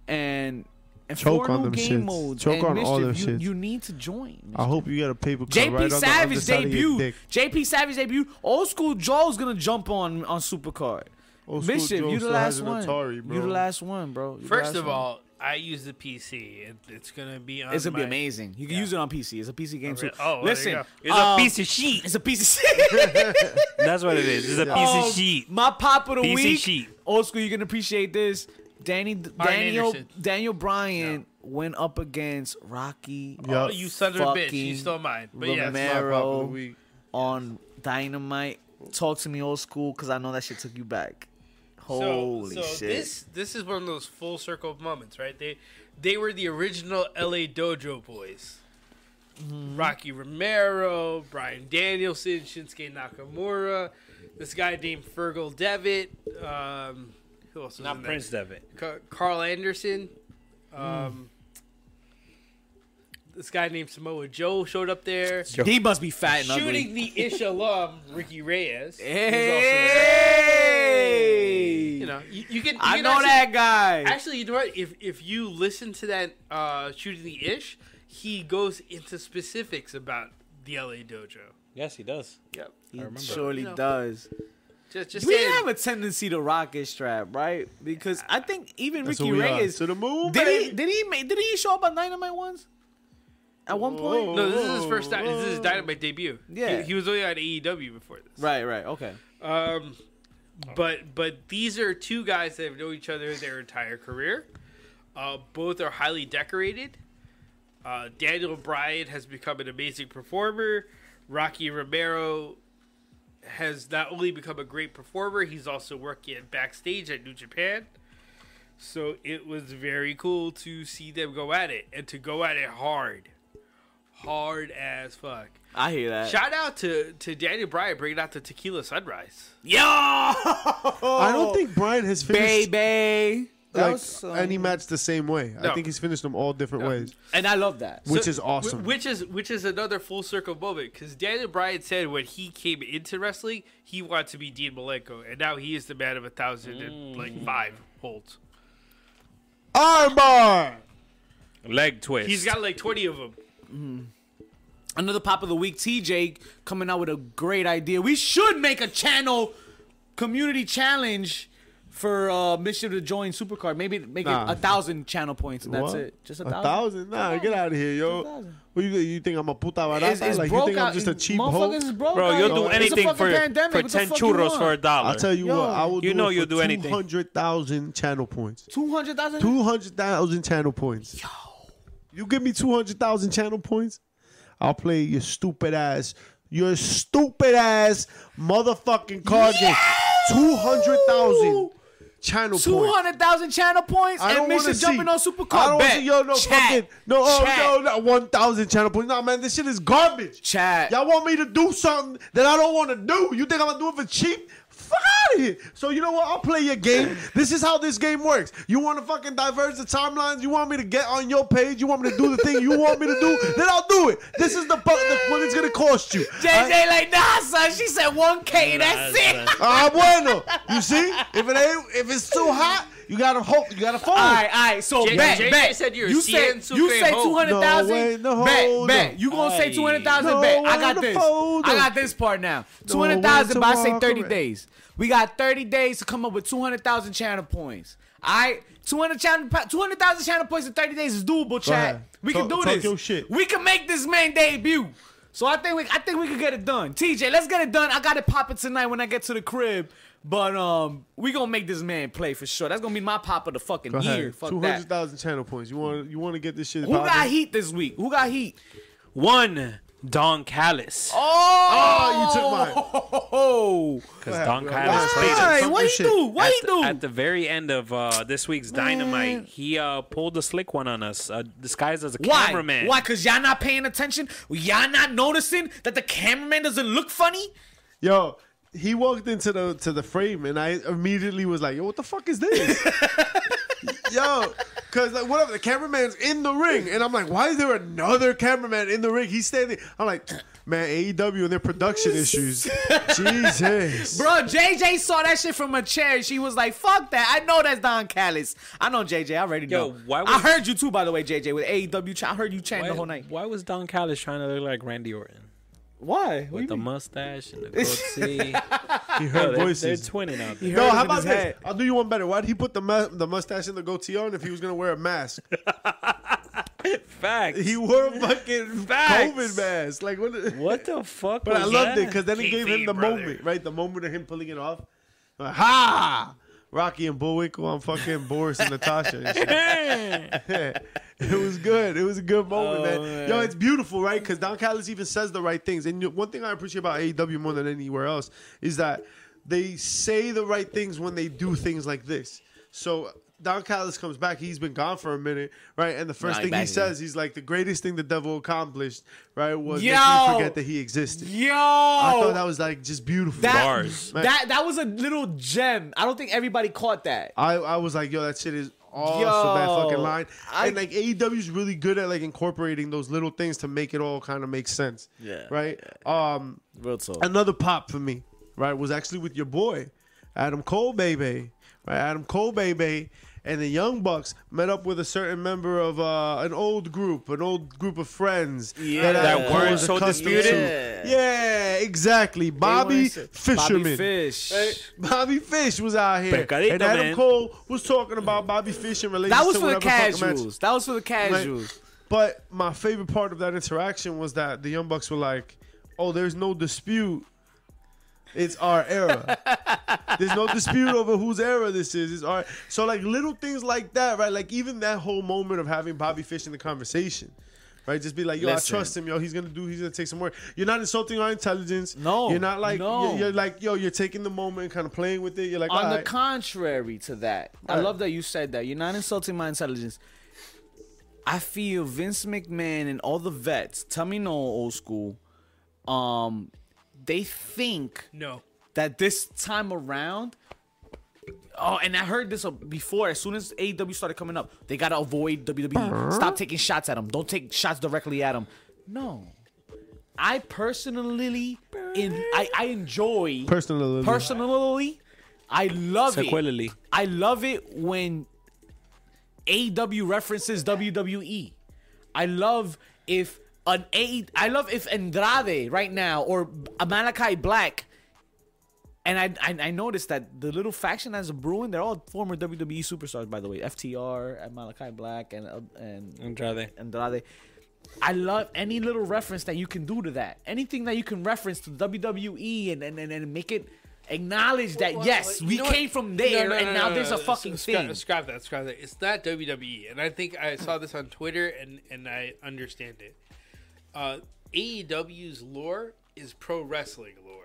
Speaker 1: and and
Speaker 4: Choke
Speaker 1: four
Speaker 4: on
Speaker 1: new
Speaker 4: them
Speaker 1: game
Speaker 4: shits.
Speaker 1: modes.
Speaker 4: Choke
Speaker 1: and
Speaker 4: on all
Speaker 1: Mischief,
Speaker 4: them
Speaker 1: you,
Speaker 4: shits.
Speaker 1: you need to join.
Speaker 4: I hope you got a paper cut
Speaker 1: JP
Speaker 4: right on the
Speaker 1: Savage
Speaker 4: underside of your
Speaker 1: debuted.
Speaker 4: dick.
Speaker 1: JP Savage debuted. Old school Joel's gonna jump on on Supercard.
Speaker 4: Old school
Speaker 1: Mischief,
Speaker 4: Joe
Speaker 1: you the
Speaker 4: still has
Speaker 1: last
Speaker 4: an
Speaker 1: one.
Speaker 4: Atari,
Speaker 1: you the
Speaker 4: bro.
Speaker 1: last one, bro. You the
Speaker 5: First
Speaker 1: last
Speaker 5: of
Speaker 1: one.
Speaker 5: all, I use the PC. It, it's gonna be on.
Speaker 1: It's gonna be
Speaker 5: my-
Speaker 1: amazing. You can use it on PC. It's a PC game too.
Speaker 5: really? Oh, well, there you
Speaker 1: listen,
Speaker 5: go.
Speaker 2: It's
Speaker 1: um,
Speaker 2: a piece of shit.
Speaker 1: It's a
Speaker 5: [LAUGHS]
Speaker 1: piece of shit.
Speaker 2: That's what it is. It's a piece
Speaker 1: Um,
Speaker 2: of shit.
Speaker 1: My pop of the
Speaker 2: Piece of
Speaker 1: week.
Speaker 2: shit.
Speaker 1: Old school, you can appreciate this. Danny, Daniel,
Speaker 5: Anderson.
Speaker 1: Daniel Bryan went up against Rocky
Speaker 4: Yup.
Speaker 5: Oh, you son of a bitch! You
Speaker 1: Fucking
Speaker 5: stole mine. But yeah,
Speaker 4: My
Speaker 5: it's-
Speaker 4: pop of the
Speaker 1: Romero.
Speaker 4: week.
Speaker 1: on Dynamite. Talk to me, old school, because I know that shit took you back. Holy
Speaker 5: so, so
Speaker 1: shit!
Speaker 5: This this is one of those full circle moments, right? They they were the original LA Dojo boys.
Speaker 1: Mm-hmm.
Speaker 5: Rocky Romero, Brian Danielson, Shinsuke Nakamura, this guy named Fergal Devitt, um, who else was in
Speaker 2: Not
Speaker 5: there?
Speaker 2: Prince Devitt.
Speaker 5: Ca- Carl Anderson.
Speaker 1: Mm.
Speaker 5: Um, This guy named Samoa Joe showed up there.
Speaker 1: he must be fat and
Speaker 5: Shooting
Speaker 1: ugly. [LAUGHS]
Speaker 5: the Ish alum, Ricky Reyes. who's also there.
Speaker 1: Hey,
Speaker 5: You know, you, you can. you
Speaker 1: I
Speaker 5: can
Speaker 1: know
Speaker 5: actually-
Speaker 1: that guy.
Speaker 5: Actually, you know what? If if you listen to that uh, shooting the ish, he goes into specifics about the LA Dojo.
Speaker 2: Yes, he does.
Speaker 5: Yep.
Speaker 1: he
Speaker 2: remember.
Speaker 1: surely
Speaker 5: You know.
Speaker 1: does.
Speaker 5: Just just
Speaker 1: we
Speaker 5: saying.
Speaker 1: have a tendency to rock his strap, right? Because I think even
Speaker 4: That's
Speaker 1: Ricky
Speaker 4: what we are.
Speaker 1: Reyes
Speaker 4: To the moon,
Speaker 1: did he
Speaker 4: baby.
Speaker 1: did he make, did he show up on Dynamite once? At one point,
Speaker 5: no, this is his first time. This is his dynamite debut.
Speaker 1: Yeah.
Speaker 5: he, he was only on AEW before this.
Speaker 1: right, right, okay.
Speaker 5: Um, but but these are two guys that have known each other their entire career. Uh, both are highly decorated. Uh, Daniel Bryan has become an amazing performer. Rocky Romero has not only become a great performer, he's also working backstage at New Japan. So it was very cool to see them go at it and to go at it hard, hard as fuck.
Speaker 1: I hear that.
Speaker 5: Shout out to to Daniel Bryan bringing out the Tequila Sunrise.
Speaker 1: Yo, I
Speaker 4: I don't think Brian has finished
Speaker 1: baby. That
Speaker 4: like,
Speaker 1: was some-
Speaker 4: any match the same way. I
Speaker 5: No.
Speaker 4: think he's finished them all different ways,
Speaker 1: and I love that.
Speaker 4: which
Speaker 5: So-
Speaker 4: is awesome.
Speaker 5: wh- Which is which is another full circle moment because Daniel Bryan said when he came into wrestling he wanted to be Dean Malenko, and now he is the man of a thousand and like five holds.
Speaker 4: Armbar.
Speaker 2: Leg twist.
Speaker 5: He's got like twenty of them.
Speaker 1: Another pop of the week, TJ coming out with a great idea. We should make a channel community challenge for uh Mission to join Supercard. Maybe make
Speaker 4: Nah.
Speaker 1: it a thousand channel points and that's
Speaker 4: What?
Speaker 1: it. Just a
Speaker 4: A
Speaker 1: thousand.
Speaker 4: thousand? Nah, get out of here, yo.
Speaker 1: 2,000.
Speaker 4: What you you think I'm a puta barata?
Speaker 1: It's, it's
Speaker 4: like you
Speaker 1: broke
Speaker 4: think
Speaker 1: out.
Speaker 4: I'm just a cheap
Speaker 1: Motherfuckers
Speaker 4: hoe?
Speaker 1: is broke
Speaker 2: Bro,
Speaker 1: out.
Speaker 2: you'll do
Speaker 1: It's a
Speaker 2: anything
Speaker 1: fucking
Speaker 2: for,
Speaker 1: pandemic.
Speaker 2: for
Speaker 1: What the
Speaker 2: 10
Speaker 1: fuck you
Speaker 2: churros
Speaker 1: want?
Speaker 2: for a dollar.
Speaker 4: I'll tell you
Speaker 1: Yo.
Speaker 4: what, I will
Speaker 2: You
Speaker 4: do
Speaker 2: know
Speaker 4: it
Speaker 2: you'll
Speaker 4: for
Speaker 2: do anything.
Speaker 4: 200,000 channel points.
Speaker 1: 200,000?
Speaker 4: 200,000 channel points. Yo. You give me 200,000 channel points, I'll play your stupid ass, your stupid ass motherfucking card game. 200,000 channel points.
Speaker 1: 200,000 channel points
Speaker 4: I
Speaker 1: and
Speaker 4: don't want
Speaker 1: Mission
Speaker 4: to see.
Speaker 1: jumping on Supercard.
Speaker 4: I don't wanna
Speaker 1: Bet.
Speaker 4: see yo no
Speaker 1: Chat.
Speaker 4: fucking no oh
Speaker 1: Chat.
Speaker 4: no not one thousand channel points. Nah, man, this shit is garbage.
Speaker 1: Chat.
Speaker 4: Y'all want me to do something that I don't want to do? You think I'm gonna do it for cheap? Fuck out of here. So you know what? I'll play your game. This is how this game works. You want to fucking diverge the timelines? You want me to get on your page? You want me to do the thing you want me to do? Then I'll do it. This is the, bu- the what it's gonna cost you.
Speaker 1: JJ like, nah, son. She said 1K and that's
Speaker 2: Nah,
Speaker 1: it.
Speaker 4: Ah, bueno. You see, if it ain't, if it's too hot, you gotta hope, you gotta fold.
Speaker 1: All right, all right. So
Speaker 5: J-
Speaker 1: bet,
Speaker 5: JJ
Speaker 1: bet.
Speaker 5: said you're
Speaker 1: you
Speaker 5: seeing
Speaker 1: say you
Speaker 5: Sucre
Speaker 1: say
Speaker 5: Hope.
Speaker 1: two hundred thousand.
Speaker 4: No way, no,
Speaker 1: bet,
Speaker 4: no.
Speaker 1: bet. You gonna say
Speaker 2: Aye.
Speaker 1: two hundred thousand?
Speaker 4: No
Speaker 1: bet. I
Speaker 4: way,
Speaker 1: got
Speaker 4: no
Speaker 1: this.
Speaker 4: fold.
Speaker 1: I got this part now. Two hundred
Speaker 4: way,
Speaker 1: thousand, but I say
Speaker 4: tomorrow,
Speaker 1: thirty
Speaker 4: correct.
Speaker 1: days. We got thirty days to come up with two hundred thousand channel points. All right, 200 channel, 200,000 channel points in 30 days is doable,
Speaker 4: ahead.
Speaker 1: Chad. We can
Speaker 4: Talk-
Speaker 1: do
Speaker 4: talk
Speaker 1: this.
Speaker 4: your shit.
Speaker 1: We can make this man debut. So I think we, I think we could get it done. TJ, let's get it done. I got to pop it tonight when I get to the crib. But um, we gonna make this man play for sure. That's gonna be my pop of the fucking
Speaker 4: Go
Speaker 1: year.
Speaker 4: ahead.
Speaker 1: Fuck
Speaker 4: Two
Speaker 1: that.
Speaker 4: hundred thousand channel points. You want you want to get this shit?
Speaker 1: Who got
Speaker 4: popping?
Speaker 1: heat this week? Who got heat?
Speaker 2: One, Don Callis.
Speaker 1: Oh,
Speaker 4: Oh, you
Speaker 1: Oh,
Speaker 2: Because Don
Speaker 4: Why?
Speaker 2: Callis played
Speaker 1: why?
Speaker 4: Talk your
Speaker 1: What he
Speaker 4: shit.
Speaker 1: do? What
Speaker 2: at,
Speaker 1: he do?
Speaker 2: the, at the very end of uh, this week's Dynamite, he uh, pulled a slick one on us, uh, disguised as a
Speaker 1: Why?
Speaker 2: cameraman.
Speaker 1: Why? Cause y'all not paying attention. Y'all not noticing that the cameraman doesn't look funny.
Speaker 4: Yo, he walked into the to the frame, and I immediately was like, "Yo, what the fuck is
Speaker 1: [LAUGHS]
Speaker 4: this?" Yo, cause like whatever, the cameraman's in the ring, and I'm like, "Why is there another cameraman in the ring?" He's standing. I'm like, "Man, AEW and their production
Speaker 1: [LAUGHS]
Speaker 4: issues." Jesus,
Speaker 1: Bro, JJ saw that shit from a chair. She was like, "Fuck that! I know that's Don Callis. I know JJ. I already
Speaker 2: Yo,
Speaker 1: know."
Speaker 2: why
Speaker 1: I
Speaker 2: was-
Speaker 1: heard you too, by the way, JJ with AEW. ch- I heard you chanting the whole night.
Speaker 2: why was Don Callis trying to look like Randy Orton?
Speaker 1: Why? What do you
Speaker 2: With the
Speaker 1: mean? [LAUGHS]
Speaker 2: mustache and the goatee.
Speaker 4: he
Speaker 2: Yo,
Speaker 4: heard
Speaker 2: they're, they're
Speaker 4: voices.
Speaker 2: twinning out
Speaker 1: He
Speaker 2: there.
Speaker 1: heard
Speaker 4: No,
Speaker 1: it
Speaker 4: how
Speaker 1: with
Speaker 4: about
Speaker 1: his
Speaker 4: this?
Speaker 1: head.
Speaker 4: I'll do you one better. Why did he put the mu- the mustache and the goatee on if he was gonna wear a mask?
Speaker 2: Facts.
Speaker 4: He wore a fucking
Speaker 2: Facts.
Speaker 4: COVID mask. Like what? the-
Speaker 2: what the fuck?
Speaker 4: But I
Speaker 2: was
Speaker 4: loved it
Speaker 2: that?
Speaker 4: because then it gave him
Speaker 5: Kayfabe,
Speaker 4: the
Speaker 5: brother.
Speaker 4: moment, right? The moment of him pulling it off. Like, ha! Rocky and Bullwinkle on fucking Boris and Natasha. and shit. [LAUGHS] it was good. It was a good moment, man. Yo, it's beautiful, right? Because Don Callis even says the right things. And you- one thing I appreciate about AEW more than anywhere else is that they say the right things when they do things like this. So Don Callis comes back. He's been gone for a minute, right? And the first
Speaker 1: he
Speaker 4: thing
Speaker 1: back
Speaker 4: he
Speaker 1: again.
Speaker 4: says, he's like, the greatest thing the devil accomplished, right, was that
Speaker 1: Yo!
Speaker 4: he forget that he existed.
Speaker 1: Yo,
Speaker 4: I thought that was like just beautiful.
Speaker 1: Oh. that,
Speaker 2: Bars.
Speaker 1: that that was a little gem. I don't think everybody caught that.
Speaker 4: I, I was like, yo, that shit is awesome. that
Speaker 1: Yo,
Speaker 4: fucking line.
Speaker 1: I-
Speaker 4: and like AEW's really good at like incorporating those little things to make it all kind of make sense.
Speaker 1: Yeah,
Speaker 4: Right? Um
Speaker 1: Real talk.
Speaker 4: another pop for me, right, was actually with your boy, Adam Cole Baby. Right? Adam Cole Baby and the Young Bucks met up with a certain member of uh, an old group, an old group of friends.
Speaker 1: Yeah.
Speaker 4: Adam
Speaker 1: That
Speaker 4: Cole
Speaker 2: weren't
Speaker 4: is
Speaker 2: so
Speaker 4: accustomed to.
Speaker 1: disputed.
Speaker 4: Yeah, exactly. Bobby Fisherman.
Speaker 1: Bobby Fish.
Speaker 4: Bobby Fish was out here,
Speaker 2: Pecadito,
Speaker 4: and Adam
Speaker 2: man.
Speaker 4: Cole was talking about Bobby Fish in relation.
Speaker 1: That was
Speaker 4: to
Speaker 1: for the
Speaker 4: whatever fucking match.
Speaker 1: casuals. That was for the casuals.
Speaker 4: But my favorite part of that interaction was that the Young Bucks were like, "Oh, there's no dispute. It's our
Speaker 1: [LAUGHS]
Speaker 4: era. there's no dispute over whose era this is. It's our so like little things like that, right? Like even that whole moment of having Bobby Fish in the conversation." Right, just be like, yo,
Speaker 1: Listen.
Speaker 4: I trust him, yo. He's gonna do. He's gonna take some work. You're not insulting our intelligence.
Speaker 1: No,
Speaker 4: you're not like.
Speaker 1: no.
Speaker 4: You're, you're like, yo, you're taking the moment, and kind of playing with it. You're like,
Speaker 1: On
Speaker 4: all
Speaker 1: the
Speaker 4: right.
Speaker 1: contrary to that, I
Speaker 4: Right.
Speaker 1: love that you said that. You're not insulting my intelligence. I feel Vince McMahon and all the vets, tell me no old school, um, they think
Speaker 5: No.
Speaker 1: that this time around. Oh, and I heard this uh, before. As soon as AEW started coming up, they gotta avoid
Speaker 4: Uh-huh.
Speaker 1: WWE. Stop taking shots at them. Don't take shots directly at them. No, I personally, in I, I enjoy
Speaker 4: Personally.
Speaker 1: personally, I love
Speaker 2: Sequelally.
Speaker 1: it. I love it when AEW references WWE. I love if an A. I love if Andrade right now or Malachi Black. And I, I I noticed that the little faction that's brewing, they're all former WWE superstars, by the way. FTR and Malachi Black and uh, and
Speaker 2: Andrade.
Speaker 1: Andrade. I love any little reference that you can do to that. Anything that you can reference to WWE and and, and, and make it acknowledge that
Speaker 6: Well,
Speaker 1: yes,
Speaker 6: you
Speaker 1: we
Speaker 6: know what?
Speaker 1: came from there
Speaker 5: No, no,
Speaker 1: and
Speaker 5: no,
Speaker 1: now
Speaker 5: no,
Speaker 1: there's
Speaker 5: no,
Speaker 1: a
Speaker 5: no.
Speaker 1: fucking
Speaker 5: Scra-
Speaker 1: thing.
Speaker 5: Scrap that. Scrap that. It's not WWE, and I think I saw this on Twitter, and and I understand it. Uh, AEW's lore is pro wrestling lore.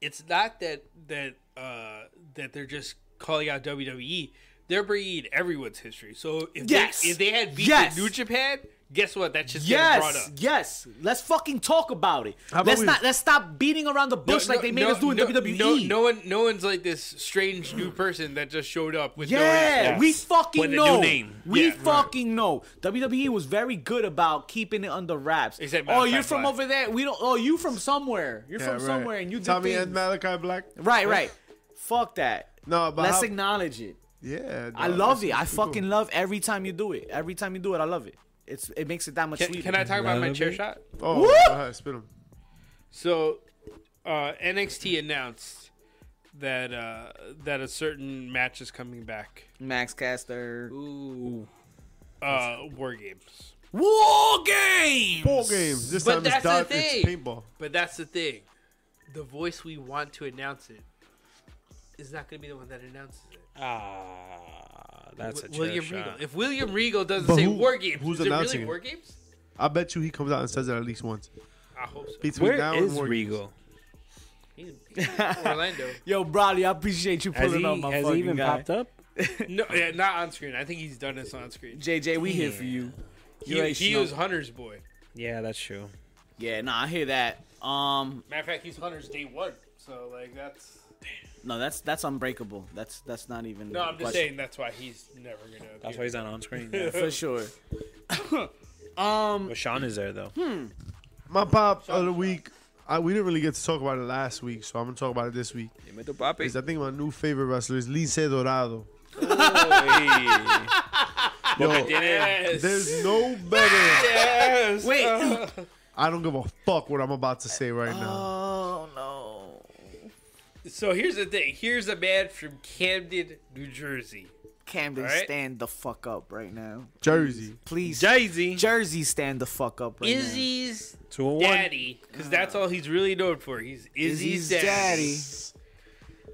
Speaker 5: It's not that that uh, that they're just calling out WWE. They're bringing in everyone's history. So if
Speaker 1: Yes.
Speaker 5: they, if they had beef
Speaker 1: Yes.
Speaker 5: with New Japan, guess what? That shit's getting brought
Speaker 1: Yes,
Speaker 5: up.
Speaker 1: yes. Let's fucking talk about it.
Speaker 4: about
Speaker 1: Let's
Speaker 4: we-
Speaker 1: not let's stop beating around the bush like they made us do in E.
Speaker 5: no,
Speaker 1: WWE.
Speaker 5: No, no one, no one's like this strange new person that just showed up with no
Speaker 1: Yeah,
Speaker 5: reason.
Speaker 1: we fucking
Speaker 2: With a new
Speaker 1: know.
Speaker 2: name.
Speaker 1: We
Speaker 5: Yeah, right.
Speaker 1: fucking know. WWE was very good about keeping it under wraps.
Speaker 5: Except
Speaker 1: oh,
Speaker 5: Malachi
Speaker 1: you're from
Speaker 5: Black.
Speaker 1: over there. We don't. Oh, you from somewhere. You're from somewhere, and you did
Speaker 4: Tommy
Speaker 1: things.
Speaker 4: and Malachi Black.
Speaker 1: Right, right. Fuck that.
Speaker 4: No, but
Speaker 1: let's
Speaker 4: how-
Speaker 1: acknowledge it.
Speaker 4: Yeah,
Speaker 1: I
Speaker 4: dog,
Speaker 1: love
Speaker 4: that's
Speaker 1: it. I
Speaker 4: pretty cool.
Speaker 1: fucking love every time you do it. Every time you do it, I love it. It's it makes it that much
Speaker 5: Can,
Speaker 1: sweeter.
Speaker 5: can I talk about my chair
Speaker 2: Relevant.
Speaker 5: shot?
Speaker 4: Oh,
Speaker 1: Woo!
Speaker 4: go ahead, spit 'em.
Speaker 5: So, uh, NXT announced that uh, that a certain match is coming back.
Speaker 1: Max Caster.
Speaker 2: Ooh.
Speaker 5: Uh, War games.
Speaker 2: War game.
Speaker 4: Ball games. This
Speaker 6: But
Speaker 4: time it's
Speaker 6: that's the
Speaker 4: dark.
Speaker 6: thing.
Speaker 4: It's paintball.
Speaker 6: But that's the thing. The voice we want to announce it is not going to be the one that announces it.
Speaker 2: Ah, that's a
Speaker 6: Wi- William
Speaker 2: chair shot.
Speaker 6: Regal. If William Regal doesn't
Speaker 4: But
Speaker 6: say
Speaker 4: who-
Speaker 6: War Games,
Speaker 4: who's
Speaker 6: is it
Speaker 4: announcing
Speaker 6: really
Speaker 4: it?
Speaker 6: War Games?
Speaker 4: I bet you he comes out and says that at least once.
Speaker 6: I hope
Speaker 5: [LAUGHS]
Speaker 6: so.
Speaker 4: Between now
Speaker 2: Where
Speaker 4: and
Speaker 2: is
Speaker 4: War Games.
Speaker 2: Regal?
Speaker 6: He's he's in Orlando.
Speaker 1: Yo, Broly, I appreciate you
Speaker 2: Has
Speaker 1: pulling
Speaker 2: he,
Speaker 1: up my
Speaker 2: has he
Speaker 1: fucking
Speaker 2: even
Speaker 1: guy.
Speaker 2: popped up?
Speaker 5: No, yeah, not on screen. I think he's done this on screen.
Speaker 1: JJ, we here for you. You
Speaker 5: He,
Speaker 1: ain't
Speaker 5: he
Speaker 1: snow.
Speaker 5: was Hunter's boy.
Speaker 2: Yeah, that's true.
Speaker 1: Yeah, nah, I hear that. Um,
Speaker 5: Matter of fact, he's Hunter's day one. So like that's
Speaker 1: no, that's that's unbreakable. That's that's not even.
Speaker 5: no.
Speaker 1: a
Speaker 5: I'm just
Speaker 1: question.
Speaker 5: saying that's why he's never gonna.
Speaker 2: That's why
Speaker 5: appear.
Speaker 2: he's not on screen.
Speaker 1: [LAUGHS]
Speaker 2: Yeah.
Speaker 1: for sure. [COUGHS] um,
Speaker 2: But Sean is there though.
Speaker 4: My pop of the week. I, we didn't really get to talk about it last week, so I'm gonna talk about it this week. Is I think my new favorite wrestler is Lince Dorado. Yo,
Speaker 5: Yes.
Speaker 4: there's no
Speaker 1: [LAUGHS]
Speaker 4: better.
Speaker 5: Yes.
Speaker 1: wait.
Speaker 4: I don't give a fuck what I'm about to say right now.
Speaker 1: oh no.
Speaker 5: So here's the thing. Here's a man from Camden, New Jersey.
Speaker 1: Camden,
Speaker 5: All right.
Speaker 1: stand the fuck up right now,
Speaker 4: Jersey.
Speaker 1: please.
Speaker 5: Daisy.
Speaker 1: Jersey, stand the fuck up right now.
Speaker 5: Izzy's
Speaker 2: Two and one.
Speaker 5: daddy, because that's all he's really known for. He's Izzy's,
Speaker 1: Izzy's
Speaker 5: daddy.
Speaker 1: daddy.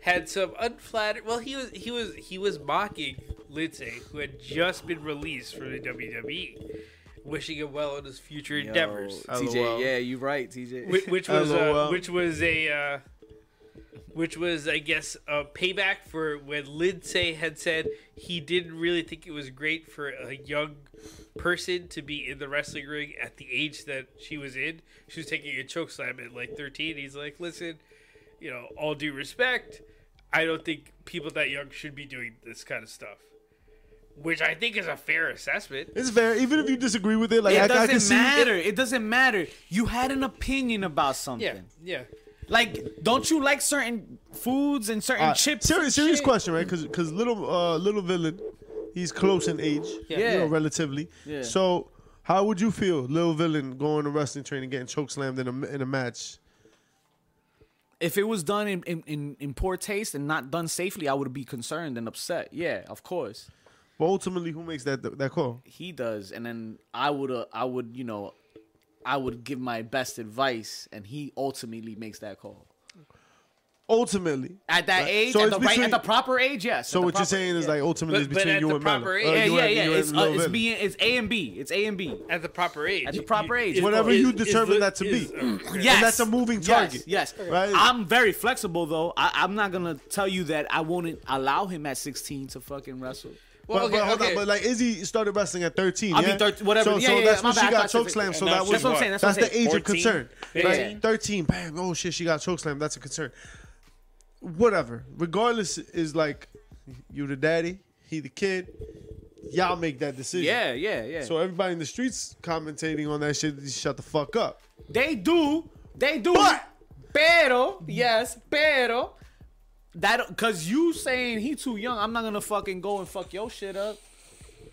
Speaker 5: Had some unflattered. Well, he was he was he was mocking Lindsay, who had just been released from the WWE, wishing him well in his future endeavors.
Speaker 1: Yo, TJ,
Speaker 4: LOL.
Speaker 1: yeah, you right, TJ. [LAUGHS]
Speaker 5: Whi- which was uh,
Speaker 4: LOL.
Speaker 5: which was a uh, which was I guess a payback for when Lindsay had said he didn't really think it was great for a young person to be in the wrestling ring at the age that she was in. She was taking a choke slam at like 13. He's like, listen, you know, all due respect, I don't think people that young should be doing this kind of stuff. Which I think is a fair assessment.
Speaker 4: It's fair, even if you disagree with it. Like
Speaker 1: it
Speaker 4: I, I
Speaker 1: doesn't
Speaker 4: can see.
Speaker 1: matter. It doesn't matter. You had an opinion about something.
Speaker 5: Yeah, yeah.
Speaker 1: Like, don't you like certain foods and certain
Speaker 4: Uh,
Speaker 1: chips?
Speaker 4: serious,
Speaker 1: and
Speaker 4: serious
Speaker 1: shit?
Speaker 4: question, right? Because little uh, little villain, he's close in age,
Speaker 1: Yeah.
Speaker 4: you know, relatively.
Speaker 1: Yeah.
Speaker 4: So how would you feel, little villain, going to wrestling training, getting choke slammed in a in a match?
Speaker 1: If it was done in, in, in, in poor taste and not done safely, I would be concerned and upset. Yeah, of course.
Speaker 4: But ultimately, who makes that that call?
Speaker 1: He does. And then I would, uh, I would, you know, I would give my best advice and he ultimately makes that call.
Speaker 4: Ultimately.
Speaker 1: At that
Speaker 4: Right.
Speaker 1: age,
Speaker 4: So
Speaker 1: at
Speaker 4: it's
Speaker 1: the right,
Speaker 4: between-
Speaker 1: at the proper age, yes.
Speaker 4: So
Speaker 1: at the
Speaker 4: what you're
Speaker 1: proper-
Speaker 4: saying is
Speaker 1: yeah.
Speaker 4: like ultimately
Speaker 5: But-
Speaker 4: it's
Speaker 5: but
Speaker 4: between
Speaker 5: at
Speaker 4: you
Speaker 5: the
Speaker 4: and Mello.
Speaker 5: proper
Speaker 4: Uh,
Speaker 5: age-
Speaker 4: you
Speaker 1: Yeah,
Speaker 4: and-
Speaker 1: yeah,
Speaker 4: you
Speaker 1: yeah.
Speaker 4: and
Speaker 1: It's,
Speaker 4: Lil
Speaker 1: uh, it's
Speaker 4: Villain.
Speaker 1: being it's A and B. It's A and B.
Speaker 5: At the proper age.
Speaker 1: At the proper age.
Speaker 4: Whatever you determine
Speaker 5: Lin-
Speaker 4: that to be.
Speaker 1: Yes,
Speaker 4: And that's a moving target.
Speaker 1: Yes, yes.
Speaker 4: Right?
Speaker 1: I'm very flexible though. I, I'm not gonna tell you that I won't allow him at 16 to fucking wrestle.
Speaker 4: But,
Speaker 6: Well, okay,
Speaker 4: but hold
Speaker 6: okay.
Speaker 4: on, but like Izzy started wrestling at 13.
Speaker 1: I
Speaker 4: yeah?
Speaker 1: mean, 13 whatever.
Speaker 4: So,
Speaker 1: Yeah,
Speaker 4: so
Speaker 1: yeah,
Speaker 4: that's
Speaker 1: yeah, my
Speaker 4: when she
Speaker 1: bad. I
Speaker 4: got
Speaker 1: thought you
Speaker 4: choke slammed.
Speaker 1: said-
Speaker 4: So
Speaker 2: Yeah,
Speaker 4: that
Speaker 2: now
Speaker 4: was
Speaker 2: she's
Speaker 1: That's what I'm
Speaker 2: what?
Speaker 1: saying. That's,
Speaker 4: that's
Speaker 1: what I'm
Speaker 4: the
Speaker 1: saying.
Speaker 4: age of
Speaker 2: 14,
Speaker 4: concern.
Speaker 2: 15?
Speaker 4: Like 13, bang, oh shit, she got choke slammed. That's a concern. Whatever. Regardless, is like you the daddy, he the kid. Y'all make that decision.
Speaker 1: Yeah, yeah, yeah.
Speaker 4: So everybody in the streets commentating on that shit, just shut the fuck up.
Speaker 1: they do, they do.
Speaker 4: But-
Speaker 1: pero yes, pero that because you saying he too young, I'm not gonna fucking go and fuck your shit up.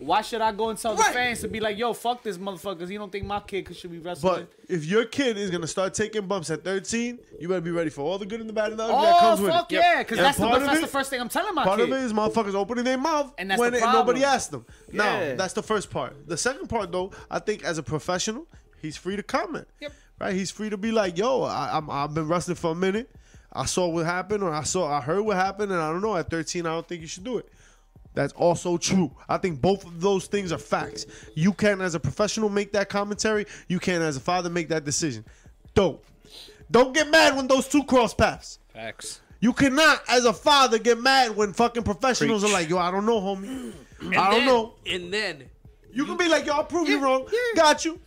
Speaker 1: Why should I go and tell the fans to be like, yo, fuck this motherfucker? 'cause He don't think my kid could- should be wrestling.
Speaker 4: But if your kid is gonna start taking bumps at 13, you better be ready for all the good and the bad and the ugly that
Speaker 1: oh
Speaker 4: comes with
Speaker 1: fuck
Speaker 4: it.
Speaker 1: yeah, because
Speaker 4: And
Speaker 1: that's, the,
Speaker 4: part of
Speaker 1: that's
Speaker 4: it-
Speaker 1: the first thing I'm telling my
Speaker 4: Part
Speaker 1: kid.
Speaker 4: of it is motherfuckers opening their mouth
Speaker 1: And that's
Speaker 4: when
Speaker 1: the
Speaker 4: it- nobody
Speaker 1: problem.
Speaker 4: asked them. Now
Speaker 1: Yeah.
Speaker 4: that's the first part. The second part, though, I think as a professional, he's free to comment. Yep. Right? He's free to be like, "Yo, I, I'm, I've been wrestling for a minute. I saw what happened, or I saw, I heard what happened, and I don't know. At 13, I don't think you should do it." That's also true. I think both of those things are facts. You can, as a professional, make that commentary. You can, as a father, make that decision. Dope. Don't get mad when those two cross paths.
Speaker 2: Facts.
Speaker 4: You cannot, as a father, get mad when fucking professionals are like, yo, I don't know, homie.
Speaker 1: [CLEARS THROAT]
Speaker 4: I don't
Speaker 6: Then-
Speaker 4: know.
Speaker 6: And then
Speaker 4: You can be like, yo, I'll prove you wrong. Got you.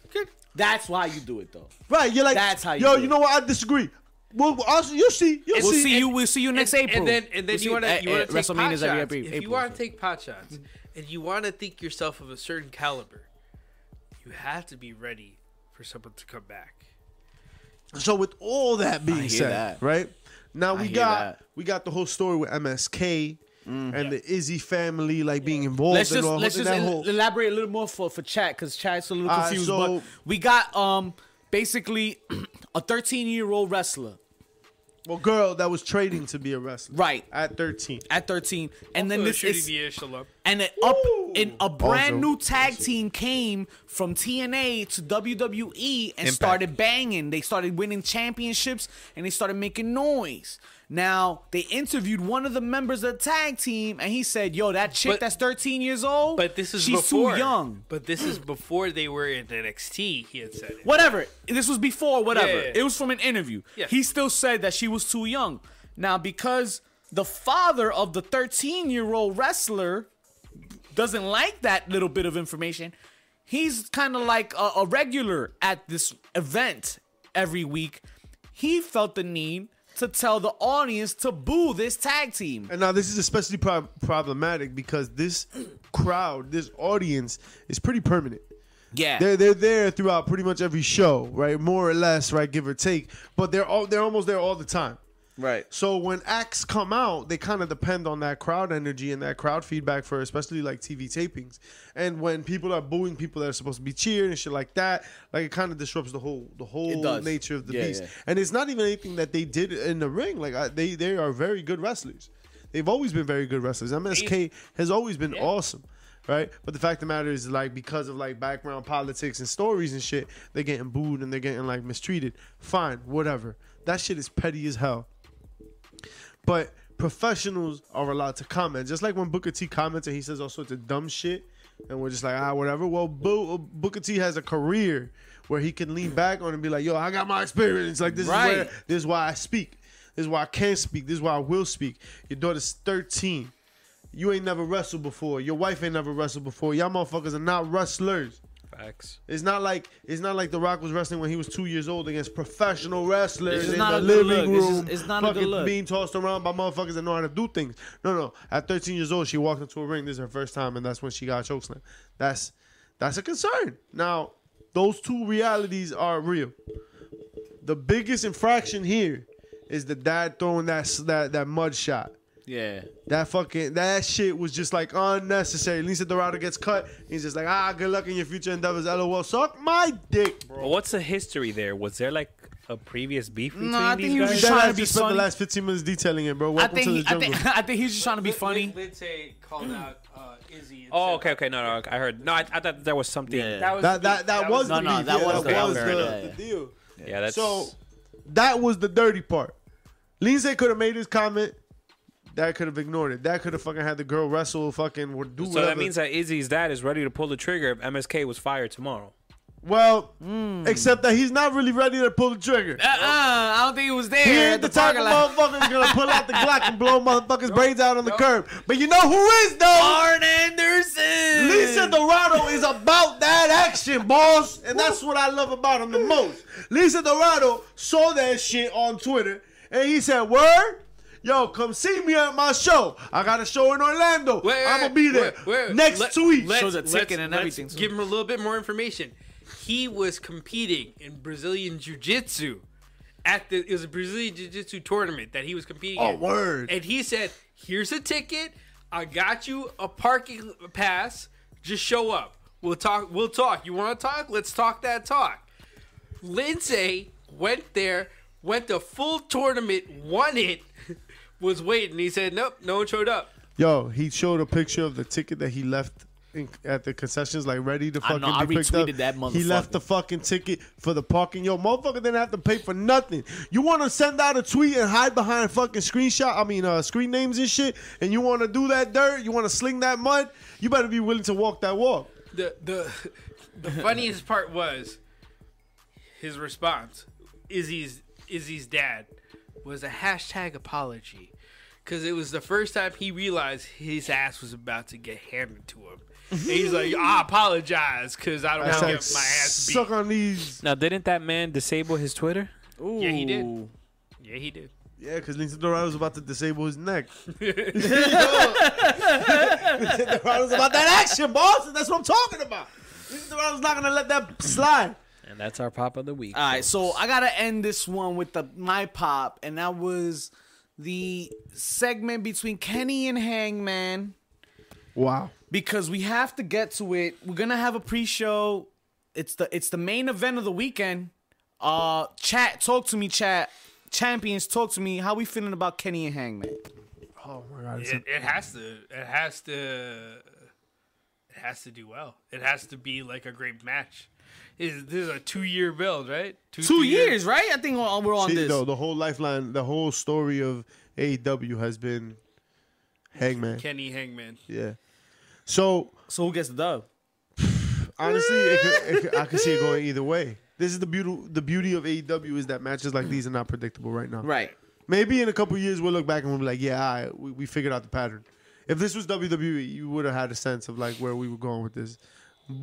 Speaker 1: That's why you do it though.
Speaker 4: Right. You're like,
Speaker 1: That's how you
Speaker 4: yo,
Speaker 1: do
Speaker 4: you
Speaker 1: it.
Speaker 4: know what? I disagree. Well, well, also, you'll see. You'll
Speaker 1: We'll
Speaker 4: see.
Speaker 1: see, you. We'll see you next
Speaker 6: and,
Speaker 1: April.
Speaker 6: and then and then
Speaker 1: We'll see eh,
Speaker 6: you want to
Speaker 1: at-
Speaker 6: you want
Speaker 1: at
Speaker 6: to take pot
Speaker 1: WrestleMania's
Speaker 6: shots.
Speaker 1: every April.
Speaker 6: if you want to take pot shots and you want to think yourself of a certain caliber, you have to be ready for someone to come back.
Speaker 4: So with all that being
Speaker 1: hear
Speaker 4: said,
Speaker 1: that.
Speaker 4: right now we
Speaker 1: hear
Speaker 4: got
Speaker 1: that. Mm.
Speaker 4: we got the whole story with MSK and the Izzy family like being involved.
Speaker 1: let's
Speaker 4: and
Speaker 1: just
Speaker 4: all,
Speaker 1: let's
Speaker 4: in
Speaker 1: just
Speaker 4: that
Speaker 1: el-
Speaker 4: whole,
Speaker 1: elaborate a little more for for chat because chat's a little
Speaker 4: All right,
Speaker 1: confused.
Speaker 4: so-
Speaker 1: [CLEARS THROAT] but we got um basically a 13 year old wrestler
Speaker 4: Well, girl that was training to be a wrestler.
Speaker 1: Right.
Speaker 4: At 13.
Speaker 1: at 13, and
Speaker 6: Oh,
Speaker 1: then
Speaker 7: So
Speaker 1: this
Speaker 7: shooting
Speaker 1: is
Speaker 7: the echelon.
Speaker 1: and it up in a brand
Speaker 4: Also-
Speaker 1: new tag team came from TNA to WWE and started banging. They started winning championships and they started making noise. Now they interviewed one of the members of the tag team and he said, "Yo, that chick
Speaker 5: But-
Speaker 1: that's 13 years old,
Speaker 5: But this is
Speaker 1: she's
Speaker 5: before.
Speaker 1: too young."
Speaker 5: But this is before they were in NXT. He had said it.
Speaker 1: Whatever. This was before whatever.
Speaker 5: Yeah, yeah, yeah.
Speaker 1: It was from an interview.
Speaker 5: Yeah.
Speaker 1: He still said that she was too young. Now because the father of the 13-year-old wrestler doesn't like that little bit of information, he's kind of like a, a regular at this event every week. He felt the need to tell the audience to boo this tag team.
Speaker 4: And now this is especially prob- problematic because this crowd, this audience, is pretty permanent.
Speaker 1: Yeah.
Speaker 4: They're they're there throughout pretty much every show, right? More or less, right? Give or take. But they're all they're almost there all the time.
Speaker 1: right.
Speaker 4: So when acts come out, they kind of depend on that crowd energy and that crowd feedback for especially like TV tapings. And when people are booing people that are supposed to be cheering and shit like that, like it kind of disrupts the whole the
Speaker 1: It
Speaker 4: whole
Speaker 1: does.
Speaker 4: nature of the
Speaker 1: Yeah,
Speaker 4: beast.
Speaker 1: yeah.
Speaker 4: And it's not even anything that they did in the ring. Like I, they they are very good wrestlers. They've always been very good wrestlers. MSK has always been awesome. Right, but the fact of the matter is, like, because of like background politics and stories and shit, they're getting booed and they're getting like mistreated. Fine, whatever. That shit is petty as hell but professionals are allowed to comment. Just like when Booker T comments and he says all sorts of dumb shit, and we're just like, ah, whatever. Well, Bo- Booker T has a career where he can lean back on and be like, yo, I got my experience. Like this
Speaker 1: Right.
Speaker 4: is where, this is why I speak. This is why I can speak. This is why I will speak. Your daughter's 13. You ain't never wrestled before. Your wife ain't never wrestled before. Y'all motherfuckers are not wrestlers.
Speaker 2: Facts.
Speaker 4: It's not like it's not like The Rock was wrestling when he was two years old against professional wrestlers
Speaker 1: It's just
Speaker 4: in
Speaker 1: not
Speaker 4: the
Speaker 1: a good
Speaker 4: living
Speaker 1: look. It's
Speaker 4: room.
Speaker 1: just- it's not a good
Speaker 4: fucking
Speaker 1: look.
Speaker 4: being tossed around by motherfuckers that know how to do things. No, no. At 13 years old, she walked into a ring. This is her first time, and that's when she got chokeslam. That's that's a concern. Now, those two realities are real. The biggest infraction here is the dad throwing that s- that that mud shot.
Speaker 1: Yeah.
Speaker 4: That fucking that shit was just like unnecessary. Lisa Dorado gets cut. He's just like, ah, good luck in your future endeavors. LOL. Suck my dick, bro.
Speaker 2: But what's the history there? Was there like a previous beef between
Speaker 1: I
Speaker 2: these
Speaker 1: think he was
Speaker 2: guys?
Speaker 1: just- trying
Speaker 4: Deadass
Speaker 1: to be
Speaker 4: just spent the
Speaker 1: funny.
Speaker 4: last 15 minutes detailing it, bro.
Speaker 1: I
Speaker 4: Welcome
Speaker 1: think,
Speaker 4: to
Speaker 1: he,
Speaker 4: the
Speaker 1: I
Speaker 4: jungle.
Speaker 1: think [LAUGHS] I think he's just trying to be funny.
Speaker 5: Lindsay called out uh, Izzy. and
Speaker 2: Oh,
Speaker 5: said-
Speaker 2: okay, okay, no, no, I heard. No, I, I thought there was something.
Speaker 1: Yeah.
Speaker 2: Yeah,
Speaker 5: That was
Speaker 4: [LAUGHS] that, that, that was the
Speaker 1: No, no,
Speaker 4: beef.
Speaker 1: that
Speaker 4: Yeah,
Speaker 1: was the-
Speaker 4: that was
Speaker 2: fair
Speaker 4: the,
Speaker 1: enough.
Speaker 4: the deal. [LAUGHS]
Speaker 2: that's
Speaker 4: So that was the dirty part. Lindsay could have made his comment. That could have ignored it. That could have fucking had the girl wrestle, fucking, or do
Speaker 2: So
Speaker 4: whatever.
Speaker 2: that means that Izzy's dad is ready to pull the trigger if MSK was fired tomorrow.
Speaker 4: well,
Speaker 1: Hmm.
Speaker 4: except that he's not really ready to pull the trigger.
Speaker 1: Uh-uh, I don't think it was there.
Speaker 4: He
Speaker 1: at
Speaker 4: ain't the type of
Speaker 1: parking lot.
Speaker 4: motherfucker who's
Speaker 1: [LAUGHS]
Speaker 4: gonna pull out the Glock and blow motherfuckers' brains out on the curb. But you know who is though?
Speaker 1: Arn Anderson.
Speaker 4: Lisa Dorado is about that action, boss, and that's what I love about him the most. Lisa Dorado saw that shit on Twitter, and he said, "Word." Yo, come see me at my show. I got a show in Orlando.
Speaker 5: Wait, wait,
Speaker 4: I'm gonna be there
Speaker 5: wait, wait, wait.
Speaker 4: next
Speaker 5: Let-
Speaker 4: two weeks.
Speaker 5: let's-
Speaker 1: Shows a
Speaker 5: let's-
Speaker 1: ticket and
Speaker 5: let's
Speaker 1: everything, so-
Speaker 5: Give him a little bit more information. He was competing in Brazilian Jiu Jitsu at the it was a Brazilian Jiu Jitsu tournament that he was competing
Speaker 4: Oh,
Speaker 5: in.
Speaker 4: word.
Speaker 5: And he said, Here's a ticket. I got you a parking pass. Just show up. We'll talk we'll talk. You wanna talk? Let's talk that talk. Lindsay went there, went the full tournament, won it, [LAUGHS] was waiting. He said, Nope, no one showed up.
Speaker 4: Yo, he showed a picture of the ticket that he left in, at the concessions, like ready to fucking
Speaker 1: know, I
Speaker 4: be picked up.
Speaker 1: retweeted that
Speaker 4: He left
Speaker 1: motherfucker.
Speaker 4: the fucking ticket for the parking. Yo, motherfucker didn't have to pay for nothing. You want to send out a tweet and hide behind fucking screenshot? I mean, uh, screen names and shit. And you want to do that dirt? You want to sling that mud? You better be willing to walk that walk.
Speaker 5: the the the funniest part was his response. Izzy's Izzy's dad was a hashtag apology because it was the first time he realized his ass was about to get handed to him. And he's like, I apologize because I don't want
Speaker 4: That's
Speaker 5: to
Speaker 4: like,
Speaker 5: get my ass
Speaker 4: Suck
Speaker 5: beat.
Speaker 4: on these.
Speaker 2: Now, didn't that man disable his Twitter?
Speaker 5: Yeah, he did.
Speaker 1: Ooh.
Speaker 5: Yeah, he did.
Speaker 4: Yeah, because Lindsay Dorado's about to disable his
Speaker 1: [LAUGHS]
Speaker 4: neck. [LAUGHS] Lindsay Dorado's about that action, boss. and That's what I'm talking about. Lindsay Dorado's not gonna let that slide.
Speaker 2: And that's our pop of the week.
Speaker 1: All right, so I gotta end this one with the my pop, and that was the segment between Kenny and Hangman
Speaker 4: Wow.
Speaker 1: because we have to get to it. We're gonna have a pre-show. It's the it's the main event of the weekend. Uh, chat, talk to me, chat. champions talk to me. How we feeling about Kenny and Hangman?
Speaker 4: Oh my god, it's
Speaker 5: It, it has to. It has to. It has to do well. It has to be like a great match. Is this is a two-year build, right?
Speaker 1: Two
Speaker 5: three
Speaker 1: years, right? I think we're we're on
Speaker 4: See,
Speaker 1: this.
Speaker 4: though, the whole lifeline, the whole story of AEW has been Hangman.
Speaker 5: Kenny Hangman.
Speaker 4: Yeah. So
Speaker 1: So who gets the dub?
Speaker 4: honestly, it could, it could, I could see it going either way. This is the beauty. The beauty of AEW is that matches like these are not predictable right now.
Speaker 1: Right.
Speaker 4: Maybe in a couple years we'll look back and we'll be like, yeah, all right, we, we figured out the pattern. If this was WWE, you would have had a sense of like where we were going with this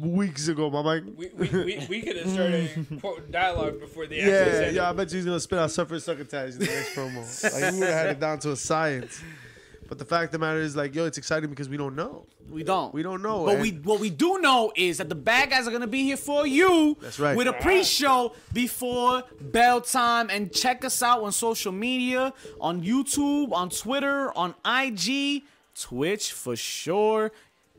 Speaker 4: weeks ago. My mic.
Speaker 6: We, we, we, we could have started quote dialogue before the actually
Speaker 4: Yeah,
Speaker 6: said
Speaker 4: yeah, I bet you he's gonna spit out suffer succotash in the next [LAUGHS] promo. Like we would have had it down to a science. But the fact of the matter is, like, yo, it's exciting because we don't know.
Speaker 1: We don't.
Speaker 4: We don't know.
Speaker 1: But
Speaker 4: and
Speaker 1: we what we do know is that the bad guys are gonna be here for you.
Speaker 4: That's right.
Speaker 1: With a pre-show before bell time, and check us out on social media, on YouTube, on Twitter, on IG, Twitch for sure,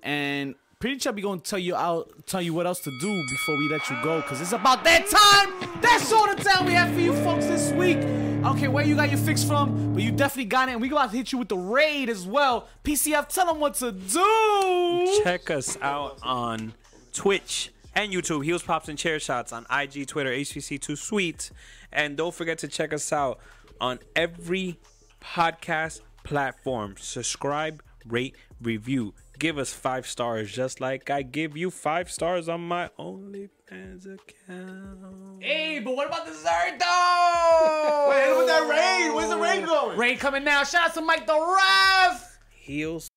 Speaker 1: and. Pretty sure I'll be gonna tell you out, tell you what else to do before we let you go, cause it's about that time. That's all the time we have for you folks this week. I don't care where you got your fix from, but you definitely got it, and we about to hit you with the raid as well. PCF, tell them what to do.
Speaker 2: Check us out on Twitch and YouTube. Heels, pops, and chair shots on IG, Twitter, HCC2 Sweet, and don't forget to check us out on every podcast platform. Subscribe, rate, review. Give us five stars, just like I give you five stars on my OnlyFans account.
Speaker 1: Hey, but what about dessert though?
Speaker 4: Wait, look at that rain. Where's the rain going?
Speaker 1: Rain coming now. Shout out to Mike the Ref.
Speaker 2: Heels,